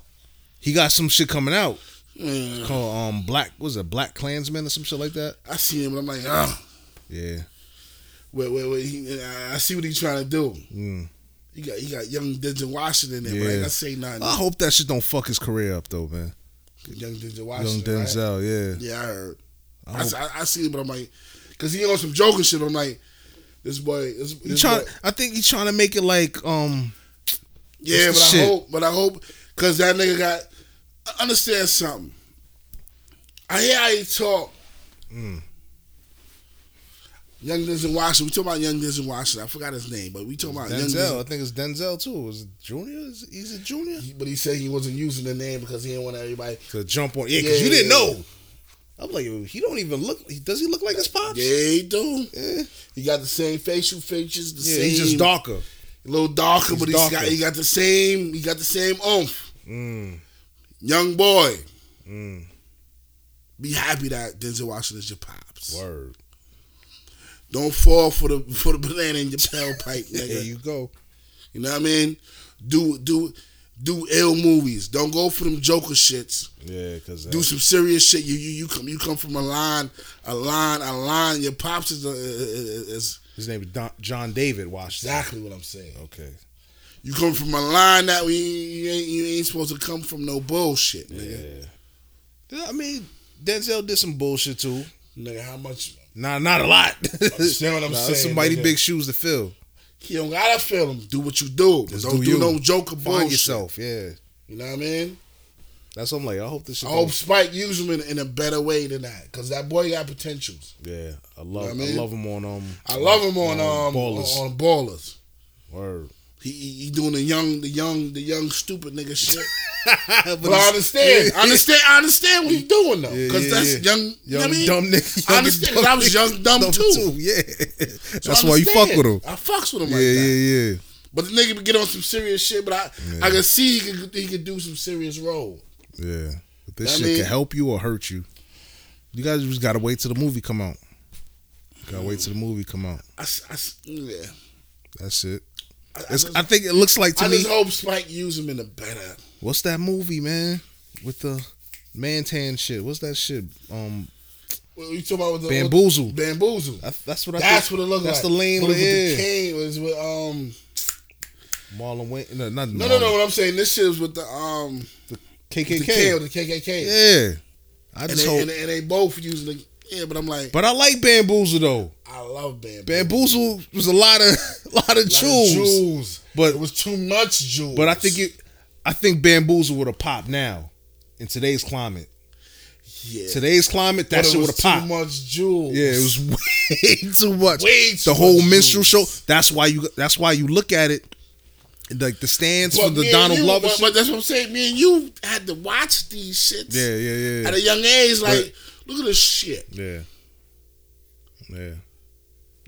He got some shit coming out
Mm,
called um Black was it Black Klansman or some shit like that.
I see him, but I'm like, ah,
Yeah,
wait, wait, wait. He, uh, I I see what he's trying to do.
Mm.
He got, he got young Denzel Washington in there, but
Yeah.
I
Ah.
ain't gonna say nothing.
I hope that shit don't fuck his career up though, man.
Young Denzel
Young
Washington. right?
Denzel, yeah.
Yeah, I heard.
I
I,
hope-
I, I see it, but I'm like, because he on some joking shit. I'm like, this boy, this,
He
this
trying,
boy-
I think he's trying to make it like um
yeah,
what's
but
the
I
shit?
hope, but I hope, because that nigga got, I understand something. I hear how he talk.
Mm.
Young Denzel Washington. We talking about Young Denzel Washington. I forgot his name, but we talking about Young
Denzel.
Denzel.
I think it's Denzel too. Is it Junior? Is, he's a junior.
He- But he said he wasn't using the name because he didn't want everybody.
To jump on, yeah, because
Yeah,
you didn't
yeah,
know. I'm like, yo, he don't even look. he- Does he look like his pops?
Yeah, he do.
Eh.
He got the same facial features. The
Yeah,
same.
he's just darker.
a little darker,
He's
but he's
darker.
got he got the same he got the same oomph.
Mm,
Young boy,
mm,
be happy that Denzel Washington is your pops.
word.
Don't fall for the for the banana in your tailpipe,
There
nigga.
you go.
you know what I mean? Do do do ill movies. Don't go for them Joker shits.
Yeah, because
Do some serious shit. You you you come you come from a line a line a line. Your pops is, a, is
his name is Don, John David Washington.
exactly what I'm saying.
Okay.
You come from a line that we you ain't, you ain't supposed to come from no bullshit, nigga.
Yeah. I mean, Denzel did some bullshit too.
Nigga, how much
Nah, not a lot.
Understand what I'm
Nah, that's
saying,
Some mighty
nigga.
big shoes to fill.
you don't gotta feel them. Do what you do. But
Just
don't
do
do,
you.
no joker
Find
bullshit.
yourself. Yeah,
You know what I mean?
that's what I'm like. I hope this. Shit
I hope
don't-
Spike used him in, in a better way than that, cause that boy got potentials.
Yeah, I love.
I mean?
I love him on um.
I love him on um
Ballers.
on ballers.
Word.
He, he he doing the young the young the young stupid nigga shit.
but
But I
it's-
understand. I understand. I understand what he's doing though,
Yeah,
because
yeah,
that's
yeah.
young. you know
Young
what I mean?
dumb nigga.
I
Young
understand.
dumb
I was
nigga,
young dumb, too.
Yeah,
So
that's
I
why you fuck
understand.
with him.
I fucks with him
Yeah,
like that.
yeah, yeah.
But the nigga be get on some serious shit. But I, I can see he could he could do some serious role.
Yeah. If this
I
shit
mean-
can help you or hurt you. You guys just gotta wait till the movie come out. Gotta wait till the movie come out.
I, s- I s- yeah.
That's it.
I, I
It's,
just,
I think it looks like to
I
me.
just hope Spike use him in a better.
what's that movie, man? With the man tan shit. What's that shit? Um,
What you talking about with the
Bamboozled.
Bamboozle.
I, that's what I.
That's
think-
what it looked
That's
like.
the lane.
But it
with
was with the
yeah.
cane. It was with um.
Marlon Wayne. No, not
No,
Marlon,
no, no. What I'm saying, this shit was with the um.
KKK.
The K, the KKK.
Yeah. I
and,
just
they,
hope.
and, and they both using the yeah, but I'm like,
but I like Bamboozle though.
I love Bamboozle.
Bamboozle was a lot of lot of
Lot of
jewels,
jewels.
but
It was too much jewels.
But I think it, I think bamboozle would have popped now in today's climate.
yeah.
Today's climate,
But
that shit
it
would
was
have
too
popped.
much jewels.
Yeah, it was way too much.
Way too
the whole
much
minstrel show.
juice.
That's why you. That's why you look at it, like the stands
But
for the
me and
Donald
you-
Glover.
But,
shit.
but that's what I'm saying. Me and you had to watch these shits
yeah, yeah, yeah,
at a young age. Like, look at this shit.
yeah, yeah.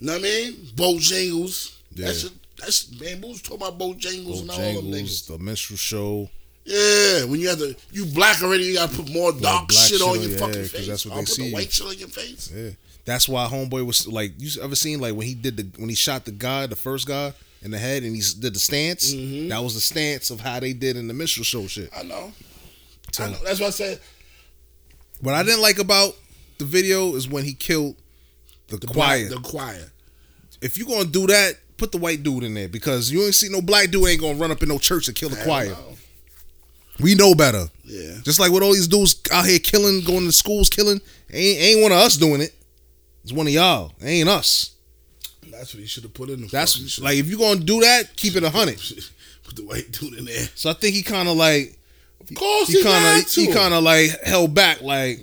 You know what I mean? Bojangles.
Yeah.
That's that's Bamboozle talking about Bojangles and all them
Bojangles,
niggas.
the minstrel show.
Yeah, when you have to, you black already. You gotta put more dark
black
shit,
shit
on
on
your
your
fucking
head, 'cause
face.
that's what
I'll
they
put
see.
the white shit on your face.
Yeah, that's why Homeboy was like. You ever seen like when he did the when he shot the guy, the first guy in the head, and he s- did the stance.
Mm-hmm.
That was the stance of how they did in the minstrel show shit.
I know. I know. That's why I said
What I didn't like about the video is when he killed the, choir.
The choir.
if you're gonna do that, put the white dude in there because you ain't see no black dude ain't gonna run up in no church and kill the
Hell
choir.
no.
We know better.
Yeah.
Just like with all these dudes out here killing, going to schools killing, ain't ain't one of us doing it. It's one of y'all. It ain't us.
That's what you should have put in the
That's
fucking shit.
like if you're gonna do that, keep it a hundred.
put the white dude in there.
So I think he kind of like
Of course
he kind of he kind of like held back. Like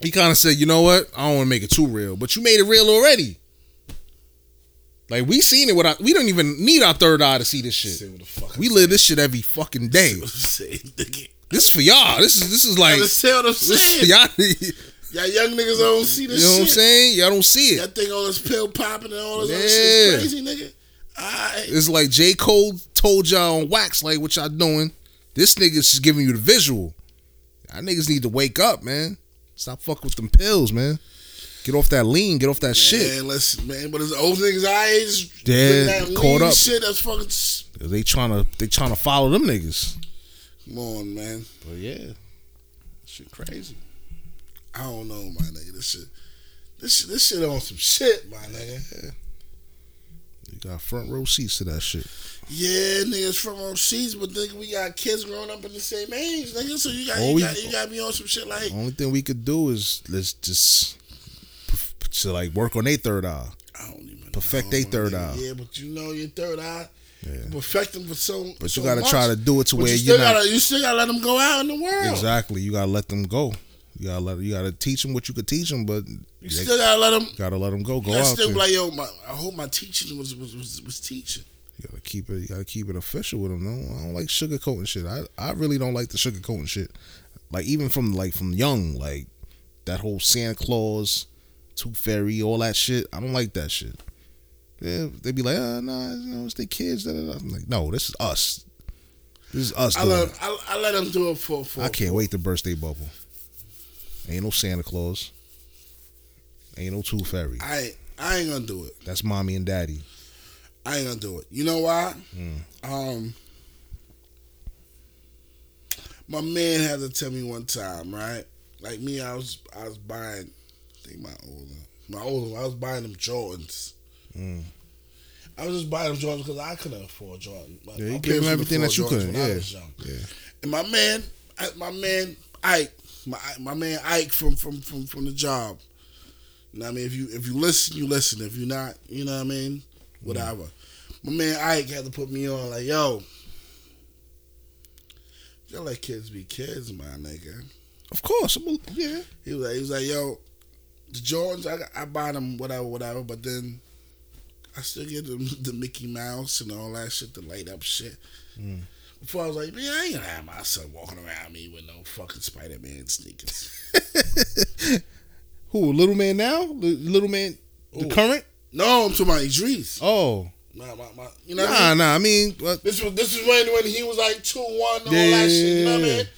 he kind of said, you know what? I don't want to make it too real, but you made it real already. Like we seen it without. We don't even need our third eye to see this shit.
what the fuck
We live this shit every fucking day.
I'm saying, nigga.
This for y'all. This is this is like
Understand what I'm
this for
saying?
y'all. you
Y'all young niggas don't see
know
this
what I'm
shit.
saying? Y'all don't see
Y'all
it.
think all this pill popping and all this other shit
Yeah.
is crazy, nigga. I
It's like J Cole told y'all on wax, like what y'all doing. This nigga's just giving you the visual. Y'all niggas need to wake up, man. Stop fucking with them pills, man. Get off that lean. Get off that shit.
Man, listen, man. But it's old niggas our age.
Yeah,
doing that
caught
lean
up.
Shit, that's fucking. s-
They trying to they trying to follow them niggas.
Come on, man.
But yeah, shit crazy.
I don't know, my nigga. This shit. This shit, this shit on some shit, my nigga.
You got front row seats to that shit.
Yeah, niggas from overseas, but nigga, we got kids growing up in the same age, nigga. So you got
Oh,
you
we- Oh.
got you got to be on some shit like
Only thing we could do is let's just to like work on their third eye.
I don't even
Perfect
know,
they
my
third
nigga.
eye.
Yeah, but you know your third eye.
Yeah.
Perfect them for so.
But
so
you gotta
much,
try to do it to
but
where
you still
you're not
gotta you still gotta let them go out in the world.
exactly. You gotta let them go. You gotta let you gotta teach them what you could teach them, but
You
they-
still gotta let them.
gotta let them go. Go
I
out
still
there.
be like yo, my, I hope my teaching was was was, was teaching.
you gotta keep it. You gotta keep it official with them. No, I don't like sugarcoating shit. I I really don't like the sugarcoating shit. Like even from like from young, like that whole Santa Claus, Tooth Fairy, all that shit. I don't like that shit. Yeah, they be like, oh, nah, you know, it's their kids. Da, da, da. I'm like, no, this is us. This is us.
I
doing
let
it.
I, I let them do it for for.
I can't wait to burst their bubble. Ain't no Santa Claus. Ain't no Tooth Fairy.
I ain't- I ain't gonna do it.
That's mommy and daddy.
I ain't gonna do it. You know why?
Hmm.
Um, my man had to tell me one time, right? Like me, I was I was
Hmm.
buying, I think my older, my older, I was buying them Jordans, I was just buying them Jordans because I couldn't afford Jordan. My,
Yeah, you
my
gave
parents
him everything
couldn't
that you
afford Jordans
could.
when I
Yeah.
was young.
yeah.
And my man, I- my man Ike, my my man Ike from from from from the job. You know what I mean, if you if you listen, you listen. If you're not, you know what I mean. Whatever. My man Ike had to put me on like, yo, y'all let kids be kids, my nigga.
Of course. well, Yeah.
He was like, he was like, yo, the Jordans, I, got- I buy them, whatever, whatever. But then I still get them the Mickey Mouse and all that shit, the light up shit. Before I was like, man, I ain't gonna have my son walking around me with no fucking Spider Man sneakers.
Who? Little man now? Li- Little man. The current?
no, I'm talking about Idris.
Oh.
Nah, my, my, you know what I
Nah,
mean?
nah. I mean, uh,
This was this was when when he was like two one and all
Yeah.
that shit. You know what I mean?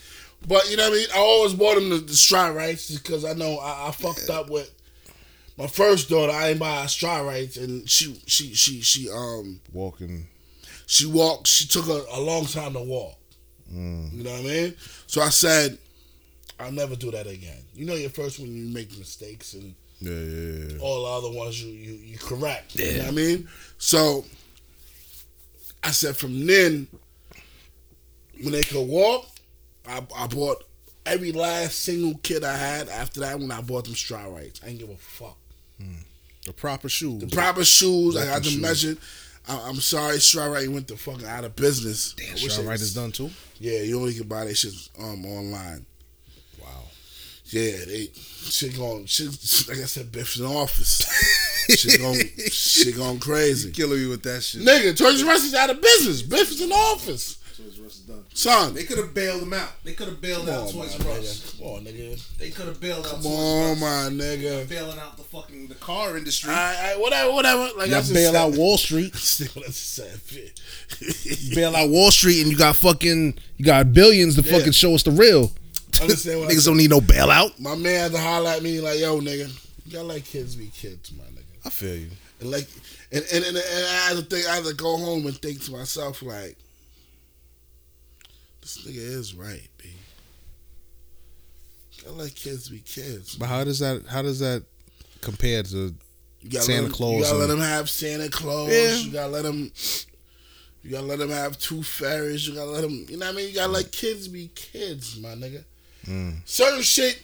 But you know what I mean. I always bought him the, the straw rights because I know I, I fucked up with my first daughter. I didn't buy her straw rights, and she she she she um
walking.
she walked. She took a, a long time to walk.
Mm.
You know what I mean? So I said, I'll never do that again. You know, your first one you make mistakes and
Yeah, yeah, yeah.
all the other ones you you, you correct. You know what I mean? So I said from then when they could walk, I, I bought every last single kid I had after that when I bought them straw rights. I didn't give a fuck.
The proper shoes.
The proper shoes, I got
Walking
them
shoes.
measured. I, I'm sorry, Straw Right went the fucking out of business. I wish
Shaw
they-
Wright is done too.
Yeah, you only can buy that shit um, online.
Wow.
Yeah, they shit going shit like I said, Biff's in office. shit going shit going crazy.
Killing me with that shit.
Nigga, Toys R Us is out of business. Biff is in office. Son.
They could have bailed him out. They could have bailed
Come
out
on, my
Toys R Us.
nigga. Come on, nigga.
They could have bailed out
Come
Toys
on, my nigga.
bailing out the fucking the car industry.
Ah,
Alright, whatever, whatever. Like I
Y'all
just
bail
said-
out Wall Street.
Still, that's a sad fit.
Bail out Wall Street, and you got fucking you got billions to fucking show us the real.
Understand what I
Niggas
said.
don't need no bailout.
My man had to holler at me like, yo, nigga, you gotta let kids be kids, my nigga.
I feel you.
And like and and, and, and I had to think I had to go home and think to myself like this nigga is right, B. Gotta let kids be kids.
But how does that how does that compare to
You gotta
Santa
let 'em-
Claus
You gotta let
and-
them have Santa Claus.
Yeah.
You gotta let them. You gotta let them have two fairies. You gotta let them. You know what I mean? You gotta let kids be kids, my nigga.
mm,
Certain shit,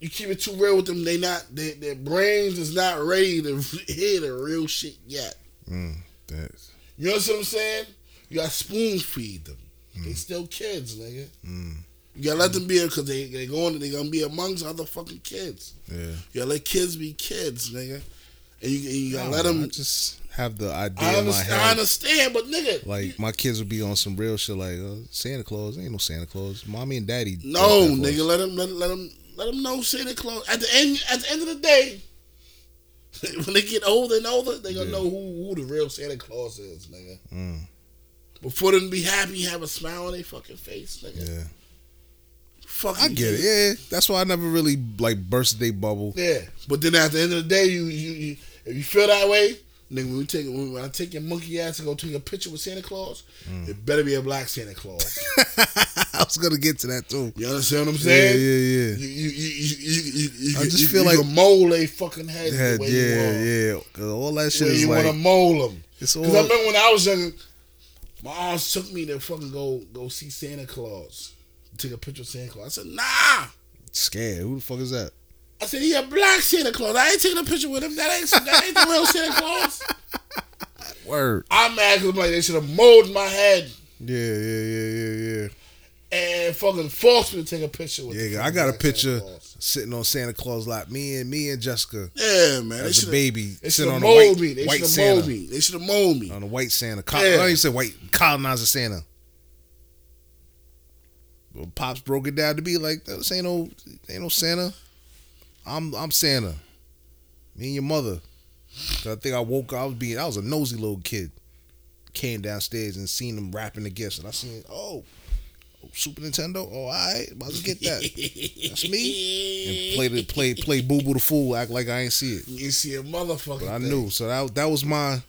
you keep it too real with them. They not. They, their brains is not ready to hear the real shit yet.
mm, that?
You know what I'm saying? You gotta spoon feed them. They still kids, nigga.
mm,
You gotta let them be because they they going they gonna be amongst other fucking kids.
Yeah.
You gotta let kids be kids, nigga. And you, and you gotta
I
let
don't know,
them
I just have the idea in
I
my
understand,
head.
I understand, but nigga,
Like my kids would be on some real shit, like uh, Santa Claus. Ain't no Santa Claus. Mommy and daddy.
no,
Santa Claus.
nigga, let him, let him, let him, let him know Santa Claus. At the end, at the end of the day, when they get older and older, they gonna
Yeah.
know who, who the real Santa Claus is, nigga.
Mm,
But for them to be happy, have a smile on their fucking face, nigga.
yeah,
Fucking
I get it.
kids.
Yeah, that's why I never really like burst they bubble.
Yeah. but then at the end of the day, you, you, you if you feel that way. Nigga, when, we take, when I take your monkey ass and go take a picture with Santa Claus,
Mm.
it better be a black Santa Claus.
I was gonna get to that too.
You understand what I'm
Yeah,
saying?
yeah, yeah.
You, you, you, you, you, you,
I
you-
just
you-
feel
you
like-
can mold a fucking head
Yeah,
the way
yeah,
you want.
yeah. 'Cause all that
The
shit
way
is
you
like
want to mold them.
it's
Because I
all.
remember when I was young, my aunts took me to fucking go go see Santa Claus, take a picture of Santa Claus. I said, Nah. I
Scared. Who the fuck is that?
said, He a black Santa Claus. I ain't taking a picture with him. That ain't that ain't the real Santa Claus.
Word.
I'm mad because like they should have molded my head
Yeah, yeah, yeah, yeah, yeah.
and fucking forced me to take a picture with. the
Yeah, I
fucking
got a
black Santa
picture
Claus.
sitting on Santa Claus lot. Me and me and Jessica
Yeah, man. They
as a
should have.
baby
They should
sitting
have
on a white,
molded me. They
white
should have
Santa
molded
Uh,
me. They should have molded me.
on a white Santa. Col-
Yeah.
I ain't say white colonizer Santa. Well, Pops broke it down to be like this ain't no ain't no Santa. I'm I'm Santa. Me and your mother. 'Cause I think I woke up. I was being I was a nosy little kid. Came downstairs and seen them wrapping the gifts, and I seen oh. Super Nintendo, oh, all right, about to get that. That's me. And play the play play Boo Boo the fool, act like I ain't see it.
You see a motherfucker.
But I knew, so that that was my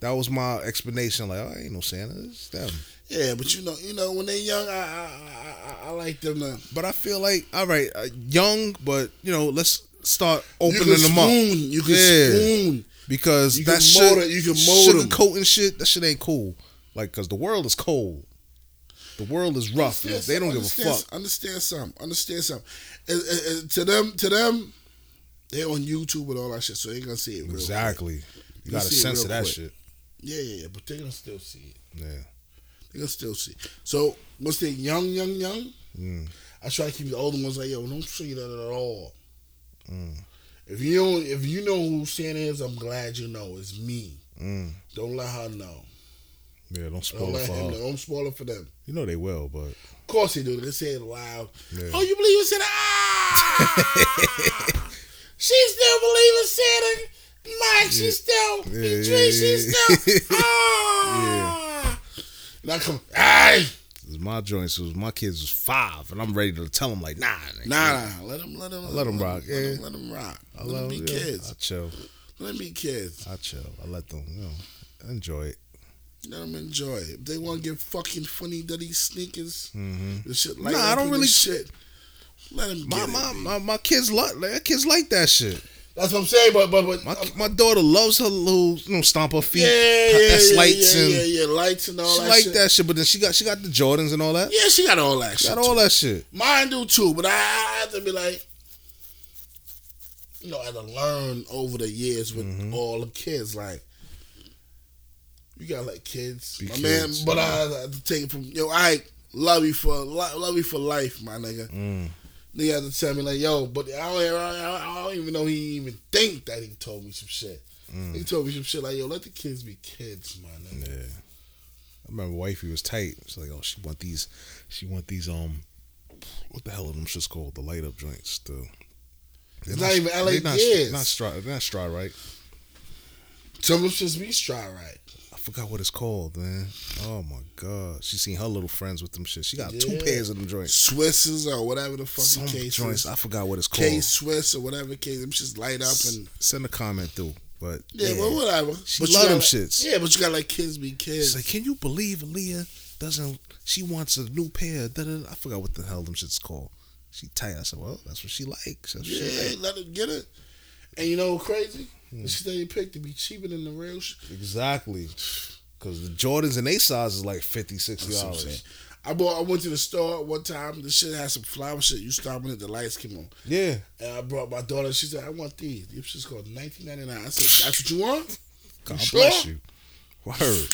that was my explanation. Like, oh, I ain't no Santa, it's them.
Yeah, but you know, you know, when they young, I I, I, I, I like them to
But I feel like, all right, uh, young, but you know, let's start
you
opening
can
them up.
spoon, You can
Yeah.
spoon.
because
You
that
can
shit,
mold it- you can mold 'em.
sugarcoating shit, that shit ain't cool. Like, cause the world is cold, the world is rough.
Understand
they don't
some-
give a
understand-
fuck.
Understand something. Understand something. And- and- and to them, to them, they on YouTube and all that shit, so they gonna see it real. Quick.
Exactly. You
You
got to
see it
censor
real
that
quick.
shit.
Yeah, yeah, yeah. But they gonna still see it.
Yeah.
They gonna still see. It. So what's that? Young, young, young.
Mm.
I try to keep the older ones like, yo, don't see that at all.
Mm.
If you don't, if you know who Santa is, I'm glad you know. It's me.
Mm.
Don't let her know.
Yeah. Don't
Don't
spoil it
let
for
him
her.
know. Don't spoil it for them.
You know they will, but
Of course they do. They say it loud.
Yeah.
Oh, you believe in Santa? Ah! she still believe in Santa. Mike, she still.
Yeah,
Patrice, she
yeah, yeah.
still. ah! Now come. Ay!
it's my joints. It was my kids was five, and I'm ready to tell them like, nah, nigga.
Nah, nah. Let them. Let them.
Let 'em rock,
Let them,
yeah.
let 'em rock.
I
Let them
love
be
yeah,
kids.
I chill.
Let them be kids.
I chill. I let them, you know, enjoy it.
Let them enjoy it. If they want to get fucking funny dirty sneakers,
Mm-hmm.
and shit like
Nah, I don't really-
shit. Let them.
My,
get it,
my,
B.
my my kids like kids like that shit.
That's what I'm saying. But but but
My
I'm-
my daughter loves her little you know stomp her feet,
yeah, yeah,
her
yeah,
S lights
yeah,
and
yeah, yeah, lights and all
she
that.
like
shit.
that shit. But then she got she got the Jordans and all that.
Yeah, she got all that.
She
shit
got all
too.
that shit.
Mine do too, but I, I have to be like, you know, I had to learn over the years with
Mm-hmm.
all the kids. Like, you got like kids,
Be
my
kids.
man. But I have to take it from yo. I love you for li- love you for life, my nigga.
Mm.
They had to tell me like, yo, but I don't, I don't- I don't even know he even think that he told me some shit.
Mm.
He told me some shit like, yo, let the kids be kids, my nigga.
Yeah. I remember wifey was tight. She's like, oh, she want these, she want these um, what the hell are them shits called? The light up joints. The they're
not even LA
they're not,
Gears.
Not straw. They're not straw, right?
Some of them just be straight, right?
I forgot what it's called, man. Oh my god, she seen her little friends with them shit. She got two
Yeah.
pairs of them joints.
Swisses or whatever the fucking
Some
case
joints.
is.
I forgot what it's called.
K Swiss or whatever case. Them just light up and
Send a comment through, but
yeah, well, whatever.
She
you
love
gotta-
them shits.
Yeah, but you got like kids be
She's
kids.
like, can you believe Aaliyah doesn't? She wants a new pair. Da, da, da." I forgot what the hell them shits called. She tight. I said, well, that's what she likes. That's what she
yeah,
like.
let them get it. And you know what's crazy?
Hmm.
The shit that you picked to be cheaper than the real shit.
Exactly. Cause the Jordans and they size is like 50
That's
60
what I'm saying.
dollars.
I bought. I went to the store one time. The shit had some flower shit. You stopped when the lights came on,
Yeah,
and I brought my daughter. She said, "I want these. These shit's called 19.99." I said, "That's what you want?
God
You
bless
sure?
you. Word.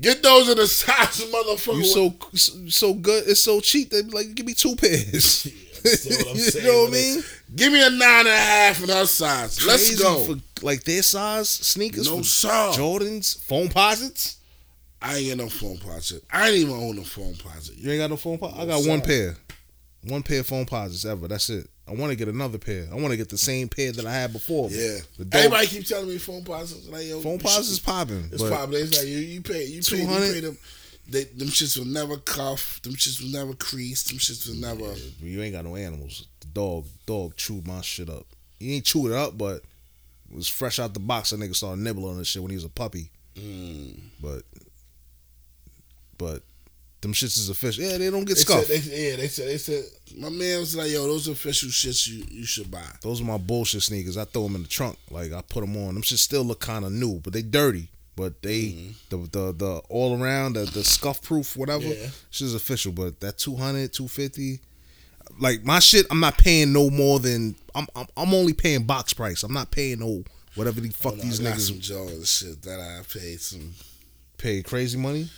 Get those in the size, of motherfucker."
You so so good. It's so cheap. They be like give me two pairs.
understand what I'm
you
saying,
know what I
man.
mean?
Give me a nine and a half in her size. Let's
Crazy
go.
for like their size sneakers.
No
for
sir.
Jordans, phone posits.
I ain't get no phone posit. I ain't even own a phone posit.
You ain't got no phone posits. I
No,
got one
sir.
pair, one pair of phone posits ever. That's it. I want to get another pair. I want to get the same pair that I had before.
Yeah.
the dope-
Everybody keep telling me phone posits. Like, yo,
phone
you
posits
should-
popping.
It's
but-
probably it's like you, you pay you pay, you
200?
pay them. They, them shits will never cuff. Them shits will never crease. Them shits will never.
You ain't got no animals. The dog, dog chewed my shit up. He ain't chewed it up, but it was fresh out the box. That nigga started nibbling on this shit when he was a puppy.
Mm.
But, but them shits is official. Yeah, they don't
They
get
said,
scuffed.
they, yeah, they said they said my man was like, yo, those official shits you you should buy.
Those are my bullshit sneakers. I throw them in the trunk. Like I put them on. Them shit still look kind of new, but they dirty. But they
Mm-hmm.
the, the the all around the, the scuff proof whatever.
Yeah.
Shit's official. But that 200, 250, like my shit, I'm not paying no more than I'm I'm, I'm only paying box price. I'm not paying no whatever the fuck
But
these
I got
niggas
some Jordan shit that I paid some
pay crazy money.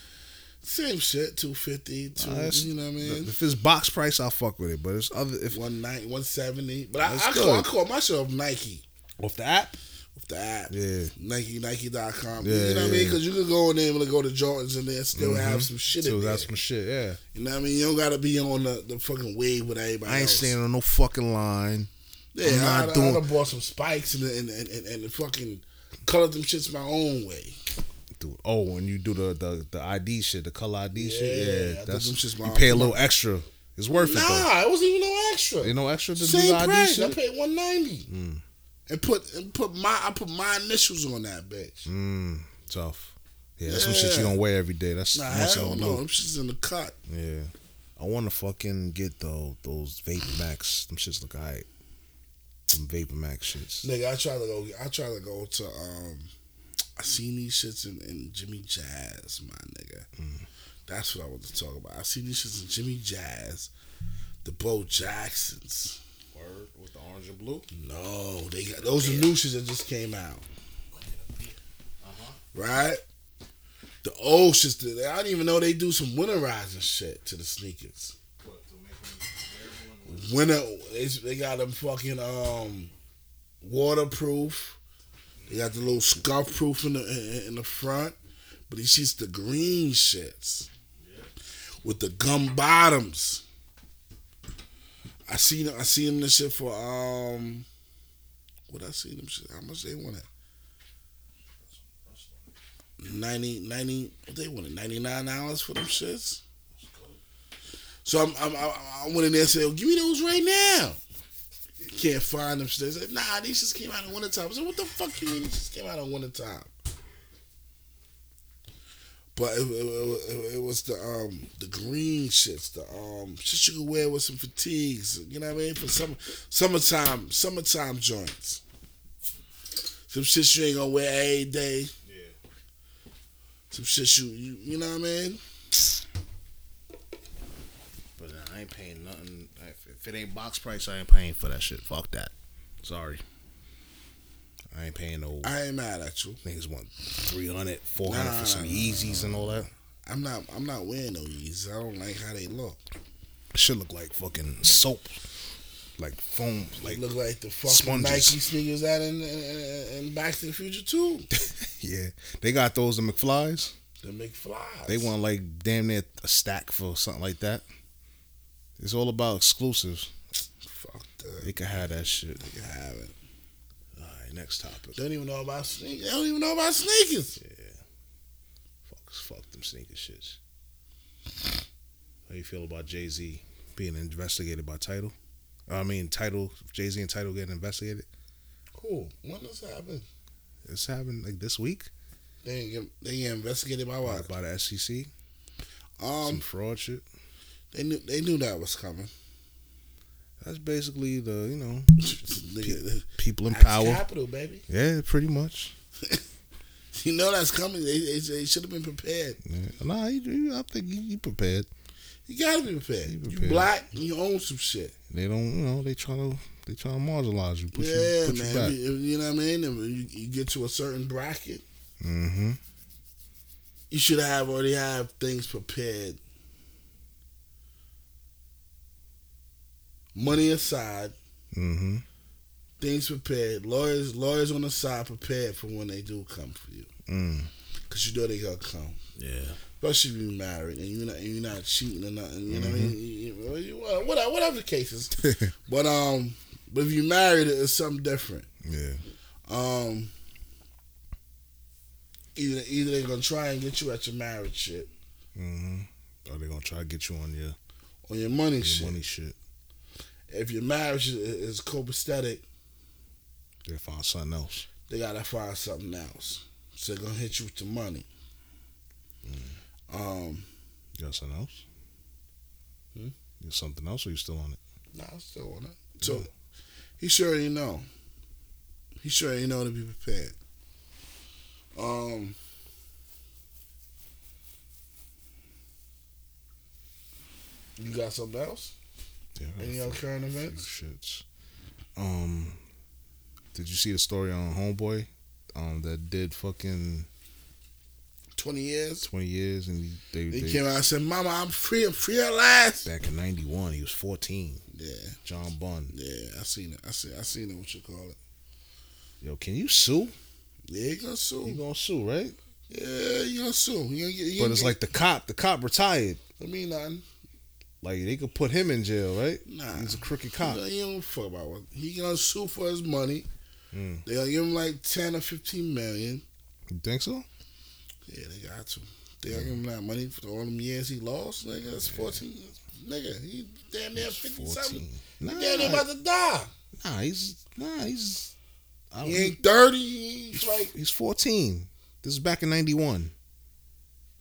same shit 250, two,
Nah, that's-
you know what I mean.
If it's box price, I'll fuck with it. But it's other if
One night, one seventy, but I,
That's
I call I
good.
call myself Nike.
off the app,
with the app.
Yeah.
Nike, Nike.com.
Yeah,
you know what I
yeah. Mm-hmm.
mean? Because you could go in there and go to Jordans and then still have some shit
so
in there.
that's some shit. Yeah,
You know what I mean? You don't got to be on the, the fucking wave with everybody
I ain't
else.
standing on no fucking line.
Yeah,
I'm
I,
not
I, I
doing-
done bought some spikes and, and, and, and, and fucking colored them shits my own way.
Dude, oh, and you do the the, the ID shit, the color ID
Yeah, I
shit. Yeah,
did
that's
them shits
you
my-
pay a little extra. It's worth it
Nah, it wasn't even no extra.
though. You know, extra to do the
Same
ID
price. I
shit. Mm.
paid 190 And put and put my I put my initials on that bitch.
Mm, tough. Yeah, that's some
Yeah.
shit you don't wear every day. That's
Nah,
that's
hell
all
no.
new.
Them shits in the cut.
Yeah, I want to fucking get though those vape max. Them shits look alright. Some Vapor Max shits.
Nigga, I try to go. I try to go to. um I seen these shits in, in Jimmy Jazz, my nigga.
Mm.
That's what I wanted to talk about. I seen these shits in Jimmy Jazz, the Bo Jacksons.
Word with the orange and blue.
No, they got those are new shits that just came out.
Uh-huh.
Right? The old shits. that- I didn't even know they do some winterizing shit to the sneakers. Winter, they, they got them fucking um waterproof. They got the little scuff proof in the in, in the front, but he shoots the green shits with the gum bottoms. I seen I seen this shit for um what I seen them shit. How much they want it? 90, 90 what they want it, ninety nine dollars for them shits. So I'm, I'm, I'm I went in there and said, "Give me those right now." Can't find them. shits. They said, "Nah, these just came out in winter time." I said, "What the fuck you mean these just came out in winter time?" But it, it, it, it was the um the green shits, the um shit you could wear with some fatigues. You know what I mean? For summer, summertime, summertime joints. Some shit you ain't gonna wear every day.
Yeah.
Some shit you you, you know what I mean?
But I ain't paying nothing. If- If it ain't box price, I ain't paying for that shit. Fuck that. Sorry. I ain't paying no.
I ain't mad at you.
niggas want 300, 400
Nah,
for some
nah,
Yeezys and all that.
I'm not I'm not wearing no Yeezys. I don't like how they look.
Shit look like fucking soap. Like foam.
They
Like,
look like the fucking
Sponges.
Nike sneakers out in, in, in Back to the Future too.
yeah. They got those in McFly's.
The McFlys.
They want like damn near a stack for something like that. It's all about exclusives.
fuck that.
They can have that shit.
You have it.
All right, next topic.
Don't even know about sneakers. They don't even know about sneakers.
Yeah. Fuck, fuck them sneaker shits. How you feel about Jay Z being investigated by Title? I mean, Title Jay Z and Title getting investigated.
Cool. When this happened?
It's happened like this week
They ain't get, they get investigated by what?
by the SEC. Some
Um,
fraud shit.
they knew they knew that was coming.
That's basically the you know
Nigga,
people in
that's
power.
Capital, baby.
Yeah, pretty much.
You know that's coming. They, they, they should have been prepared.
Yeah. Nah, you, you, I think you, you prepared.
You gotta be prepared.
You
You,
prepared.
black, you own some shit.
They don't, you know, they try to they try to marginalize you, put
yeah,
you, put you
man.
back.
You, you know what I mean? And when you, you get to a certain bracket,
Mm-hmm.
you should have already have things prepared. Money aside,
Mm-hmm.
things prepared. Lawyers, lawyers on the side prepared for when they do come for you,
Mm.
cause you know they gonna come.
Yeah.
Especially if you married and you're not and you're not cheating or nothing. You
Mm-hmm.
know what I mean? You- you- you- what- what- whatever the cases. but um, but if you married, it's something different.
Yeah.
Um, either either they're gonna try and get you at your marriage shit
Mm-hmm. Are they gonna try to get you on your,
or your money
your
shit.
money shit?
If your marriage is, is copacetic,
They find something else.
they gotta find something else. So they're gonna hit you with the money. Um,
You got something else?
Hmm?
You got something else, or you still on it?
Nah, I'm still on it. So he sure already know. He sure already know to be prepared. Um. You got something else?
Yeah.
Any other current
Few
events?
shits. Um. Did you see the story on Homeboy? Um, that did fucking
Twenty years?
twenty years, and they,
He
they
came out and said, "Mama, I'm free. I'm free at last."
back in ninety one. He was fourteen.
Yeah,
John Bunn.
yeah. I seen it. I see. I seen it. What you call it?
Yo, can you sue?
Yeah, he gonna
You
sue.
gonna sue, right?
Yeah, he gonna sue. He gonna get, he
But
gonna
it's
get-
like the cop. The cop retired.
I mean nothing.
Like they could put him in jail, right?
Nah.
He's a crooked cop.
He don't, he don't fuck about what he gonna sue for his money.
Mm.
They gonna give him like ten or fifteen million.
You think so?
Yeah, they got to. They gonna give him that money for all them years he lost. Nigga, that's fourteen. Nigga, he damn near
He's
fifty something.
Nah,
He damn near about to die.
nah, he's nah, he's. I don't,
He ain't thirty. He's like
he's fourteen. This is back in ninety one.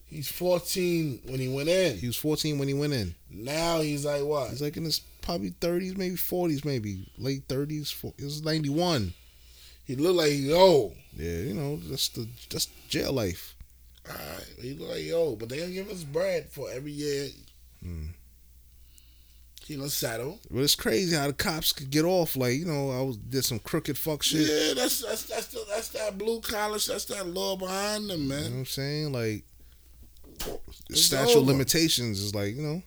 He's 14 when he went in.
He was 14 when he went in.
Now he's like what?
He's like in his probably 30s, maybe 40s, maybe late 30s. 40, it was 91.
He look like he old.
Yeah, you know that's the that's jail life.
All right, he look like he old, but they gonna give us bread for every year.
Mm.
He gonna settle.
But it's crazy how the cops could get off. Like you know, I was did some crooked fuck shit.
Yeah, that's that's that's the, that's that blue collar. That's that law behind them,
You know
man.
what I'm saying? Like the
It's
statute of
over.
limitations is like you know.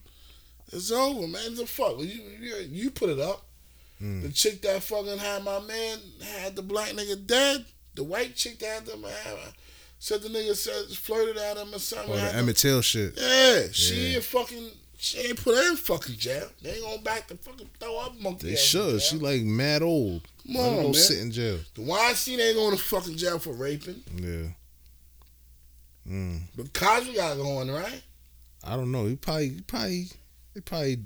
It's over, man. The fuck you you, you put it up.
Mm.
The chick that fucking had my man had the black nigga dead. The white chick that had them had, said the nigga said flirted at him or something.
Or
had
Oh, the
them-
Emmett Till shit.
Yeah, she
Yeah.
ain't fucking. She ain't put her in fucking jail. They ain't gonna back the fucking throw up monkey.
They
ass in
should.
jail.
She like mad old.
Come
Let her
on,
go
man.
sit in jail.
The Weinstein ain't going to fucking jail for raping.
Yeah. Mm.
But Cosby got going right.
I don't know. He probably he probably he probably.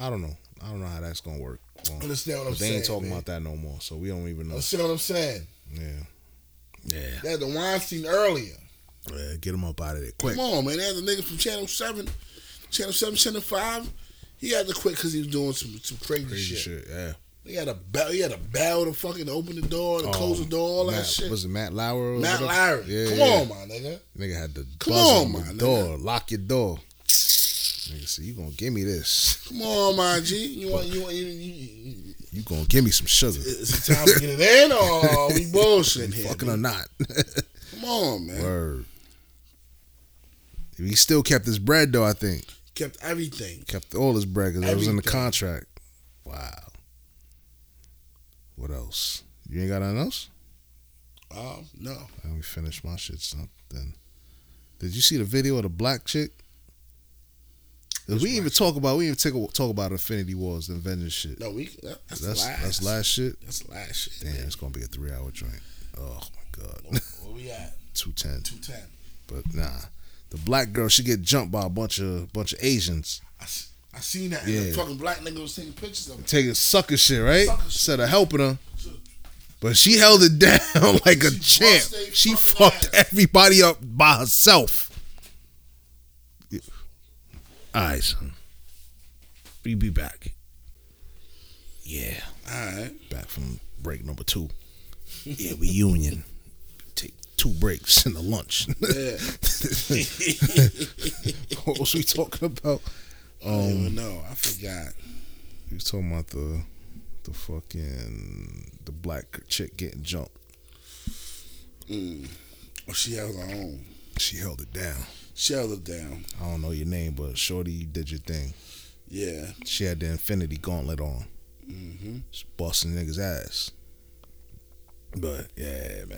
I don't know. I don't know how that's gonna work. Well,
Understand what I'm
but they
saying?
ain't talking
man.
about that no more, so we don't even know.
Understand what I'm saying?
Yeah. Yeah.
They had the Weinstein earlier.
Yeah, get him up out of there quick.
Come on, man. They had the nigga from Channel Seven, Channel Seven, Channel Five. He had to quit because he was doing some some crazy,
Crazy
shit.
shit. Yeah.
He had a bell. He had a bell to fucking open the door, to
Oh,
close the door, all that
Matt-
shit.
Was it Matt Lauer? or
Matt
whatever?
Larry.
Yeah,
Come
yeah.
on, my nigga.
Nigga had the Come
Come
on,
on,
the
my nigga.
door. Lock your door. Nigga said, you gonna give me this.
Come on, my G. You want you want you, you, you
You gonna give me some sugar.
is it time to get it in or are we bullshitting here?
Fucking or not.
Come on, man.
Word. He still kept his bread though, I think.
Kept everything.
Kept all his bread because it was in the
Everything.
contract. Wow. What else? You ain't got nothing else?
Um, no.
Let me finish my shit up then. Did you see the video of the black chick? 'Cause we didn't even talk about we didn't even take a, talk about Infinity Wars, the Avengers shit.
No, we that, that's,
that's
last.
that's last shit.
That's last shit.
Damn, it's gonna be a three hour joint. Oh my god,
Where we at?
two ten.
Two ten.
But nah, the black girl she get jumped by a bunch of bunch of Asians.
I, s- I seen that. And
Yeah.
the fucking black nigga was taking pictures of it.
Taking sucker shit, right?
Sucker shit.
Instead of helping her. But she held it down like a
She
champ.
bust they
She
fucking
fucked
ass.
everybody up by herself. Yeah. All right, son. We be back. Yeah,
All right.
back from break number two. Yeah, we union. Take two breaks and a lunch.
Yeah.
what was we talking about?
I don't
Um,
even know. I forgot.
we was talking about the the fucking the black chick getting jumped.
Oh, she held her own.
She held it down.
She held it down.
I don't know your name, but shorty, you did your thing.
Yeah.
She had the Infinity Gauntlet on,
Mm-hmm.
She busting niggas' ass. But yeah, man.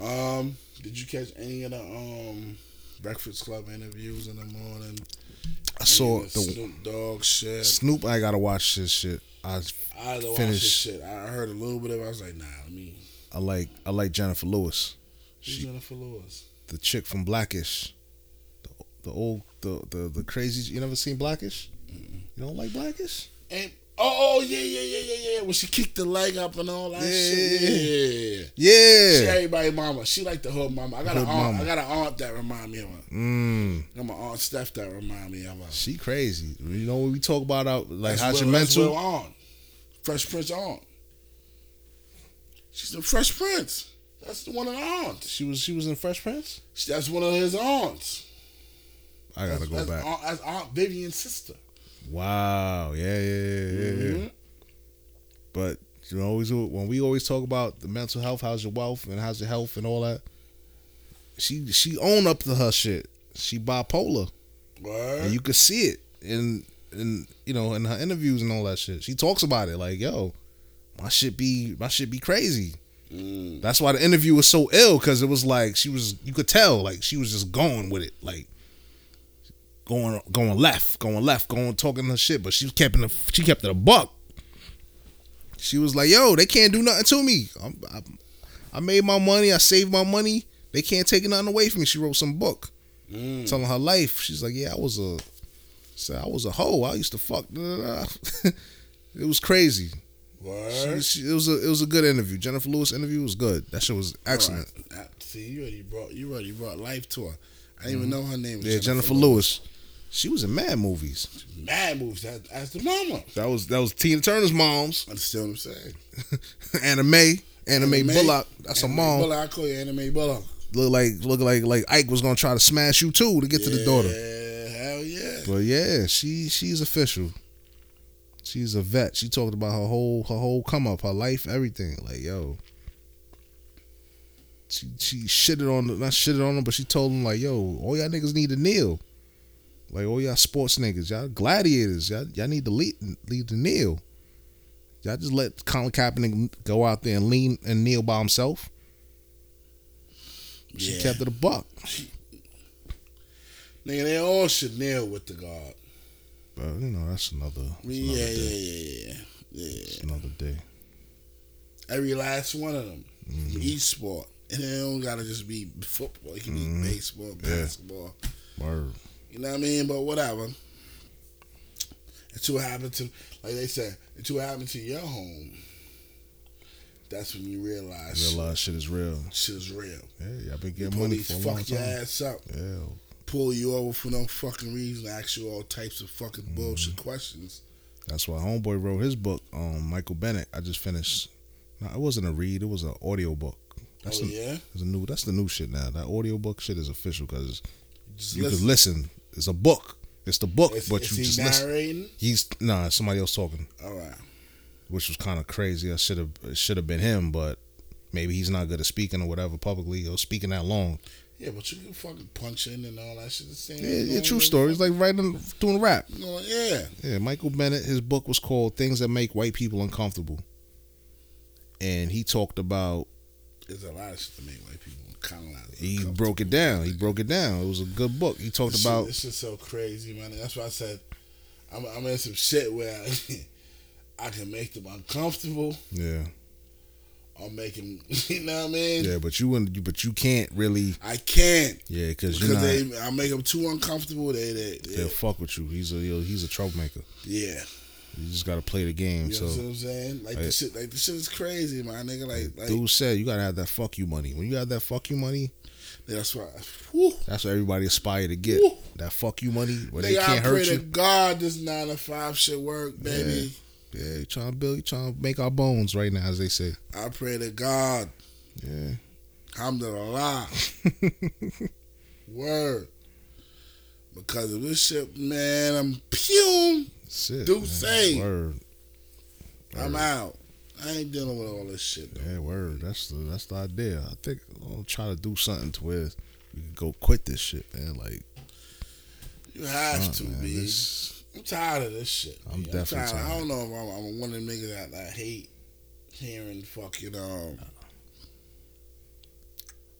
Um, did you catch any of the um Breakfast Club interviews in the morning?
I saw
Any of
the
Snoop Dogg shit.
Snoop. I gotta watch this shit. I
I had to watch
Finish.
this shit. I heard a little bit of. it. I was like, nah, let me.
I like I like Jennifer Lewis,
Who's
She-
Jennifer Lewis?
the chick from Blackish, the, the old the, the the crazy. You never seen Blackish? You don't like Blackish?
And oh, oh yeah, yeah, yeah, yeah, yeah. When she kicked the leg up and all that
Yeah,
shit.
yeah,
Yeah,
yeah.
yeah, yeah. She
Yeah.
everybody mama. She like the hood mama. I got
Hood
an aunt.
mama.
I got an aunt that remind me of her.
Mm,
I got my aunt Steph that remind me of her.
she crazy. You know when we talk about out like
That's
how's your
Will- that's
mental?
Will aunt. Fresh Prince aunt. She's the Fresh Prince. That's the one of the aunts.
She was she was in Fresh Prince.
She- That's one of his aunts.
I gotta go
that's
back.
Aunt, that's Aunt Vivian's sister.
Wow. Yeah, yeah, yeah, yeah, yeah.
Mhm.
But you always when we always talk about the mental health, how's your wealth and how's your health and all that. She she own up to her shit. She bipolar,
Word.
and you could see it in in you know in her interviews and all that shit. She talks about it like, yo, my shit be my shit be crazy.
Mm.
That's why the interview was so ill because it was like she was you could tell like she was just going with it like going going left going left going talking her shit but she was kept in the she kept it a buck. She was like, "Yo, they can't do nothing to me. I'm, I, I made my money. I saved my money. They can't take nothing away from me." She wrote some book
Mm.
telling her life. She's like, "Yeah, I was a, so I was a hoe. I used to fuck." da, da, da." it was crazy. She,
Word.
she, it was a it was a good interview. Jennifer Lewis interview was good. That shit was excellent.
All right. Uh, See, you already brought you already brought life to her. I didn't even know her name. was
Mm-hmm. Yeah, Jennifer Lewis. She was in mad movies.
Mad moves as, as the mama.
That was that was Tina Turner's mom's
Understand what I'm saying?
anime, anime, Bullock. That's
Anime
a mom.
Bullock. I call you anime Bullock.
Look like look like like Ike was gonna try to smash you too to get to the daughter.
Yeah, hell yeah.
But yeah, she she's official. She's a vet. She talked about her whole her whole come up, her life, everything. Like yo, she she shitted on not shitted on him, but she told him like yo, all y'all niggas need to kneel. Like all y'all sports niggas, y'all gladiators, y'all, y'all need to lead lead to kneel. Y'all just let Colin Kaepernick go out there and lean and kneel by himself. She
Yeah.
kept it a buck.
Nigga, they all should kneel with the God.
But you know that's another, that's
I mean,
another
yeah,
day.
yeah, yeah, yeah, yeah.
That's another day.
Every last one of them.
Mm-hmm.
from Each sport. And it don't gotta just be football. It can
Mm-hmm.
be baseball, basketball.
Word.
You know what I mean? But whatever. It's what happened to, like they said, it's what happened to your home. That's when you realize,
Realize shit is real.
shit is real.
Yeah, I've been
The
getting money
police
for a
fuck
long
your
time.
ass up,
Yeah,
pull you over for no fucking reason, ask you all types of fucking
Mm-hmm.
bullshit questions.
that's why Homeboy wrote his book. Um, Michael Bennett. I just finished. No, it wasn't a read. It was an audio book. That's
oh
the,
yeah,
that's the new. That's the new shit now. That audio book shit is official because
just
you can listen. It's a book. It's the book,
Is,
but
is
you
he
just listen.
narrating?
He's nah. it's Somebody else talking,
All right,
which was kind of crazy. I should have. It should have been him, but maybe he's not good at speaking or whatever publicly or speaking that long.
yeah, but you can fucking punch in and all that shit. The same.
Yeah, yeah true story. It's like writing, doing rap.
No, yeah,
Yeah, Michael Bennett, his book was called Things That Make White People Uncomfortable. And he talked about
there's a lot of shit to make white people colonize.
he broke it down. He broke it down. It was a good book. He talked
This shit-
about
this is so crazy, man. That's why I said I'm, I'm in some shit where I, can make them uncomfortable
Yeah.
or make them. You know what I mean?
Yeah, but you wouldn't you but you can't really
I can't
Yeah, cuz you're
because
not they,
they I make them too uncomfortable. They they, they-
will fuck with you. He's a yo, he's a troublemaker.
yeah.
You just gotta play the game.
You know what
so
I'm saying? Like
I-
the shit, like the shit is crazy, my nigga. Like, like
dude said you gotta have that fuck you money. When you got that fuck you money,
that's why. Whew,
that's what everybody aspire to get.
Woo.
That fuck you money where they
nigga, I
can't
pray
hurt
to
you.
God this nine to five shit work, baby.
yeah, you trying to build, you trying to make our bones right now, as they say.
I pray to God.
Yeah.
Alhamdulillah. Word. Because of this shit, man, I'm pew.
Shit.
Do
man.
say.
Word.
I'm out. I ain't dealing with all this shit. Though.
Yeah, word. That's the that's the idea. I think I'll try to do something to where we can go quit this shit, man. Like
You have
fuck,
to
man,
be.
this-
I'm tired of this shit.
I'm
B.
definitely
tired.
tired.
I don't know if I'm, I'm one of the niggas that, that hate hearing fucking um.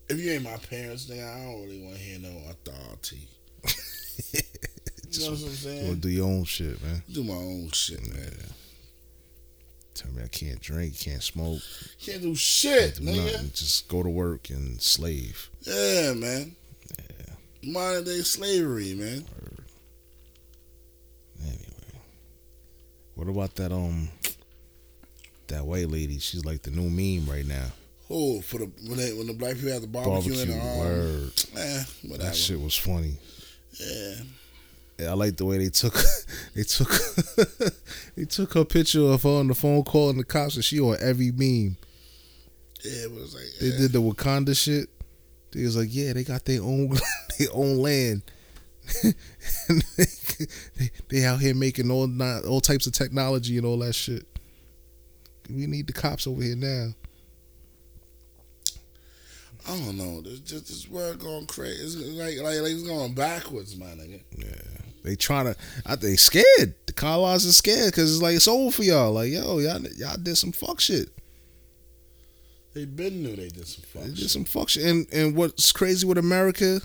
If you ain't my parents, nigga, I don't really want to hear no authority. you know what I'm
you wanna
saying?
do your own shit, man.
Do my own shit, man.
Tell me I can't drink, can't smoke,
Can't do shit,
do
nigga.
nothing. Just go to work and slave.
Yeah, man. Modern day slavery, man.
Anyway. What about that um that white lady? She's like the new meme right now.
Oh, for the when, they, when the black people had the barbecue,
Barbecue,
and all. Um,
word.
eh, whatever.
That shit was funny.
Yeah.
Yeah, I like the way they took they took they took her picture of her on the phone call and the cops and she on every meme.
Yeah, it was like
They
eh.
did the Wakanda shit. They was like, yeah, they got their own their own land. and they, they, out here making all ni- all types of technology and all that shit. We need the cops over here now.
I don't know. This just this world going crazy. It's like like like it's going backwards, my nigga.
They trying to, I they scared. The colonizers are scared because it's like it's over for y'all. Like yo, y'all y'all did some fuck shit.
They been knew they did some fuck
It's
shit.
just some fuck shit. And and what's crazy with America,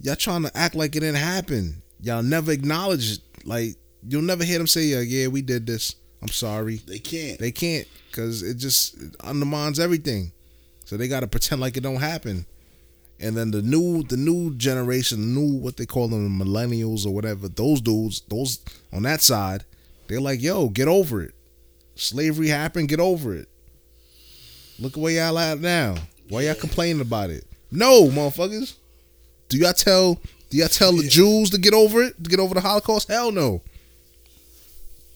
y'all trying to act like it didn't happen. Y'all never acknowledge it. Like you'll never hear them say, "Yeah, yeah, we did this. I'm sorry."
They can't.
They can't because it just undermines everything. So they got to pretend like it don't happen. And then the new the new generation, new what they call them, the millennials or whatever, those dudes, those on that side, they're like, "Yo, get over it. Slavery happened. Get over it. Look at where y'all at now. Why y'all complaining about it? No, motherfuckers. Do y'all tell do y'all tell the
Yeah.
Jews to get over it? To get over the Holocaust? Hell no.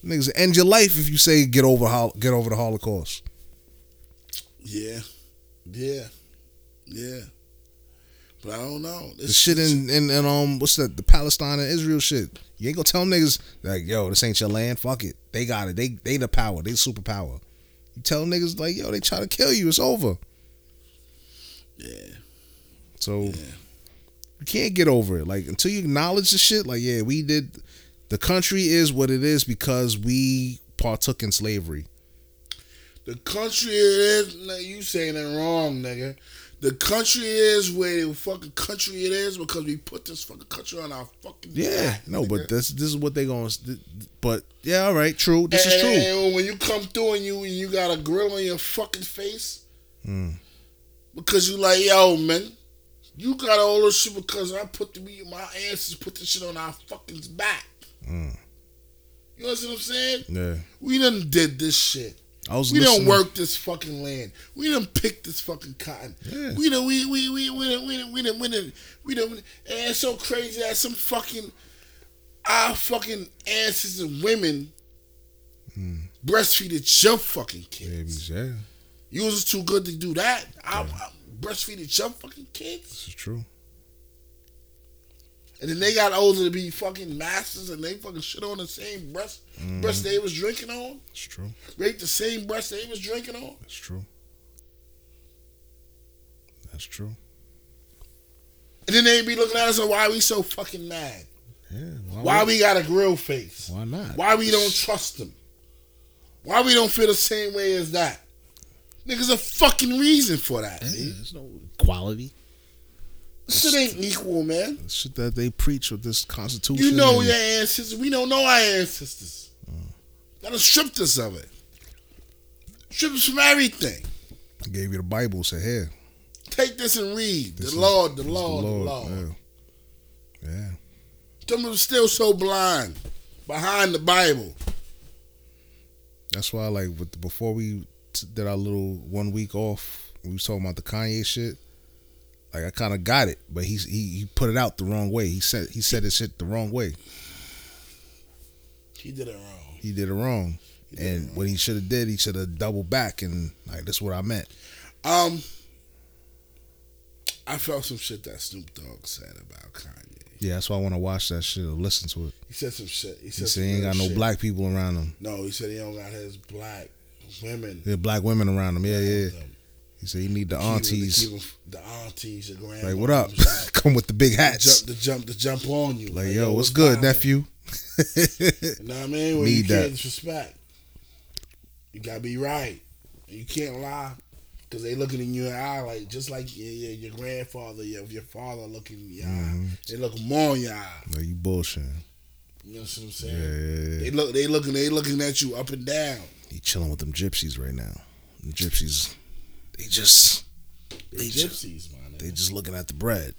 Niggas end your life if you say get over hol- get over the Holocaust.
Yeah, yeah, yeah. But I don't know.
The
This
shit in, in, in um what's that the Palestine and Israel shit. You ain't gonna tell them niggas like yo this ain't your land. Fuck it. They got it. They they the power. They the superpower. You tell them niggas like yo they try to kill you. It's over.
Yeah,
So
yeah.
you can't get over it. Like until you acknowledge the shit, like yeah, we did. The country is what it is because we partook in slavery.
The country it is. No, you saying it wrong, nigga. The country is where the fucking country it is because we put this fucking country on our fucking
Yeah,
back,
no,
nigga.
but this this is what they going. to But yeah, all right, true. This
and,
is true.
and when you come through and you and you got a grill on your fucking face
Mm.
because you like, yo, man, you got all this shit because I put the, me, my ancestors put this shit on our fucking back.
Mm.
You know what I'm saying?
Yeah,
We done did this shit.
I was.
We
listening.
done work this fucking land. We done pick this fucking cotton.
Yeah.
We done we we we we done we done we done we done we done. And it's so crazy that some fucking our fucking ancestors and women breastfeeded your fucking kids.
Hmm. Babies, yeah,
You was too good to do that. I, I breastfeeded your fucking kids,
this is true.
and then they got older to be fucking masters, and they fucking shit on the same breast
Hmm.
breast they was drinking on,
Mm, It's true.
raped the same breast they was drinking on.
That's true. That's true.
And then they be looking at us and why we so fucking mad?
Yeah.
Why we got a grill face?
Why not?
Why we don't trust them? Why we don't feel the same way as that? Niggas a fucking reason for that.
Yeah,
nigga.
there's no quality.
This shit ain't equal, man.
The shit that they preach with this Constitution.
You know
and-
your ancestors. We don't know our ancestors.
Mm.
That'll strip us of it. Strip us from everything.
Gave you the Bible. Said here.
Take this and read.
This is-
the Lord, the
this is
Lord, the Lord.
Yeah. yeah.
Them are still so blind behind the Bible.
That's why, like, with before we t- did our little one week off, we was talking about the Kanye shit. Like, I kind of got it, but he, he he put it out the wrong way. He said he said his shit the wrong way.
He did it wrong.
He did it wrong. and what he should have did, he should have doubled back and like this is what I meant.
Um, I felt some shit that Snoop Dogg said about Kanye.
Yeah, that's why I want to watch that shit or listen to it.
He said some shit. He
He said
said, some
he ain't
real
got no
shit.
black people around him.
No, he said he don't got his black women.
Yeah, black women around him. Yeah, yeah. He said he need the
The,
aunties.
the aunties, the grandmas.
Like, what up? Come with the big
The jump,
hats.
the jump, the jump on you.
Like, yo, what's good,
poppin'?
nephew?
You know what I mean? When
Need
you can't
that.
disrespect, you gotta be right. You can't lie because they looking in your eye like just like your, your, your grandfather, your, your father looking in your
Mm-hmm.
eye. They look more in your eye.
No, you bullshitting.
You know what I'm
Yeah,
saying?
yeah, yeah.
They look, they looking, they looking at you up and down.
He chilling with them gypsies right now. The gypsies, they just
They
They ju-
gypsies, man.
they just looking at the bread.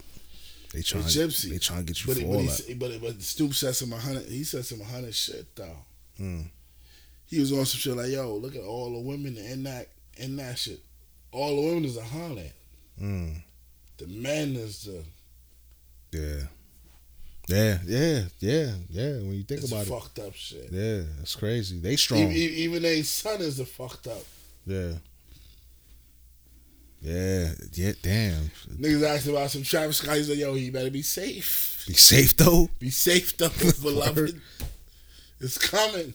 They trying
gypsy.
they trying to get you
But
for
he,
all
but, he,
that.
s- but but Stoop said some hundred. He said some hundred shit though.
Mm.
He was on some shit like, "Yo, look at all the women in that in that shit. All the women is a hundred.
Mm.
The men is the
Yeah, yeah, yeah, yeah, yeah. When you think
is
about it,
fucked up shit.
yeah, that's crazy. They
E-
strong.
e- Even their son is the fucked up.
Yeah, yeah, yeah. Damn,
Niggas asked about some Travis Scott. He's like, "Yo, he better be safe.
be safe though.
Be safe though, beloved. It's coming."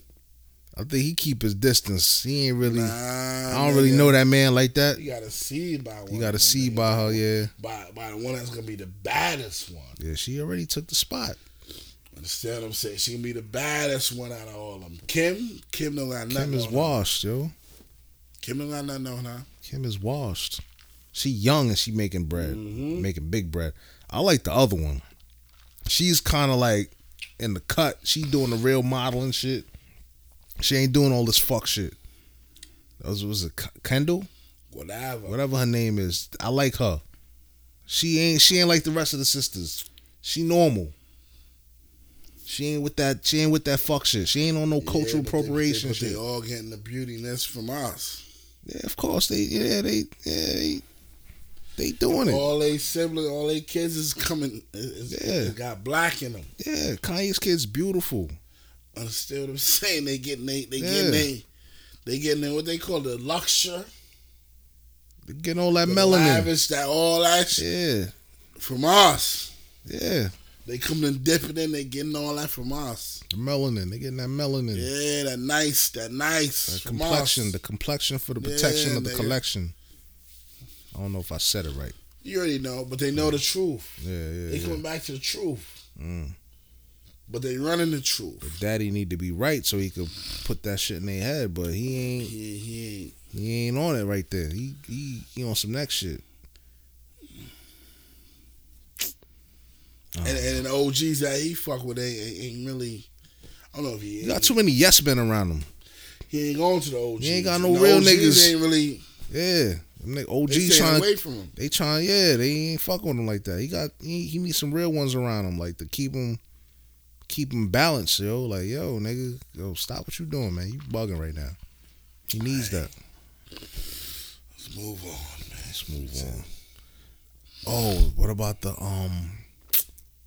I think he keep his distance. He ain't really.
Nah,
I don't really
nigga.
know that man like that.
You gotta see by one.
You got to
of
see
them,
by
nigga.
her. Yeah,
by by the one that's gonna be the baddest one.
yeah. She already took the spot.
Understand what I'm saying? She gonna be the baddest one out of all of them. Kim, Kim don't got nothing.
Kim is
on her.
washed, yo.
Kim don't got nothing on her.
Kim is washed. She young and she making bread,
Mhm.
making big bread. I like the other one. She's kind of like in the cut. She doing the real modeling shit. She ain't doing all this fuck shit. That was was it K- Kendall,
Whatever.
whatever her name is. I like her. She ain't she ain't like the rest of the sisters. She normal. She ain't with that. She ain't with that fuck shit. She ain't on no
Yeah,
cultural
but they-
appropriation
they, but
shit.
They all getting the beautiness from us.
Yeah, of course they. Yeah, they. Yeah, they. They doing it.
All they siblings, all they kids is coming. Is,
Yeah.
yeah, got black in them.
Yeah, Kanye's kid's beautiful.
Understand what I'm saying? They getting they they
Yeah.
getting they they getting they, what they call the luxure,
They Getting all that
the
melanin.
lavish, that all that shit
Yeah,
from us.
yeah.
They coming and dipping in. They getting all that from us.
The melanin. They getting that melanin.
Yeah, that nice, that nice
The
from
complexion,
us.
the complexion for the protection
Yeah,
of the
nigga.
collection. I don't know if I said it right.
you already know, but they know the truth.
Yeah, yeah.
They
yeah.
coming back to the truth,
Mm.
but they running the truth.
But daddy need to be right so he could put that shit in their head, but he ain't
Yeah, he ain't.
he ain't on it right there. He he he on some next shit.
And,
Uh-huh.
and the OGs that he fuck with ain't, ain't- ain't really. I don't know if he
You
ain't.
got too many yes men around him.
He ain't going to the OGs.
He ain't got
And
no
the
real
OGs
niggas.
Ain't really.
Yeah. Them nigga
They
OGs
staying
trying
away from him.
they trying yeah, they ain't fucking with him like that. He got he, he needs some real ones around him, like to keep him keep him balanced, yo. Like, yo, nigga, yo, stop what you doing, man. You bugging right now. He needs that.
Let's move on, man.
Let's move on. Oh, what about the um?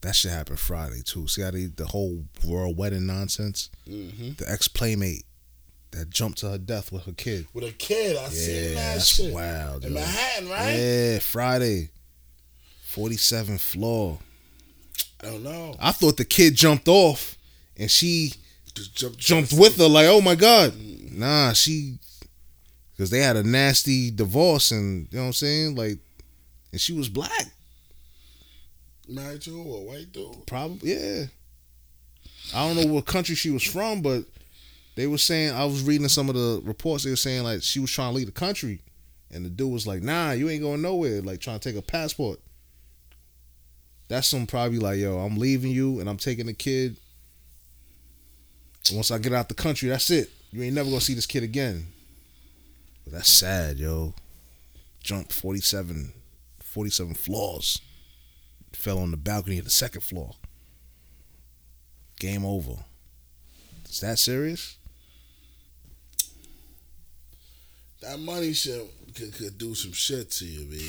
That shit happened Friday too. See how they the whole world wedding nonsense.
Mm-hmm.
The ex playmate that jumped to her death with her kid.
With a kid, I
Yeah,
seen that
that's
shit
wild.
in
yo.
Manhattan, right?
Yeah, Friday, forty seventh floor.
I don't know.
I thought the kid jumped off, and she
Just jump,
jumped with her. Like, oh my god, nah, she, because they had a nasty divorce, and you know what I'm saying, like, and she was black.
Married to a white dude.
Probably, yeah. I don't know what country she was from, but they were saying I was reading some of the reports. They were saying like she was trying to leave the country, and the dude was like, "Nah, you ain't going nowhere." Like trying to take a passport. That's some probably like, "Yo, I'm leaving you, and I'm taking the kid. And Once I get out the country, that's it. You ain't never gonna see this kid again." But that's sad, yo. Jump 47, 47 floors fell on the balcony of the second floor. Game over. Is that serious?
That money shit could, could do some shit to you, man.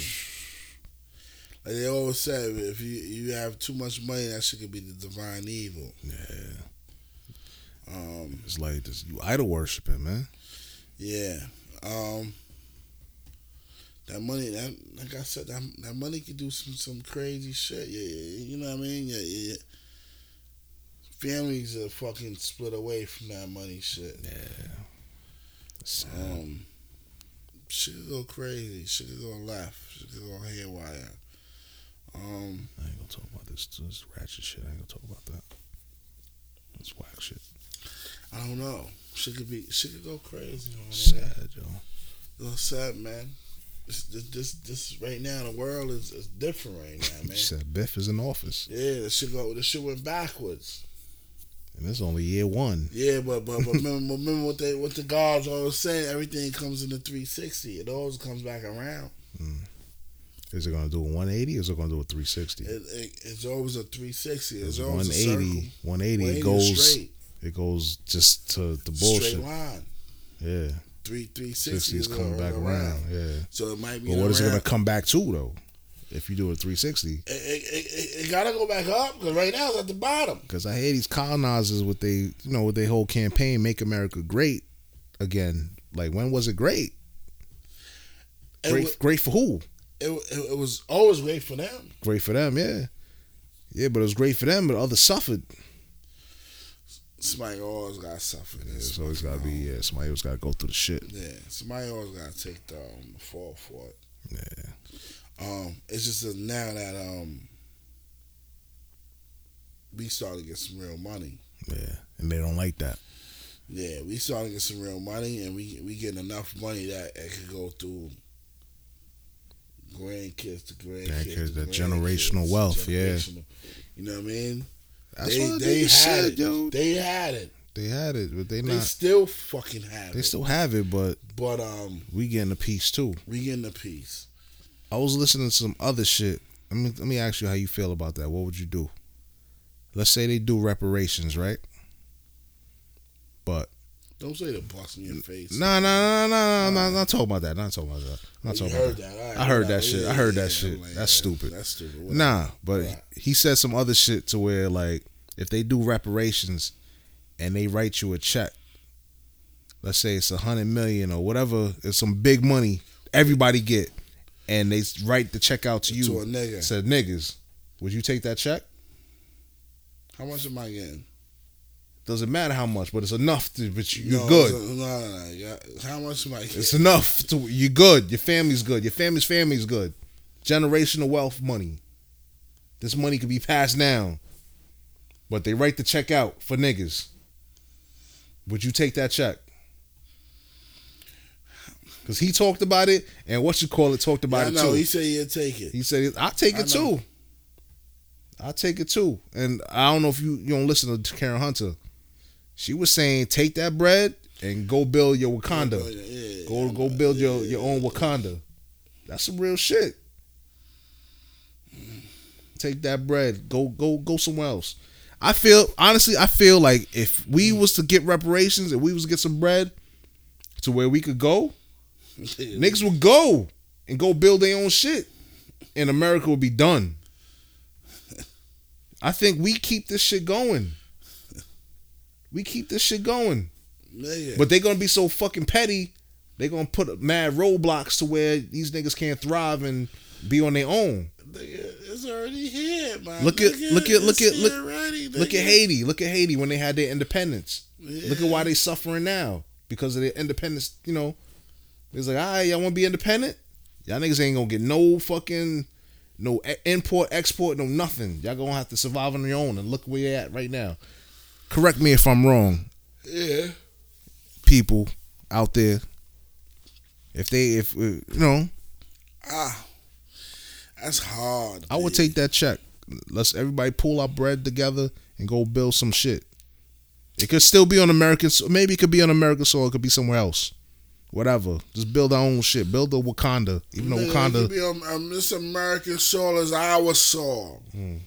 Like they always say, if you you have too much money, that shit could be the divine evil.
Yeah.
Um,
It's like this, you idol worshiping, man.
yeah. Um, that money, that like I said, that, that money could do some some crazy shit. Yeah, yeah, you know what I mean. Yeah, yeah. Families are fucking split away from that money shit.
Yeah. Mm. Sad.
Um, she could go crazy. She could go left. She could go haywire. Um,
I ain't gonna talk about this. This ratchet shit. I ain't gonna talk about that. This whack shit.
I don't know. She could be. She could go crazy. On that.
Sad, yo.
It's sad, man. This, this, this, this right now, the world is, is different right now,
She
man.
said Biff is in office,
yeah, this shit go. This shit went backwards.
and it's only year one.
Yeah, but but, but remember, remember what they what the guards always say. Everything comes in the three sixty. It always comes back around.
Is it gonna do a 180 or is it gonna do a 360?
It, it, it's always a three sixty. It's always a
180,
circle.
180
180
it goes
straight,
it goes just to the
straight
bullshit.
line.
Yeah.
Three three
60
sixty
is coming back around. Yeah.
So it might be.
But what is it
around-
going to come back to though? If you do a 360,
It, it, it, it gotta go back up because right now it's at the bottom.
because I hear these colonizers with they, you know, with their whole campaign, "Make America Great Again." Like, when was it great?
It,
Great,
wa-
great for who?
it, it, it was always great for them.
Great for them, yeah, yeah. But it was great for them, but others suffered.
Somebody always got to suffer.
Yeah, it's always got to be yeah. Somebody always got to go through the shit.
Yeah, somebody always got to take the, um, the fall for it.
Yeah,
Um, it's just that now that um, we started to get some real money.
yeah. And they don't like that.
Yeah, we started to get some real money, and we we getting enough money that it could go through grandkids to grandkids.
Grandkids,
to
that generational
grandkids,
wealth, yeah.
generational. you know what I mean.
That's
they,
what
they
they
had
said,
it.
yo.
They had it.
They had it, but they
They
not.
still fucking have
They
it.
still have it, but
but um,
we getting a piece too.
we getting a piece.
I was listening to some other shit. Let me let me ask you how you feel about that. What would you do? Let's say they do reparations, right? But
Don't say the box in your face.
Nah, nah, nah, nah, nah. nah not talking about that. Not talking about that. Not
You
talking about
heard that.
that.
all right.
I heard
Yeah,
that shit. I
yeah,
heard
yeah.
that shit.
I'm like,
That's
yeah,
stupid.
That's stupid. Whatever.
Nah, but
Right.
he said some other shit to where like if they do reparations and they write you a check, let's say it's a hundred million or whatever, it's some big money everybody get, and they write the check out to you.
To a nigga.
Said niggas, would you take that check?
How much am I getting?
Doesn't matter how much, but it's enough. To, but you,
No,
you're good.
it's a- No, no, no. yeah. How much am I getting?
It's enough to you good. Your family's good. Your family's family's good. Generational wealth money. This money could be passed down. But they write the check out for niggas. Would you take that check? Cause he talked about it, and what you call it talked
I
about it
know.
too.
He said he'd take it.
He said, "I take
I
it
know.
too. I take it too." And I don't know if you you don't listen to Karen Hunter. She was saying, "Take that bread and go build your Wakanda.
Oh, Yeah.
Go go build your your own Wakanda. That's some real shit. Take that bread. Go go go somewhere else. I feel honestly, I feel like if we was to get reparations, if we was to get some bread to where we could go, niggas would go and go build their own shit, and America would be done. I think we keep this shit going. We keep this shit going.
Nigga.
But they're gonna be so fucking petty. They're gonna put mad roadblocks to where these niggas can't thrive and be on their own.
Nigga, it's already here, man.
Look at-
Nigga,
look at- look
it's
at- look-
here already,
Look at
nigga.
Haiti. Look at Haiti when they had their independence.
Yeah.
Look at why they suffering now because of their independence. You know, it's like, all right, y'all want to be independent? Y'all niggas ain't gonna get no fucking no e- import, export, no nothing. Y'all gonna have to survive on your own. And look where you're at right now. Correct me if I'm wrong.
Yeah.
people out there if they if uh, you know
Ah. That's hard.
i would
nigga.
take that check let's everybody pull our bread together and go build some shit it could still be on american so- maybe it could be on american soil it could be somewhere else whatever just build our own shit build a wakanda even though
Nigga, it
wakanda
could be, um, um, this American soil is our soil.
Hmm.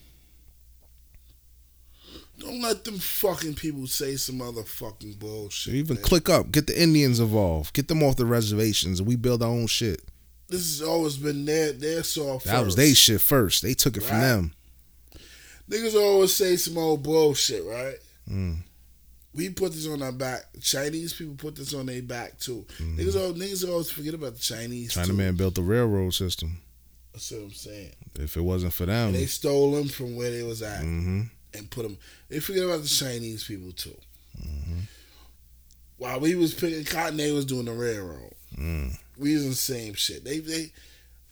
Don't let them fucking people say some other fucking bullshit.
even
man.
click up get the indians involved get them off the reservations and we build our own shit
this has always been their their soil.
that was
first.
they shit first they took it from
Right.
them
Niggas always say some old bullshit, right?
Mm.
We put this on our back. Chinese people put this on their back too.
Hmm.
Niggas, always, niggas always forget about the Chinese. too.
chinaman built the railroad system
That's what I'm saying.
if it wasn't for them
And they stole them from where they was at
hmm
and put them. They forget about the Chinese people too. While we was picking cotton, they was doing the railroad.
Mm.
We was in the same shit. They they.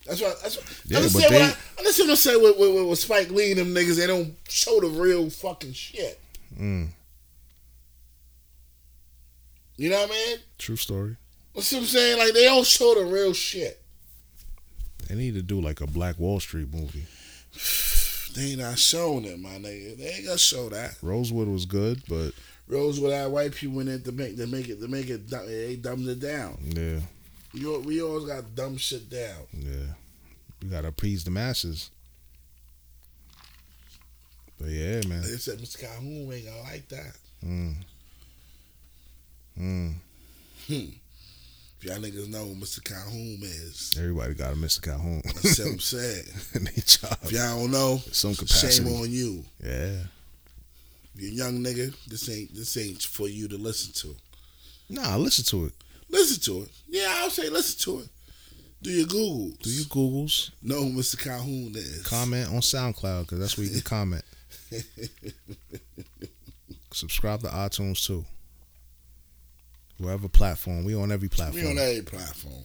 That's why. That's why.
Yeah,
I just
but
said
they-
what I, I just want to say with, with, with, with Spike Lee and them niggas. They don't show the real fucking shit.
Mm.
You know what I mean?
true story
What's what I'm saying? Like they don't show the real shit.
They need to do like a Black Wall Street movie.
They not showing it, my nigga. They ain't gonna show that.
Rosewood was good, but
Rose with that white people in it to make to make it to make it dumb, they dumbed it down.
yeah,
You we always got dumb shit down.
yeah, you gotta appease the masses. But yeah, man.
They said Mr. Calhoun ain't gonna like that.
Mm. Mm.
If y'all niggas know who Mr. Calhoun is.
Everybody got a Mr. Calhoun
That's what I'm saying.
in their job,
If y'all don't know,
some
shame
capacity.
on you.
Yeah.
If you're a young nigga, this ain't this ain't for you to listen to.
Nah, listen to it.
Listen to it. Yeah, I'll say listen to it. Do your Googles.
Do your Googles.
know who Mr. Calhoun is?
Comment on SoundCloud because that's where you can comment. Subscribe to iTunes too. Wherever platform, we on every
We on
platform.
every platform.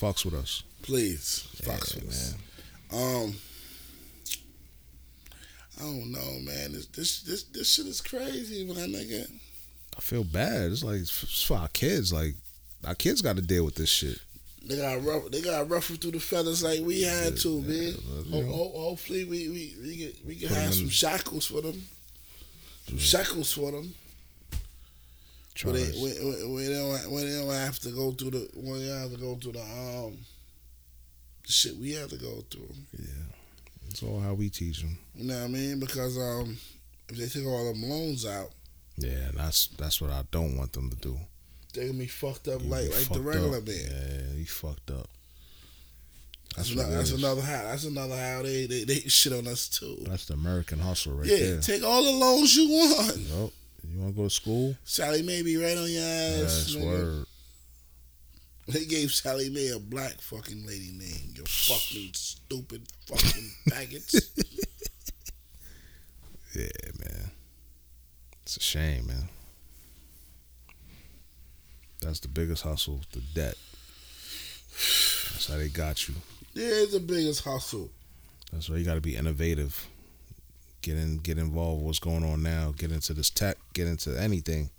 Fucks with us.
Please. Fox
Yeah,
with us. Um I don't know, man. This this this, this shit is crazy, my nigga.
I feel bad. It's like it's for our kids. Like our kids got to deal with this shit.
They got rough they got ruffled through the feathers like we had to, man.
but, you
Ho-
know.
ho- hopefully we we we get we can
Put 'em
have
in-
some shackles for them. Some shackles for them. Where
Trying
they,
to-
where, where, where they don't where they don't have to go through the where they don't have to go through the um the shit we have to go through.
yeah, it's all how we teach them.
You know what I mean? Because um, if they took all them loans out,
Yeah, and that's that's what I don't want them to do.
They're gonna be fucked up
You
like like
fucked
the regular
up.
man.
Yeah, he fucked up. That's
That's, ano-
what it
that's
is.
another how. That's another how they, they they shit on us too.
That's the American hustle right
yeah,
there.
take all the loans you want.
Yup. You want to go to school?
Sally Mae be right on your ass.
Yes,
nigga.
word.
They gave Sally Mae a black fucking lady name. You fucking stupid fucking faggots.
Yeah, man. It's a shame, man. That's the biggest hustle, the debt. That's how they got you.
yeah, it's the biggest hustle.
That's why you got to be innovative. Get in, get involved. With what's going on now? Get into this tech. Get into anything,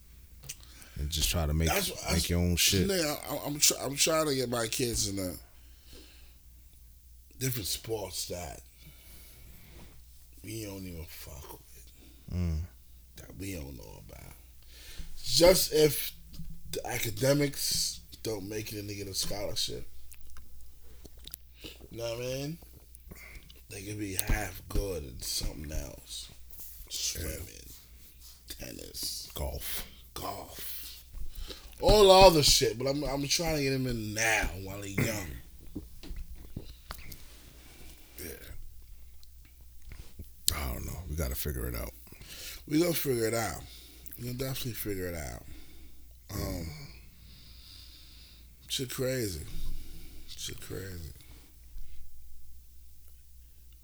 and just try to make
That's-
make
that's-
your own shit.
Nigga, I, I'm try, I'm trying to get my kids in a different sports that we don't even fuck with.
Mm.
That we don't know about. Just if the academics don't make it and they get a scholarship. Know what I mean? They could be half good in something else. Swimming, tennis
Golf.
golf, all the other shit. But I'm I'm trying to get him in now while he's young.
I don't know. We got to figure it out.
We gonna figure it out. We gonna definitely figure it out. Um, shit crazy, shit crazy.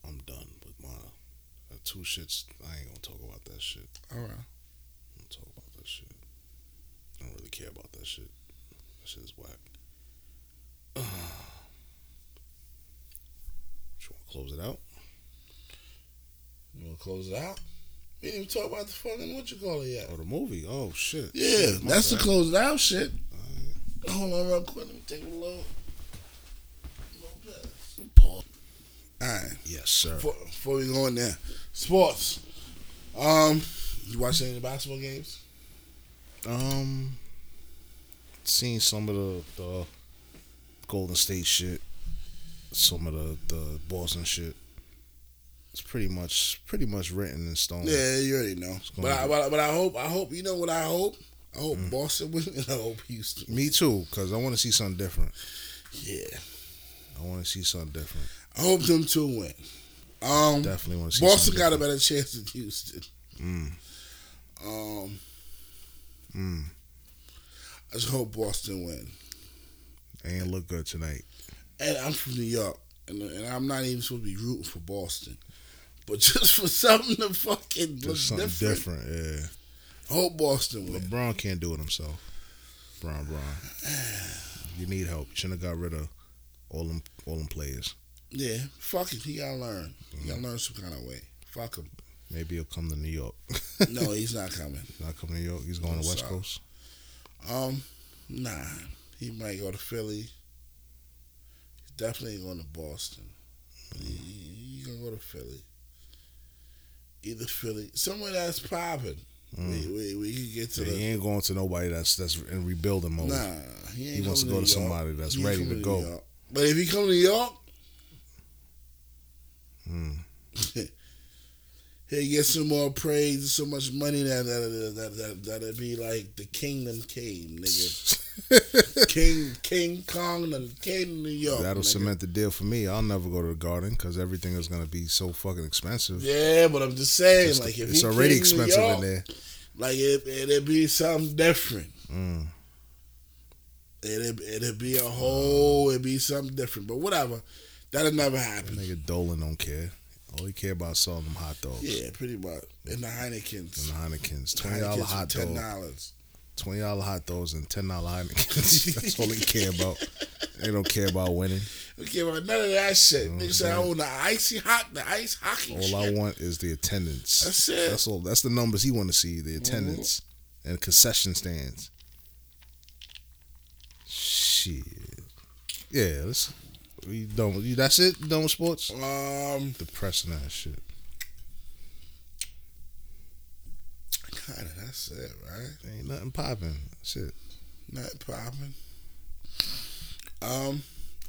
I'm done with my uh, two shits. I ain't gonna talk about that shit.
All right.
I don't talk about that shit. I don't really care about that shit. That shit is whack. Just want to close it out.
You wanna close it out? We didn't even talk about the fucking what you call it yet.
Oh, the movie. Oh shit.
Yeah,
Shit, my
that's the
bad.
close it out shit.
Alright.
Hold on, real quick. Let me take a little. All right.
Yes, sir.
Before, before we go in there, sports. Um, you watch any of the basketball games?
Um, seen some of the, the Golden State shit, some of the the Boston shit. It's pretty much pretty much written in stone.
Yeah, you already know.
going
But
on?
I,
Mm.
but, I, but I hope I hope you know what I hope. I hope Boston wins and I hope Houston.
Me too, cause I want to see something different.
Yeah,
I want to see something different.
I hope them two win. Um,
Definitely want to see.
Boston
something
got a
different.
better chance than Houston. Um,
Mm.
I just hope Boston win.
They ain't look good tonight.
And I'm from New York, and, and I'm not even supposed to be rooting for Boston, but just for something to fucking look
Just something
different.
different.
I hope Boston
Yeah.
win.
LeBron can't do it himself. Bron, Bron. You need help. You shouldn't have got rid of all them all them players.
Yeah, fuck it. He gotta learn. He
Mm.
gotta learn some kind of way. Fuck him.
Maybe he'll come to New York.
No, he's not coming.
Not coming to New York. He's going to
I'm
West
sorry.
Coast.
Um, nah, he might go to Philly. He's definitely going to Boston. He, he- he gonna go to Philly. Either Philly, somewhere that's popping.
Mm.
We, we we can get to
Yeah,
the
he ain't going to nobody that's that's in rebuilding mode.
nah. He, ain't
He wants to go
coming
to
New York.
somebody that's
He ain't
ready to
coming New
go.
York. But if he come to New York,
Mm.
he'll get some more praise and so much money that that that that that will be like the kingdom came, nigga. King King Kong and came to New York.
That'll
Oh, nigga.
cement the deal for me. I'll never go to the Garden because everything is going to be so fucking expensive.
Yeah, but I'm just saying,
It's-
like, if
it's
he
already
came to
expensive
York,
in there.
Like, it, it'd be something different.
Mm.
It'd, it'd be a whole, it'd be something different. But whatever, that'll never happen.
Nigga Dolan don't care. All he care about is selling them hot dogs
Yeah, pretty much. And the
and
Heinekens,
the Heinekens.
The
Twenty dollar
Heinekens
hot
for ten
dog.
dollars.
Twenty dollar hot dogs and ten dollar Heinekens. That's all they care about. They don't care about winning.
Okay, but none of that shit.
know what I'm
Nigga said I
saying?
own the icy hot, the ice hockey.
All
shit.
I want is the attendance.
That's it.
That's all. That's the numbers he want to see. The attendance and concession stands. Shit. Yeah. Let's. You done? with- You, that's it. You done with sports?
Um,
Depressing ass shit.
kind of. That's it, right?
Ain't nothing popping. Shit.
Not popping. Um,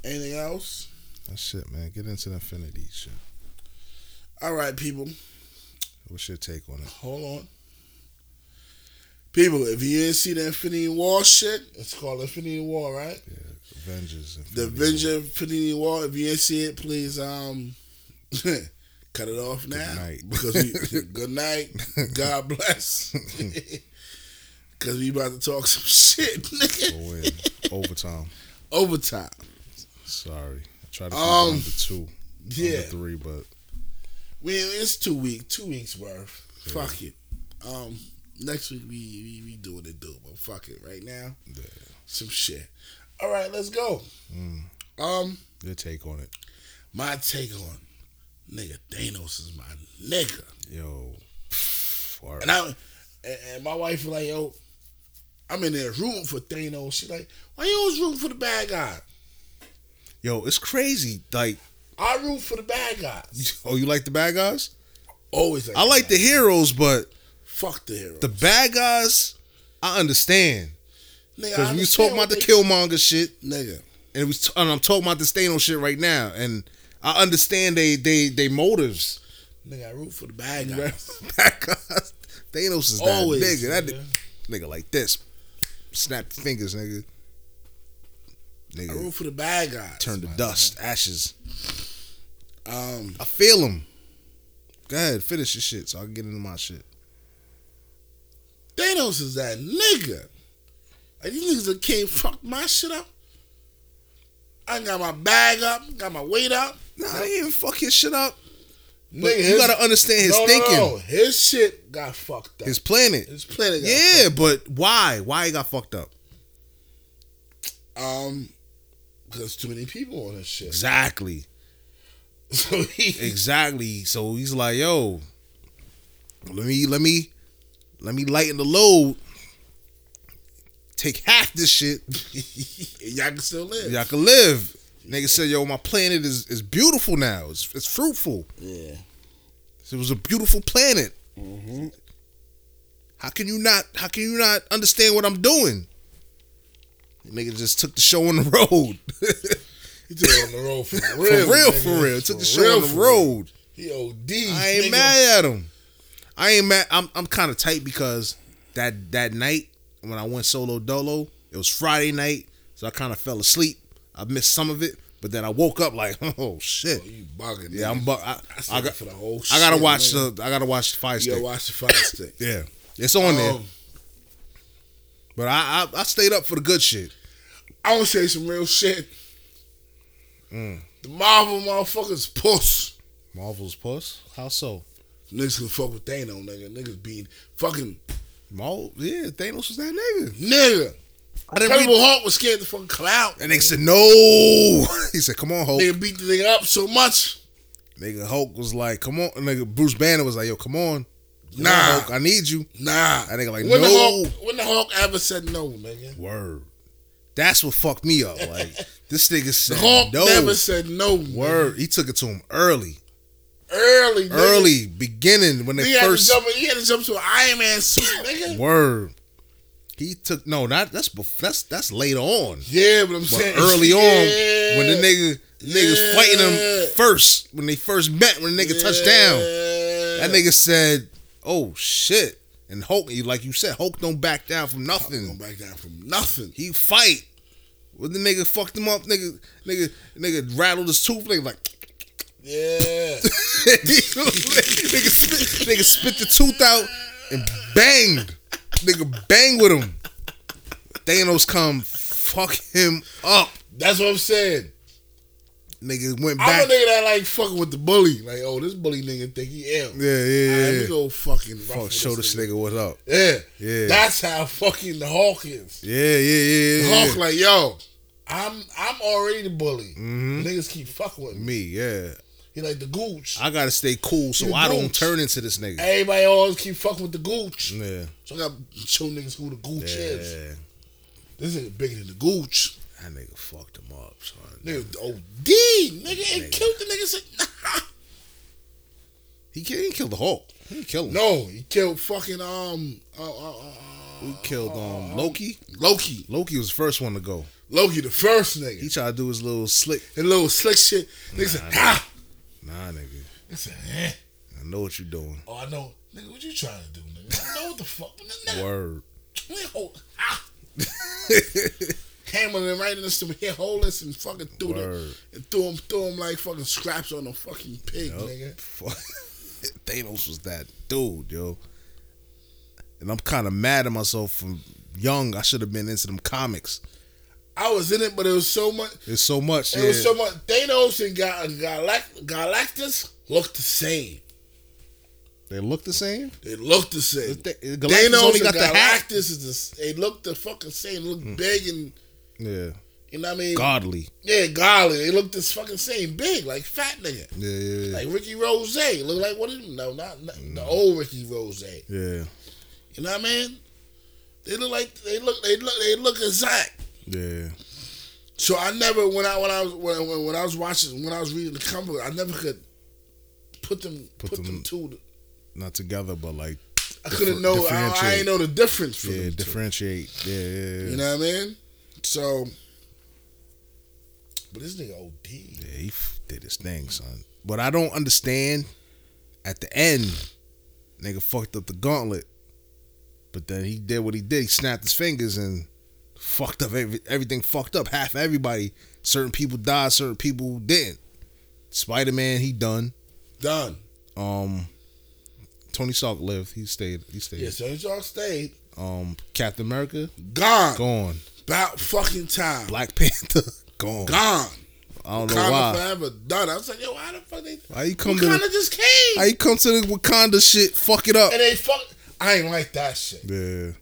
anything else?
That's shit, man. Get into the infinity shit.
All right, people.
What's your take on it?
Hold on. People, if you didn't see the Infinity War shit, it's called Infinity War, right?
Avengers. and
The Avenger Infinity War. If you didn't see it, please um cut it off now
night.
because we, good night. God bless. Because we about to talk some shit, nigga.
Go in. Overtime.
Overtime.
Sorry. I tried to keep
Um,
it under two.
yeah.
Under three, but
We it's two week, two weeks worth. Fuck it. Um, next week we we, we do what it do, but fuck it. Right now,
yeah. Mm.
some shit. All right, let's go. Um,
your take on it.
my take on nigga Thanos is my nigga,
Yo. All right.
and I and, and my wife was like yo, I'm in there rooting for Thanos. She like, why you always rooting for the bad guy?
Yo, it's crazy. Like,
I root for the bad guys.
oh, you like the bad guys?
Always. Like
I like the heroes, but
fuck the hero.
the bad guys, I understand.
Nigga, I
Because we was
understand
talking
what
about the
they-
Killmonger shit,
nigga.
and it was, and I'm talking about the Thanos shit right now, and I understand they they they motives.
Nigga, I root for the bad
Bad
guys.
guys, Thanos is that
Always,
nigga. That
nigga.
nigga like this, snap your fingers, nigga.
I
Nigga,
root for the bad guys.
turn to dust, ashes.
Um,
I feel him. Go ahead, finish your shit, so I can get into my shit.
Thanos is that nigga. Like, these niggas that can't fuck my shit up. I got my bag up, got my weight up.
Nah, they didn't fuck his shit up. But
Nigga,
you
his-
gotta understand his
No, no,
thinking,
no. His shit got fucked up.
his
His,
planet.
planet got
yeah, but why? Why he got fucked up?
fucked up. Um, because too many people on his shit.
Exactly.
So he,
Exactly. So he's like, yo, let me let me let me lighten the load. Take half this shit.
y'all can still live.
Y'all can live. Nigga said, yo, my planet is, is beautiful now. It's, it's fruitful.
Yeah.
It was a beautiful planet.
Mm-hmm.
How can you not how can you not understand what I'm doing? Nigga just took the show on the road.
He took it on the road for real.
for real,
nigga.
for real. Took the
For
show
real,
on the
for real.
road.
He OD.
I ain't
nigga.
mad at him. I ain't mad. I'm I'm kind of tight because that that night when I went solo dolo, it was Friday night, so I kind of fell asleep. I missed some of it, but then I woke up like, oh shit.
You bugging.
Yeah, I'm. Bu- I, I, got.
for the whole.
I gotta
shit,
watch
nigga.
the. I gotta watch the fire
You
stick.
gotta watch the fire stick.
yeah, it's on there.
Um,
But I, I I stayed up for the good shit.
I want to say some real shit.
mm.
The Marvel motherfuckers puss.
Marvel's puss. How so?
Niggas can fuck with Thanos, nigga. Niggas being fucking
Marvel. Yeah, Thanos was that nigga.
nigga.
I didn't read-
Incredible Hulk was scared to fucking clout.
and they said no. he said, "Come on, Hulk."
Nigga beat the nigga up so much.
Nigga Hulk was like, come on. Nigga Bruce Banner was like, yo, come on. Come
Nah.
on, Hulk, I need you.
Nah.
That nigga like, no.
when The Hulk, when the Hulk ever said no, nigga.
Word. That's what fucked me up. Like, this nigga
The
said
Hulk
no.
never said no.
Word. He took it to him early.
Early, nigga.
Early, beginning, when they
He had,
first.
to jump, he had to jump to an Iron Man suit, nigga.
Word. He took, no, not, that's, bef- that's, that's later on.
Yeah, but I'm
But
saying
early on,
Yeah.
when the nigga, niggas
Yeah.
fighting him first, when they first met, when the nigga touched down.
Yeah.
That nigga said, "Oh shit!" And Hulk, you- like you said, Hulk don't back down from
Don't
nothing.
back down from nothing.
He fight. Well, the nigga fucked him up. Nigga, nigga, nigga rattled his tooth. Nigga like,
Yeah.
nigga, spit, nigga spit the tooth out and banged. Nigga bang with him. Thanos come fuck him up.
That's what I'm saying.
Nigga went
I'm
back.
a nigga that like fucking with the bully. Like, oh, this bully nigga think he ill.
Yeah, yeah,
Alright,
yeah.
let me go fucking ruffle
Fuck, Oh, show this nigga what's up.
Yeah.
Yeah.
That's how fucking the Hulk is.
Yeah, yeah, yeah,
The
yeah. yeah.
Hulk like, yo, I'm I'm already the bully.
Mm-hmm.
Niggas keep fucking with me.
Me, yeah.
He like the gooch.
I gotta stay cool so
You
I don't
goats.
turn into this nigga.
Everybody always keep fucking with the gooch.
Yeah.
So I gotta show niggas who the gooch is.
Yeah.
This nigga bigger than the gooch.
That nigga fucked him up, son.
Nigga OD. Nigga and killed the nigga. Said, nah.
He can't he killed the Hulk. He didn't kill him.
No, he killed fucking um uh, uh, uh,
He killed um Loki.
Loki.
Loki was the first one to go.
Loki, the first
He
nigga.
tried to do his little slick.
And little slick shit. Nigga said, ah.
Nah, nigga.
I said, eh.
I know what you doing.
Oh, I know. Nigga, what you trying to do, nigga? I know what the fuck. Nigga, nigga,
Word.
nigga, ah. Hammering him right into some hit holes and fucking threw them,
Word.
and threw him, threw him like fucking scraps on a fucking pig, nigga.
Oh. Fuck. Thanos was that dude, yo. And I'm kind of mad at myself from young. I should have been into them comics.
I was in it, but it was so much.
There's so much.
It
yeah.
was so much. Thanos and Gal- Galact- Galactus looked the same.
they look the same.
They looked the same.
Th-
Thanos
Galactus only got
and
the hat.
Galactus is the, s- they look the fucking same. They look
Hmm.
big and
Yeah,
you know what I mean.
godly.
Yeah, golly, they look this fucking same big like fat nigga.
Yeah, yeah, yeah.
Like Ricky Rose, look like what? Is, no, not, not
Hmm.
the old Ricky Rose.
yeah,
You know what I mean? They look like they look they look they look exact.
yeah.
So I never when I when I was when, when, when I was watching when I was reading the comic, book, I never could put them put,
Put
them,
them-
two.
Not together, but like
I
Differ-
couldn't know. I, I
differentiate.
ain't know the difference. From
yeah,
them two.
differentiate. Yeah, yeah, yeah.
You know what I mean? So, but this nigga OD.
Yeah, he f- did his thing, son. But I don't understand. At the end, nigga fucked up the gauntlet. But then he did what he did. He snapped his fingers and fucked up every, everything. Fucked up half everybody. Certain people died. Certain people didn't. Spider Man, he done.
Done.
Um, Tony Stark lived. He stayed. He stayed.
Yeah, so y'all stayed.
Um, Captain America
Gone.
gone.
About fucking time.
Black Panther gone.
Gone.
I don't know
Wakanda
why.
forever done. I was like, yo, why the fuck they
Why you come to
Wakanda
the,
just
how
came?
you come to the Wakanda shit? Fuck it up.
And they fuck. I ain't like that shit.
Yeah.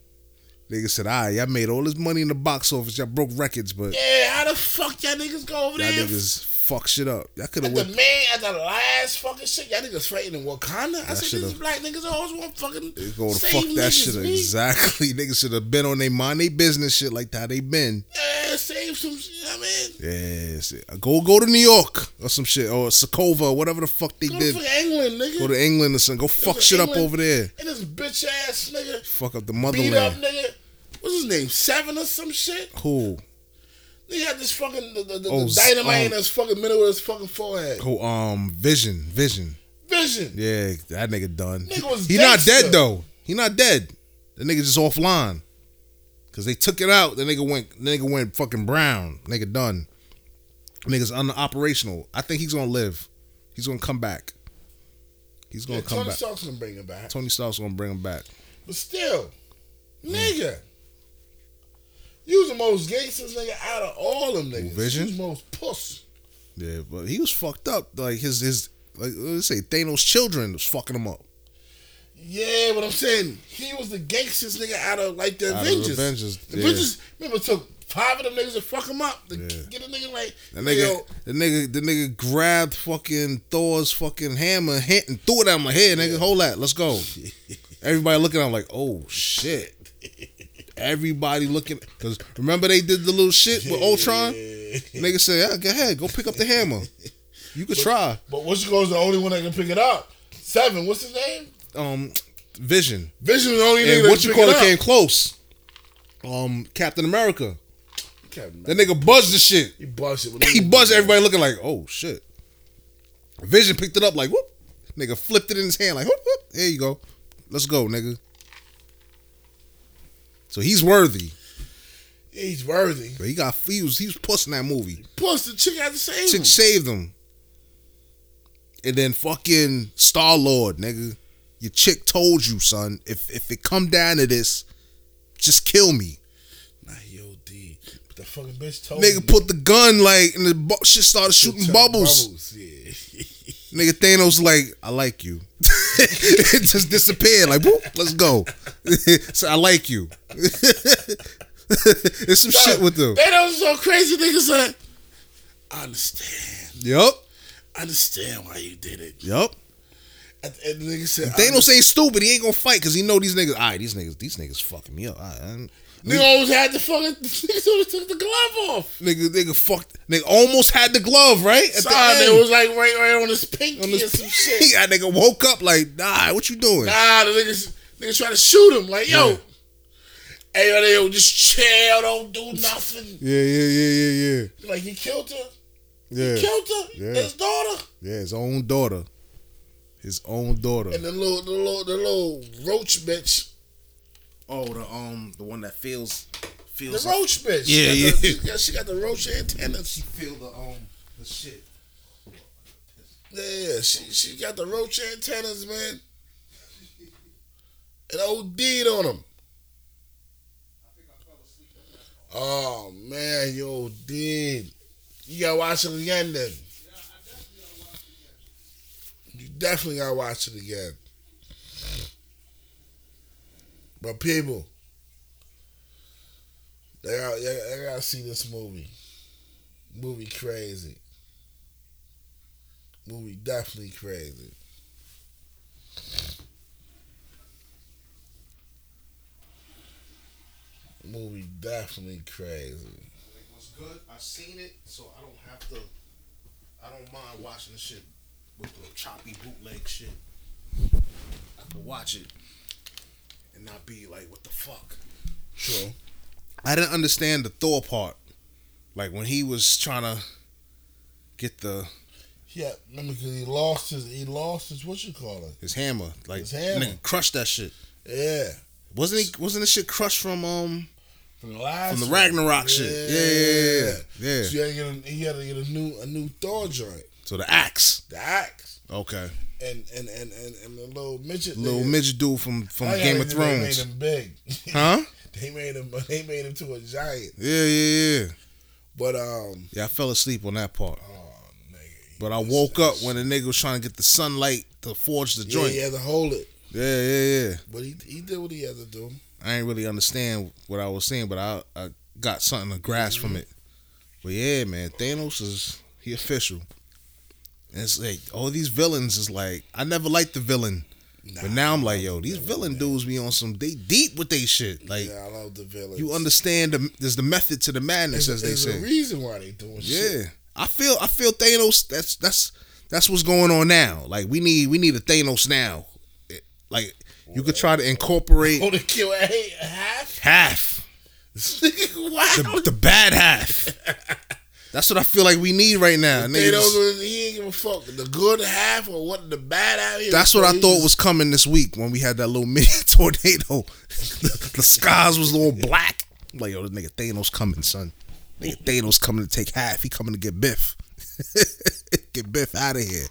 Nigga said, all right, y'all made all this money in the box office. Y'all broke records, but
Yeah, how the fuck y'all niggas go over
y'all
there?
niggas fuck shit up. Y'all could
at
have
the
went.
main, at the last fucking shit, y'all niggas fighting Wakanda. I said, these
should've-
black niggas always want fucking
Go to
save
fuck that
niggas,
shit up.
B.
Exactly. Niggas should have been on their mind, they business shit like how they been.
Yeah, save some shit. I mean,
Yes. Go go to New York or some shit. Or Sokovia or whatever the fuck they
go to
did.
fucking England, nigga.
Go to England or something. Go fuck shit up
England.
over there.
and this bitch ass nigga
Fuck up the
beat up
motherland.
nigga. What's his name? Seven or some shit.
Who?
They got this fucking the, the, the
Oh,
dynamite
um,
in his fucking middle of his fucking forehead.
Who um Vision. Vision.
Vision.
Yeah, that nigga done.
Nigga was
he not
gangster.
dead though. He not dead. The nigga just offline. Cause they took it out. The nigga went the nigga went fucking brown. Nigga done. Nigga's unoperational. I think he's gonna live. He's gonna come back. He's gonna
Yeah,
come
Tony
back.
Stark's gonna bring him back.
Tony Stark's gonna bring him back.
But still, nigga, you was the most gangsters nigga out of all them niggas.
Vision?
You was the most puss.
Yeah, but he was fucked up. Like his his like let's say Thanos children was fucking him up.
Yeah, but I'm saying he was the gangsters nigga out of like the
Out of
Avengers.
Avengers,
The
yeah.
Avengers. Remember, it took five of them niggas to fuck him up. To
Yeah.
Get a nigga like
The
nigga.
nigga, the nigga, the nigga grabbed fucking Thor's fucking hammer hit, and threw it at my head. Nigga, hold that, let's go. Everybody looking at him like, oh shit. Everybody looking, cause remember they did the little shit with Ultron. Nigga said, yeah, go ahead, go pick up the hammer. You could try.
But what's goes the only one that can pick it up. Seven. What's his name?
Um, Vision
Vision is the only nigga
and
that
what
can
you
pick
call it
it up.
came close. Um, Captain America.
Captain
That nigga buzzed the shit.
He buzzed it.
he buzzed everybody looking like, oh shit. Vision picked it up like whoop. Nigga flipped it in his hand like whoop whoop. There you go. Let's go, nigga. So he's worthy.
He's worthy.
But he got he was he was pussing that movie.
Plus the chick had the same.
Chick saved him. And then fucking Star Lord, nigga. Your chick told you, son, if if it come down to this, just kill me.
Nah, he OD. But the fucking bitch told him
Nigga put the gun like and the bu- Oh, shit started
to
shooting
tell
bubbles.
bubbles. Yeah.
Nigga Thanos like, I like you. it just disappeared. Like, whoop, let's go. so I like you. There's some shit with them.
they don't so crazy niggas like I understand.
Yup.
I understand why you did it.
Yup.
And, and the nigga said I
Thanos ain't stupid. He ain't gonna fight because he know these niggas. All right, these niggas, these niggas fucking me up. All right, I'm-
Nigga always had the fucking niggas always took the glove off.
nigga, nigga, fucked. Nigga almost had the glove right at
Sorry,
the
it
end.
was like right right on his pinky
On
or
this-
some shit.
That nigga woke up like, nah, what you doing?
Nah, the niggas niggas try to shoot him like yo.
Yeah.
Hey, yo, they were just chill, don't do nothing.
Yeah, yeah, yeah, yeah, yeah,
Like he killed her,
yeah.
killed her,
Yeah.
his daughter.
Yeah, his own daughter, his own daughter.
And the little, the little, the little roach bitch.
Oh, the um, the one that feels
The
feels. like-
roach bitch.
Yeah,
she got the-
yeah.
she got- she got the roach antennas.
Feel the um the shit.
Yeah, she she got the roach antennas, man. And OD'd on him. Oh man, you OD'd. You gotta watch it again then. You definitely gotta watch it again. But people, they gotta, they they gotta see this movie. Movie crazy movie definitely crazy. Movie definitely crazy.
Like what's good? I've seen it, so I don't have to. I don't mind watching the shit with the choppy bootleg shit. I can watch it and not be like, what the fuck?
True.
I didn't understand the Thor part, like when he was trying to get the
Yeah, remember because he lost his he lost his what you call it?
his hammer, like
His hammer.
nigga crushed that shit.
Yeah,
Wasn't he? Wasn't the shit crushed from um?
from the last
From the
one.
Ragnarok shit. Yeah, yeah, yeah, yeah.
So he had, to get a, he had to get a new a new Thor joint,
So the axe.
the axe,
Okay,
and and and and, and the little midget
little
nigga.
midget dude from from
I gotta
Game of
admit, Oh, they
Thrones,
made him big.
huh?
they made him they made him to a giant.
Yeah, yeah, yeah.
But um,
Yeah, I fell asleep on that part.
oh nigga,
But I woke up when the nigga was trying to get the sunlight to forge the
yeah,
joint.
he
Yeah,
had to hold it.
yeah, yeah.
But he he did what he had to do.
I ain't really understand what I was saying, but I, I got something to grasp
Mm-hmm.
from it. But yeah, man, Thanos is he official. And it's like all these villains is like I never liked the villain, but now I'm like, yo, these villain dudes be on some they deep with they shit. Like
yeah, I love the villains.
you understand the, there's the method to the madness,
There's,
as they say.
there's a reason why they doing shit.
Yeah, I feel I feel Thanos. That's that's that's what's going on now. Like we need we need a Thanos now. It- Like you could try to incorporate
Oh, to kill eight half.
half
wow.
the, the bad half. That's what I feel like we need right now.
they
Niggas-
don't. really- He ain't give a fuck. The good half or what? The bad half.
that's what I thought was coming this week when we had that little mini tornado. the, the skies was all black. I'm like yo, this nigga Thanos coming, son. Nigga Thanos coming to take half. He coming to get Biff. get Biff out of here.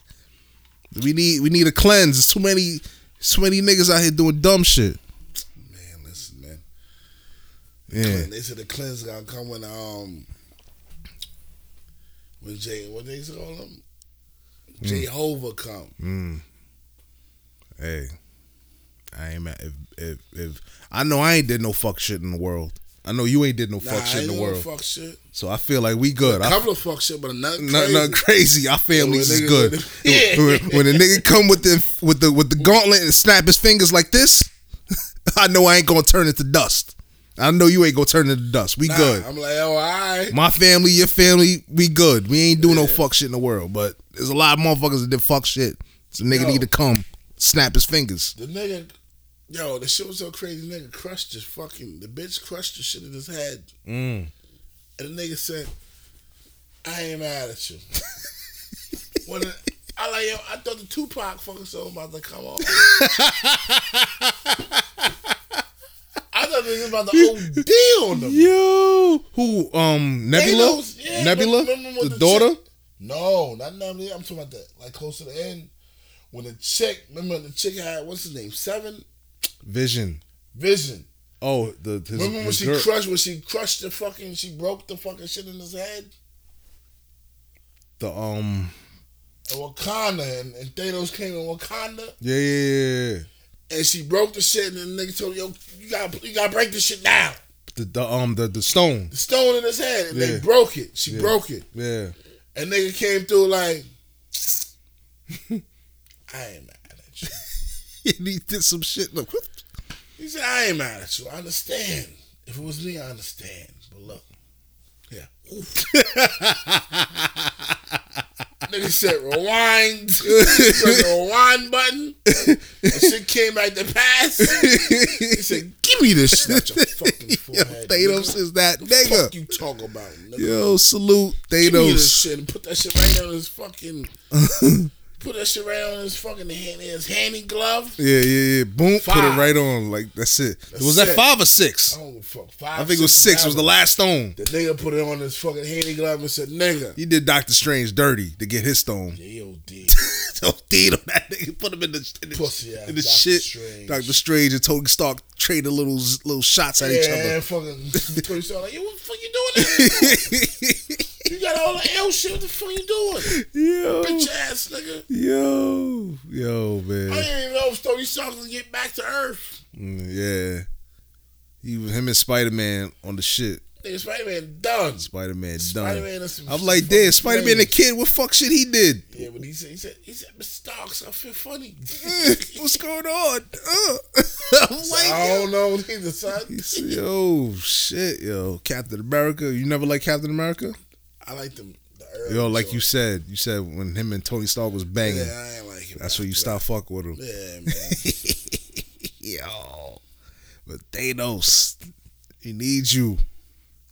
We need we need a cleanse. There's too many too many niggas out here doing dumb shit.
Man, listen, man.
Yeah.
And they said the cleanse gonna come when um when Jay what they call him
Hmm.
Jehovah come.
Hey, I ain't mad. If, if if I know I ain't did no fuck shit in the world. I know you ain't did no
Nah,
fuck
I
shit in
ain't
the
no
world.
Fuck shit.
So I feel like we good. I,
couple of fuck shit, but nothing
not,
crazy.
not crazy. Our families
Yeah,
is
when
good.
niggas- Yeah.
When, when a nigga come with the with the with the gauntlet and snap his fingers like this, I know I ain't gonna turn into dust. I know you ain't gonna turn into dust. We
Nah,
good.
I'm like, oh, all right.
My family, your family, we good. We ain't doing no fuck shit in the world. But there's a lot of motherfuckers that did fuck shit. So nigga
Yo.
need to come snap his fingers.
The nigga, yo, the shit was so crazy. Nigga crushed his fucking, the bitch crushed the shit in his head.
Mm.
And the nigga said, I ain't mad at you. when the, I like, yo, I thought the Tupac fucking song about to come off. I thought they was about to OD on them.
Yo, who? Um, Nebula,
Thanos, yeah,
Nebula,
remember when
the,
the
daughter.
chick- No, not Nebula. I'm talking about that. Like close to the end, when the chick, remember the chick had what's his name, Seven
Vision.
Vision.
Oh, the his,
Remember when
his
she
girl-
crushed, when she crushed the fucking, she broke the fucking shit in his head.
the um.
And Wakanda and, and Thanos came in Wakanda
Yeah, yeah, yeah, yeah.
and she broke the shit and then the nigga told her, yo, you gotta you gotta break this shit down.
The, the um the the stone.
The stone in his head and
Yeah.
they broke it. She
Yeah.
broke it.
Yeah.
And nigga came through like, I ain't mad at you.
and he did some shit. Look, whoop.
He said, I ain't mad at you. I understand. If it was me, I understand. But look. Yeah. Oof. Nigga said rewind. Press the rewind button. The shit came back to pass. He said, Give me this shit out your fucking
yo,
forehead.
Thanos is that
nigga. Fuck
nigga.
you talk about, nigga.
Yo, salute
Give me this
Thanos.
shit and put that shit right down his fucking Put that shit right on his fucking hand, his handy glove.
Yeah, yeah, yeah. Boom, put it
Five.
right on. Like that's it.
That's
was that
it.
five or six?
I don't give a fuck. Five,
I think it was six. Was the last stone.
The nigga put it on his fucking handy glove and said, "Nigga,
He did Doctor Strange dirty to get his stone.
J.O.D.
So feed him that nigga. Put him in the in the,
Pussy ass
in the
Dr.
shit.
Strange.
Doctor Strange and Tony Stark traded little little shots at each
Yeah,
other.
fucking Tony Stark like, yo, what the fuck you doing? There? you got all the L shit. What the fuck you doing,
yo,
bitch ass nigga?
yo, yo,
I
man.
didn't even know if Tony Stark was gonna get back to Earth.
Mm, Yeah, he was him and Spider Man on the shit.
Nigga, Spider Man done.
Spider Man done.
Spider-Man is some
I'm like,
fucking
damn, Spider Man the
crazy.
kid. What fuck shit he did?
Yeah, but he said, he said, he said, Mr. Starks, I feel funny.
Eh, What's going on? Uh. I'm like,
I
yo.
don't know neither, son.
He's- yo, shit, yo, Captain America. You never like Captain America?
I like them. The early
Yo, like you
joints.
said, you said when him and Tony Stark was banging,
Yeah, I ain't like it.
that's when you stop fucking with him.
Yeah, man.
Yo, but Thanos, he needs you.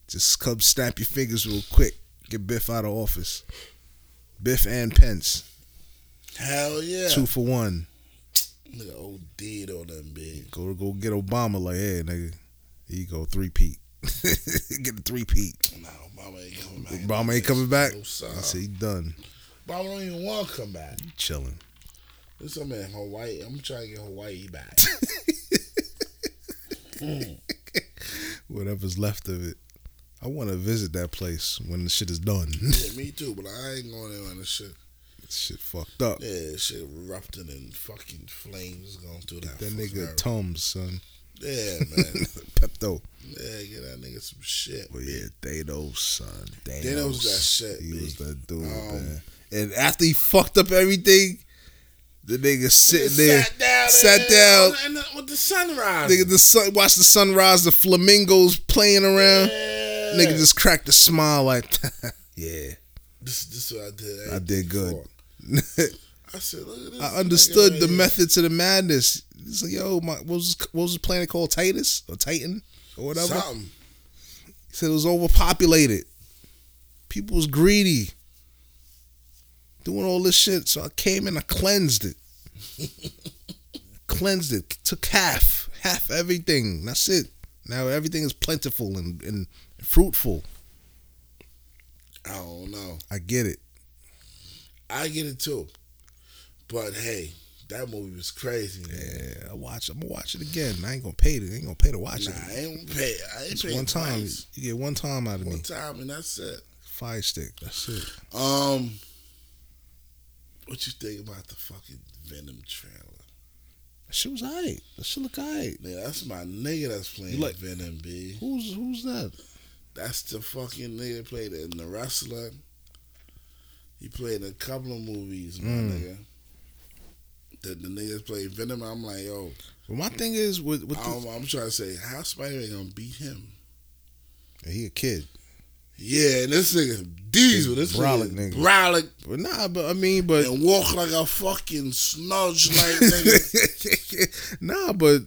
Just come snap your fingers real quick. Get Biff out of office. Biff and Pence,
Hell yeah.
two for one.
Nigga OD'd on them, big.
Go go get Obama. Like, hey, nigga, here you go three peat. get a three peat.
Nah, Obama ain't coming back.
Obama ain't coming back.
No,
I
son.
said he done.
Obama don't even want to come back.
Chilling.
This some in Hawaii. I'm trying to get Hawaii back.
whatever's left of it. I want to visit that place when the shit is done.
yeah, me too, but I ain't going there on this shit.
shit fucked up.
Yeah, shit erupting and fucking flames going through that.
That
fucking
nigga
earth.
Tums, son.
yeah, man.
Pepto.
yeah, get that nigga some shit.
But yeah, Thanos, son. Thanos.
Thanos was that shit,
He
B.
was that dude,
Um,
man. And after he fucked up everything, the nigga sitting
Just
there,
sat down,
sat
and-
down.
and the- with the sunrise.
Nigga, the sun, watch the sunrise, the flamingos playing around.
yeah.
Nigga just cracked a smile like, yeah,
This, this is what I did.
I did good.
before. I said, look at this.
I understood
nigga
the
right
method to the madness. It's like, yo, my, what was what was the planet called? Titus or Titan or
here.
whatever.
Something.
He said it was overpopulated. People was greedy, doing all this shit. So I came and I cleansed it, cleansed it. Took half, half everything. That's it. Now everything is plentiful and, and fruitful.
I don't know.
I get it.
I get it too. But hey, that movie was crazy. Man.
Yeah, I watch. I'm gonna watch it again. I ain't gonna pay to. I ain't gonna pay to watch
Nah, I
it.
ain't pay. I ain't
It's
pay
one time.
twice.
You get one time out of me.
One time, and that's it.
Fire stick. That's it.
Um, what you think about the fucking Venom trailer?
That shit was alright. That shit look alright.
Nigga, that's my nigga that's playing
You like-
Venom, B.
Who's who's that?
That's the fucking nigga that played in The Wrestler. He played in a couple of movies, my
Mm.
nigga. The, the niggas played Venom. I'm like, yo,
Well, my thing is with with the,
I'm, I'm trying to say, how Spider-Man gonna beat him?
he a kid,
Yeah, and this nigga diesel. This
Brolic nigga.
nigga, brolic
but nah. But I mean, but
and walk like a fucking snudge like nigga.
nah. But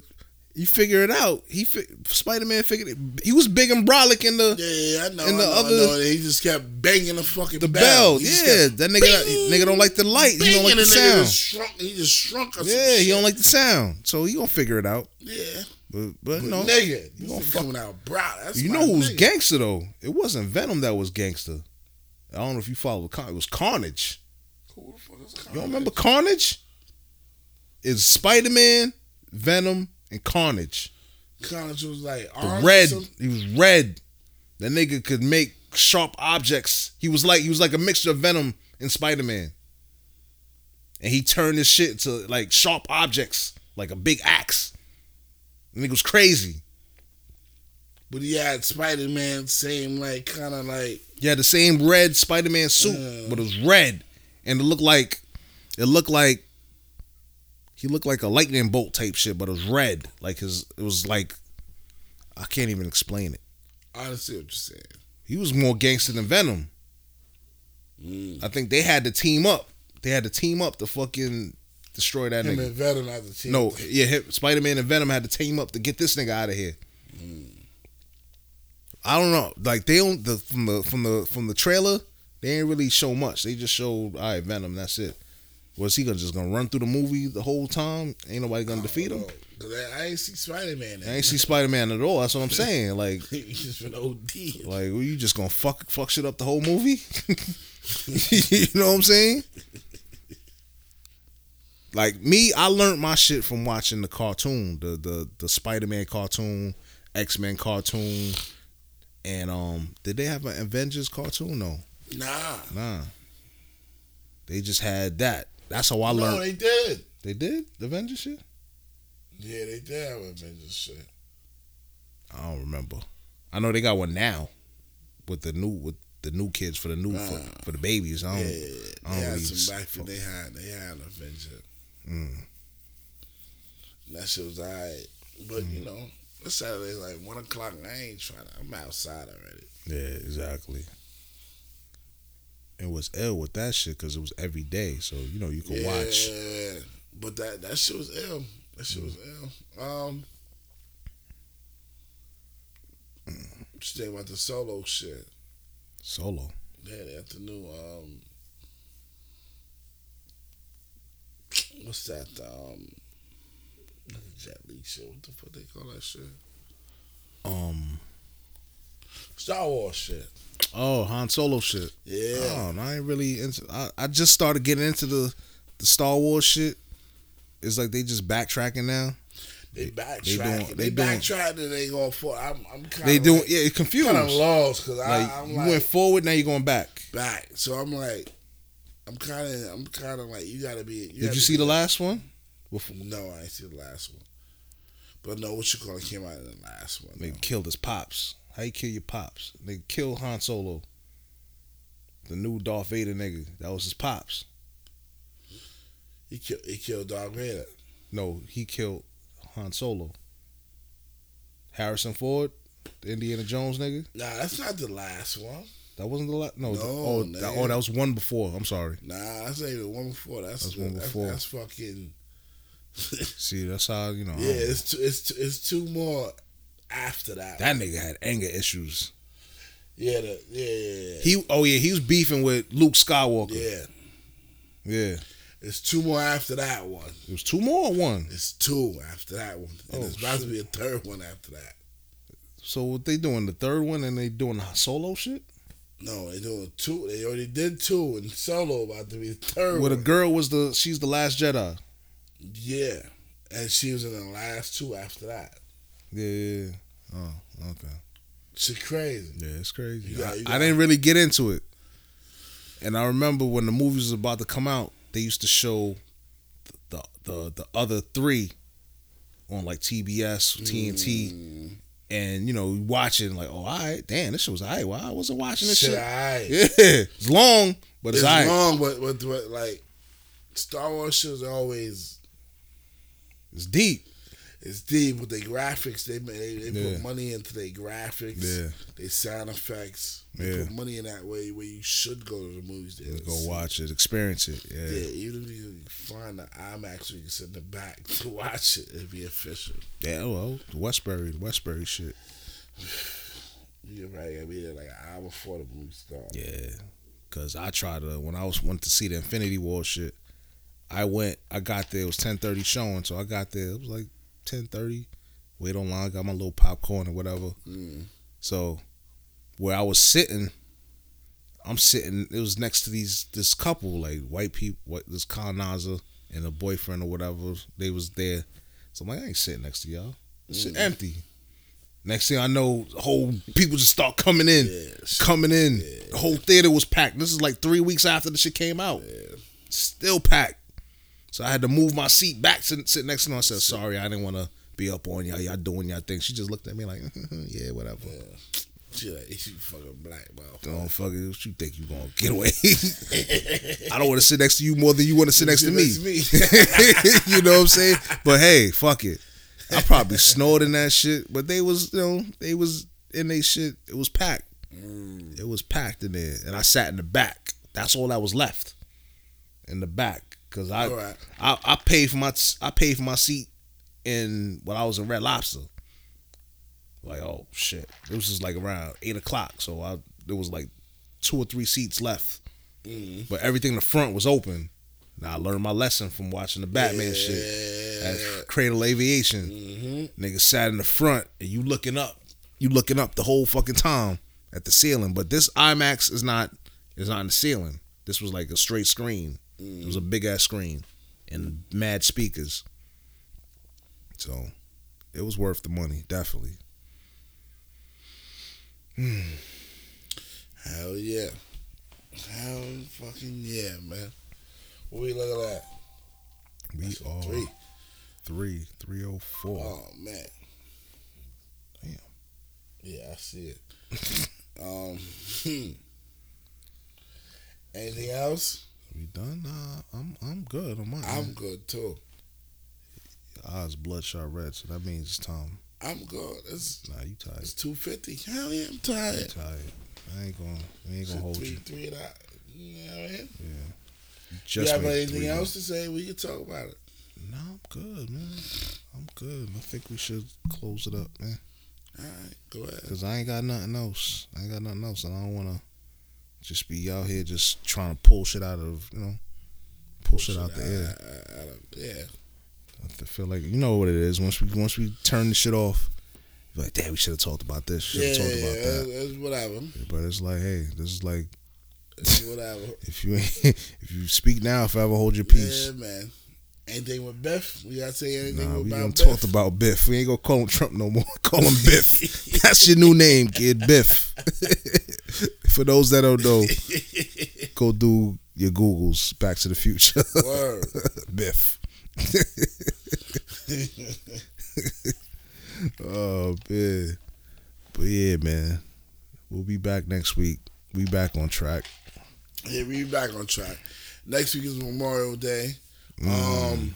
you figure it out. He fi- Spider Man figured it. He was big and brolic in the
Yeah, I know.
And the
I know,
other-
I know. And he just kept banging the fucking
the
bell.
bell.
He just
Yeah,
kept
that nigga nigga don't like the light. He don't like
banging,
the
and nigga just
sound.
shrunk. He just shrunk us.
Yeah, he don't like the sound. So he gonna figure it out.
Yeah,
But but,
but
no,
nigga, you
gonna
gonna
fuck-
coming out brown. That's
you
my
know who was
nigga.
gangster though? It wasn't Venom that was gangster. I don't know if you follow. Con- it was Carnage.
Who the fuck is
You don't remember Carnage? It's Spider Man, Venom, and Carnage.
Collins was like
The
orange or
red.
something?
He was red. That nigga could make sharp objects. He was like he was like a mixture of Venom and Spider Man. And he turned his shit to like sharp objects, like a big axe. The nigga was crazy.
But he had Spider Man, same like kind of like
He had the same red Spider Man suit,
Yeah.
but it was red, and it looked like it looked like he looked like a lightning bolt type shit, but it was red. Like his, it was like I can't even explain it.
honestly what you're saying.
He was more gangster than Venom.
Mm.
I think they had to team up. They had to team up to fucking destroy that
Him
nigga.
and Venom out the team.
No, yeah, Spider Man and Venom had to team up to get this nigga out of here. I don't know. Like they don't the from the from the from the trailer, they ain't really show much. They just showed all right, Venom. That's it. Was he gonna just gonna run through the movie the whole time? Ain't nobody gonna defeat him.
Well, Oh, 'cause I- I ain't see Spider Man.
I ain't see Spider Man at all. That's what I'm saying. Like,
He's just been OD.
like well, you just gonna fuck fuck shit up the whole movie? you know what I'm saying? Like me, I learned my shit from watching the cartoon, the the the Spider Man cartoon, X Men cartoon, and um, did they have an Avengers cartoon? No,
Nah.
nah. They just had that. That's how I
No,
learned.
they did.
They did the Avengers shit.
Yeah, they did have Avengers shit.
I don't remember. I know they got one now with the new with the new kids for the new for,
Ah.
for the babies. I
Yeah,
don't.
they
I don't
had
really
some back.
fuck-
They had they had Avengers.
Mm.
That shit was alright, but
Mm-hmm.
you know, it's Saturday like one o'clock. I ain't trying. To, I'm outside already.
Yeah, exactly. It was ill with that shit because it was every day, so you know you could watch.
Yeah, but that that shit was ill. That shit was
Mm.
ill. Um,
Mm.
just think about the solo shit.
Solo.
That afternoon. Um, what's that? Um, not the Jet League shit. What the fuck they call that shit?
Um.
Star Wars shit.
Oh, Han Solo shit.
Yeah.
Oh, no, I ain't really into. I, I just started getting into the the Star Wars shit. It's like they just backtracking now.
They
they doing-
backtracking. They,
they doing-
backtracked and they going for. I'm, I'm kind
they
of
doing
like,
yeah, it confused.
kind of lost because
like
I'm
you
like
went forward, now you're going back.
back. So I'm like, I'm kind of, I'm kind of like, you gotta be.
Did you see the last one?
last? No, I didn't see the last one. But no, what you call it came out in the last one.
They
though.
killed his pops. How you kill your pops? They kill Han Solo. The new Darth Vader nigga. That was his pops.
He killed, he killed Darth Vader.
No, he killed Han Solo. Harrison Ford, the Indiana Jones nigga.
Nah, that's not the last one.
That wasn't the last. No, the-
No,
oh,
nigga.
that, oh, that was one before. I'm sorry.
Nah, that's not even one before. That's
That's one
that's,
before.
That's, fucking.
See, that's how you know. um, I
yeah,
don't-
it's two, it's two, it's two more after that.
that nigga had anger issues.
yeah, the, yeah, yeah, yeah.
He, oh yeah, he was beefing with Luke Skywalker.
yeah.
Yeah,
It's two more after that one.
it was two more or one.
It's two after that one. And
Oh,
it's
shit.
about to be a third one after that.
So what they doing the third one and they doing the solo shit
No, they doing two. They already did two, and Solo about to be the third
where the
one.
girl was the she's the last Jedi.
yeah, and she was in the last two after that.
Yeah, yeah, yeah. Oh, okay.
She crazy.
Yeah, it's crazy.
You got-
I-
you
I,
got-
didn't really get into it. And I remember when the movie was about to come out, they used to show the the the other three on like TBS, TNT,
Mm,
and you know, watching like, oh, all right, damn, this shit was all right. Why I wasn't watching this
shit,
shit?
aight.
Yeah, it's long, but
It's
it's, all right.
long, but, but but like Star Wars shows always
It's deep.
it's deep with their graphics. They ma- they, they
Yeah.
put money into their graphics.
Yeah.
They sound effects. They
Yeah.
put money in that way where you should go to the movies. to
Go
see
watch it, experience it.
Yeah,
Yeah,
even if you find the IMAX where you can sit in the back to watch it, it'd be official.
yeah. Well, the Westbury, the Westbury shit.
You're right. I mean, like an hour before the movie starts.
Yeah, cause I tried to when I was went to see the Infinity War shit. I went, I got there. It was ten thirty showing, so I got there. It was like ten thirty. Wait online, got my little popcorn or whatever.
Mm.
So where I was sitting, I'm sitting. It was next to these this couple, like white people, what this colonizer and a boyfriend or whatever. They was there. So I'm like, I ain't sitting next to y'all. This shit empty. Next thing I know, whole people just start coming in,
Yeah, shit.
coming in. The whole theater was packed. This is like three weeks after the shit came out. Still packed. So I had to move my seat back to sit next to her. I said, "Sorry, I didn't want to be up on y'all. Y'all doing y'all thing." She just looked at me like, "Yeah, whatever."
She like, you fucking black motherfucker.
Don't fuck it. What you think you gonna get away? I don't want to sit next to you more than you want to sit next to me. you know what I'm saying? But hey, fuck it. I probably snorted in that shit, but they was you know they was in they shit. It was packed.
Mm,
It was packed in there, and I sat in the back. That's all that was left in the back because I,
All right.
I I paid for my t- I paid for my seat in when I was in Red Lobster. Like oh shit, it was just like around eight o'clock, so I there was like two or three seats left,
Mm.
but everything in the front was open. Now I learned my lesson from watching the Batman shit. At Cradle Aviation,
Mm-hmm.
niggas sat in the front and you looking up, you looking up the whole fucking time at the ceiling. But this IMAX is not is not in the ceiling. This was like a straight screen. It was a big ass screen and mad speakers. So it was worth the money, definitely.
Hell yeah. Hell fucking yeah, man. What we looking at?
We are
Three.
three, three oh four.
Oh man.
Damn.
Yeah, I see it. um Anything else?
We done? Nah, I'm I'm good on mine.
I'm good too.
eyes bloodshot red, so that means it's time.
I'm good. It's
Nah, you tired.
it's two fifty. Hell yeah, I'm
You
tired.
tired. I ain't gonna I ain't gonna hold
three,
you.
three and I, you know what I mean?
Yeah.
You
Just
have
made
anything
three.
else to say? We can talk about it.
No, I'm good, man. I'm good. I think we should close it up, man.
All right, go ahead.
Cause I ain't got nothing else. I ain't got nothing else, and I don't wanna just be out here just trying to pull shit out of you know, pull, shit out the air.
I, I, I don't- yeah.
I f- feel like you know what it is. Once we once we turn the shit off, you're like, damn, we should have talked about this. Should
Yeah,
have talked
yeah,
about that.
it's- it's whatever.
But it's like, hey, this is like
It's whatever.
if you ain't, if you speak now, forever hold your peace.
Yeah, man. Anything with Biff? We gotta say anything
Nah, we
about
done
Biff?
talked about Biff. We ain't gonna call him Trump no more. call him Biff. That's your new name, kid. Biff. For those that don't know, go do your Googles. Back to the Future.
Word.
Biff. oh man, but yeah, man, we'll be back next week. We back on track.
Yeah, we back on track. Next week is Memorial Day.
Mm.
Um,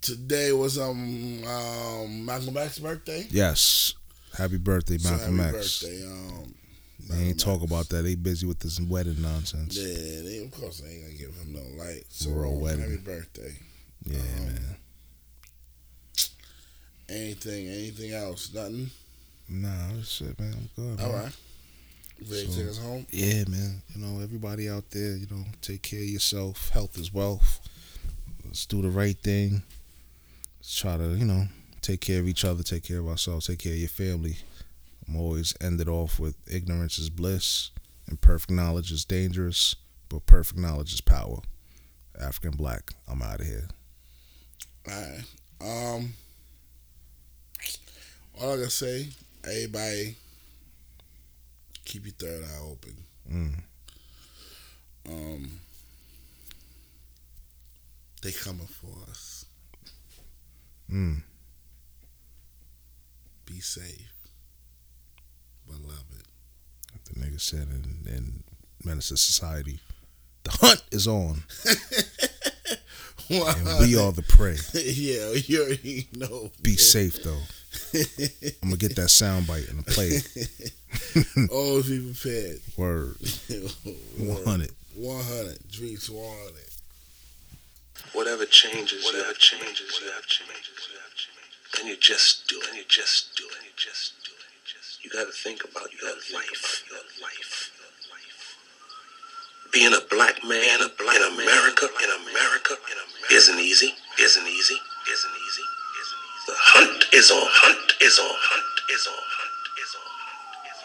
today was um, um Malcolm X's birthday.
Yes. Happy birthday,
So
Malcolm
happy
X.
birthday. Um,
They ain't talk about that. They busy with this wedding nonsense. Yeah,
yeah, they, of course they ain't gonna give him no light. So
We're all
um,
wedding.
happy birthday.
man.
Anything, anything else? Nothing.
Nah, that's it, man. I'm good.
All
man.
right. Ready to
So-
take us home?
Yeah, man. You know, everybody out there, you know, take care of yourself. Health is wealth. Let's do the right thing. Let's try to, you know, take care of each other, take care of ourselves, take care of your family. I'm always ended off with ignorance is bliss and perfect knowledge is dangerous, but perfect knowledge is power. African black, I'm out of here.
All right. Um, all I gotta say, everybody, keep your third eye open.
Mm.
Um, they coming for us.
Mm.
Be safe, beloved.
Like the nigga said in, in Menace to Society, the hunt is on, and we are the prey.
yeah, you already know.
Be safe though. I'm gonna get that sound bite and play it.
Always be prepared.
Word 100.
100. Dreams 100.
Whatever changes, whatever changes, you have changes, you have changes. Then you just do it. Then you just do it. You just do it. You just. You got to think about your life. Your life. Being a black man, a black in America, in America, in America, isn't easy. Isn't easy. Isn't easy. Isn't easy. The hunt is on. Hunt is on. Hunt is on. Hunt is on.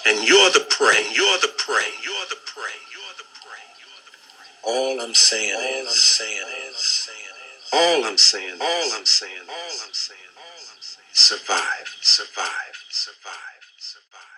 And you're the prey. And you're the prey. You're the prey. You're the prey. You're the prey. All I'm saying all is, I'm saying is, all I'm saying, all I'm saying, all I'm saying, all I'm saying, survive, survive, survive, survive.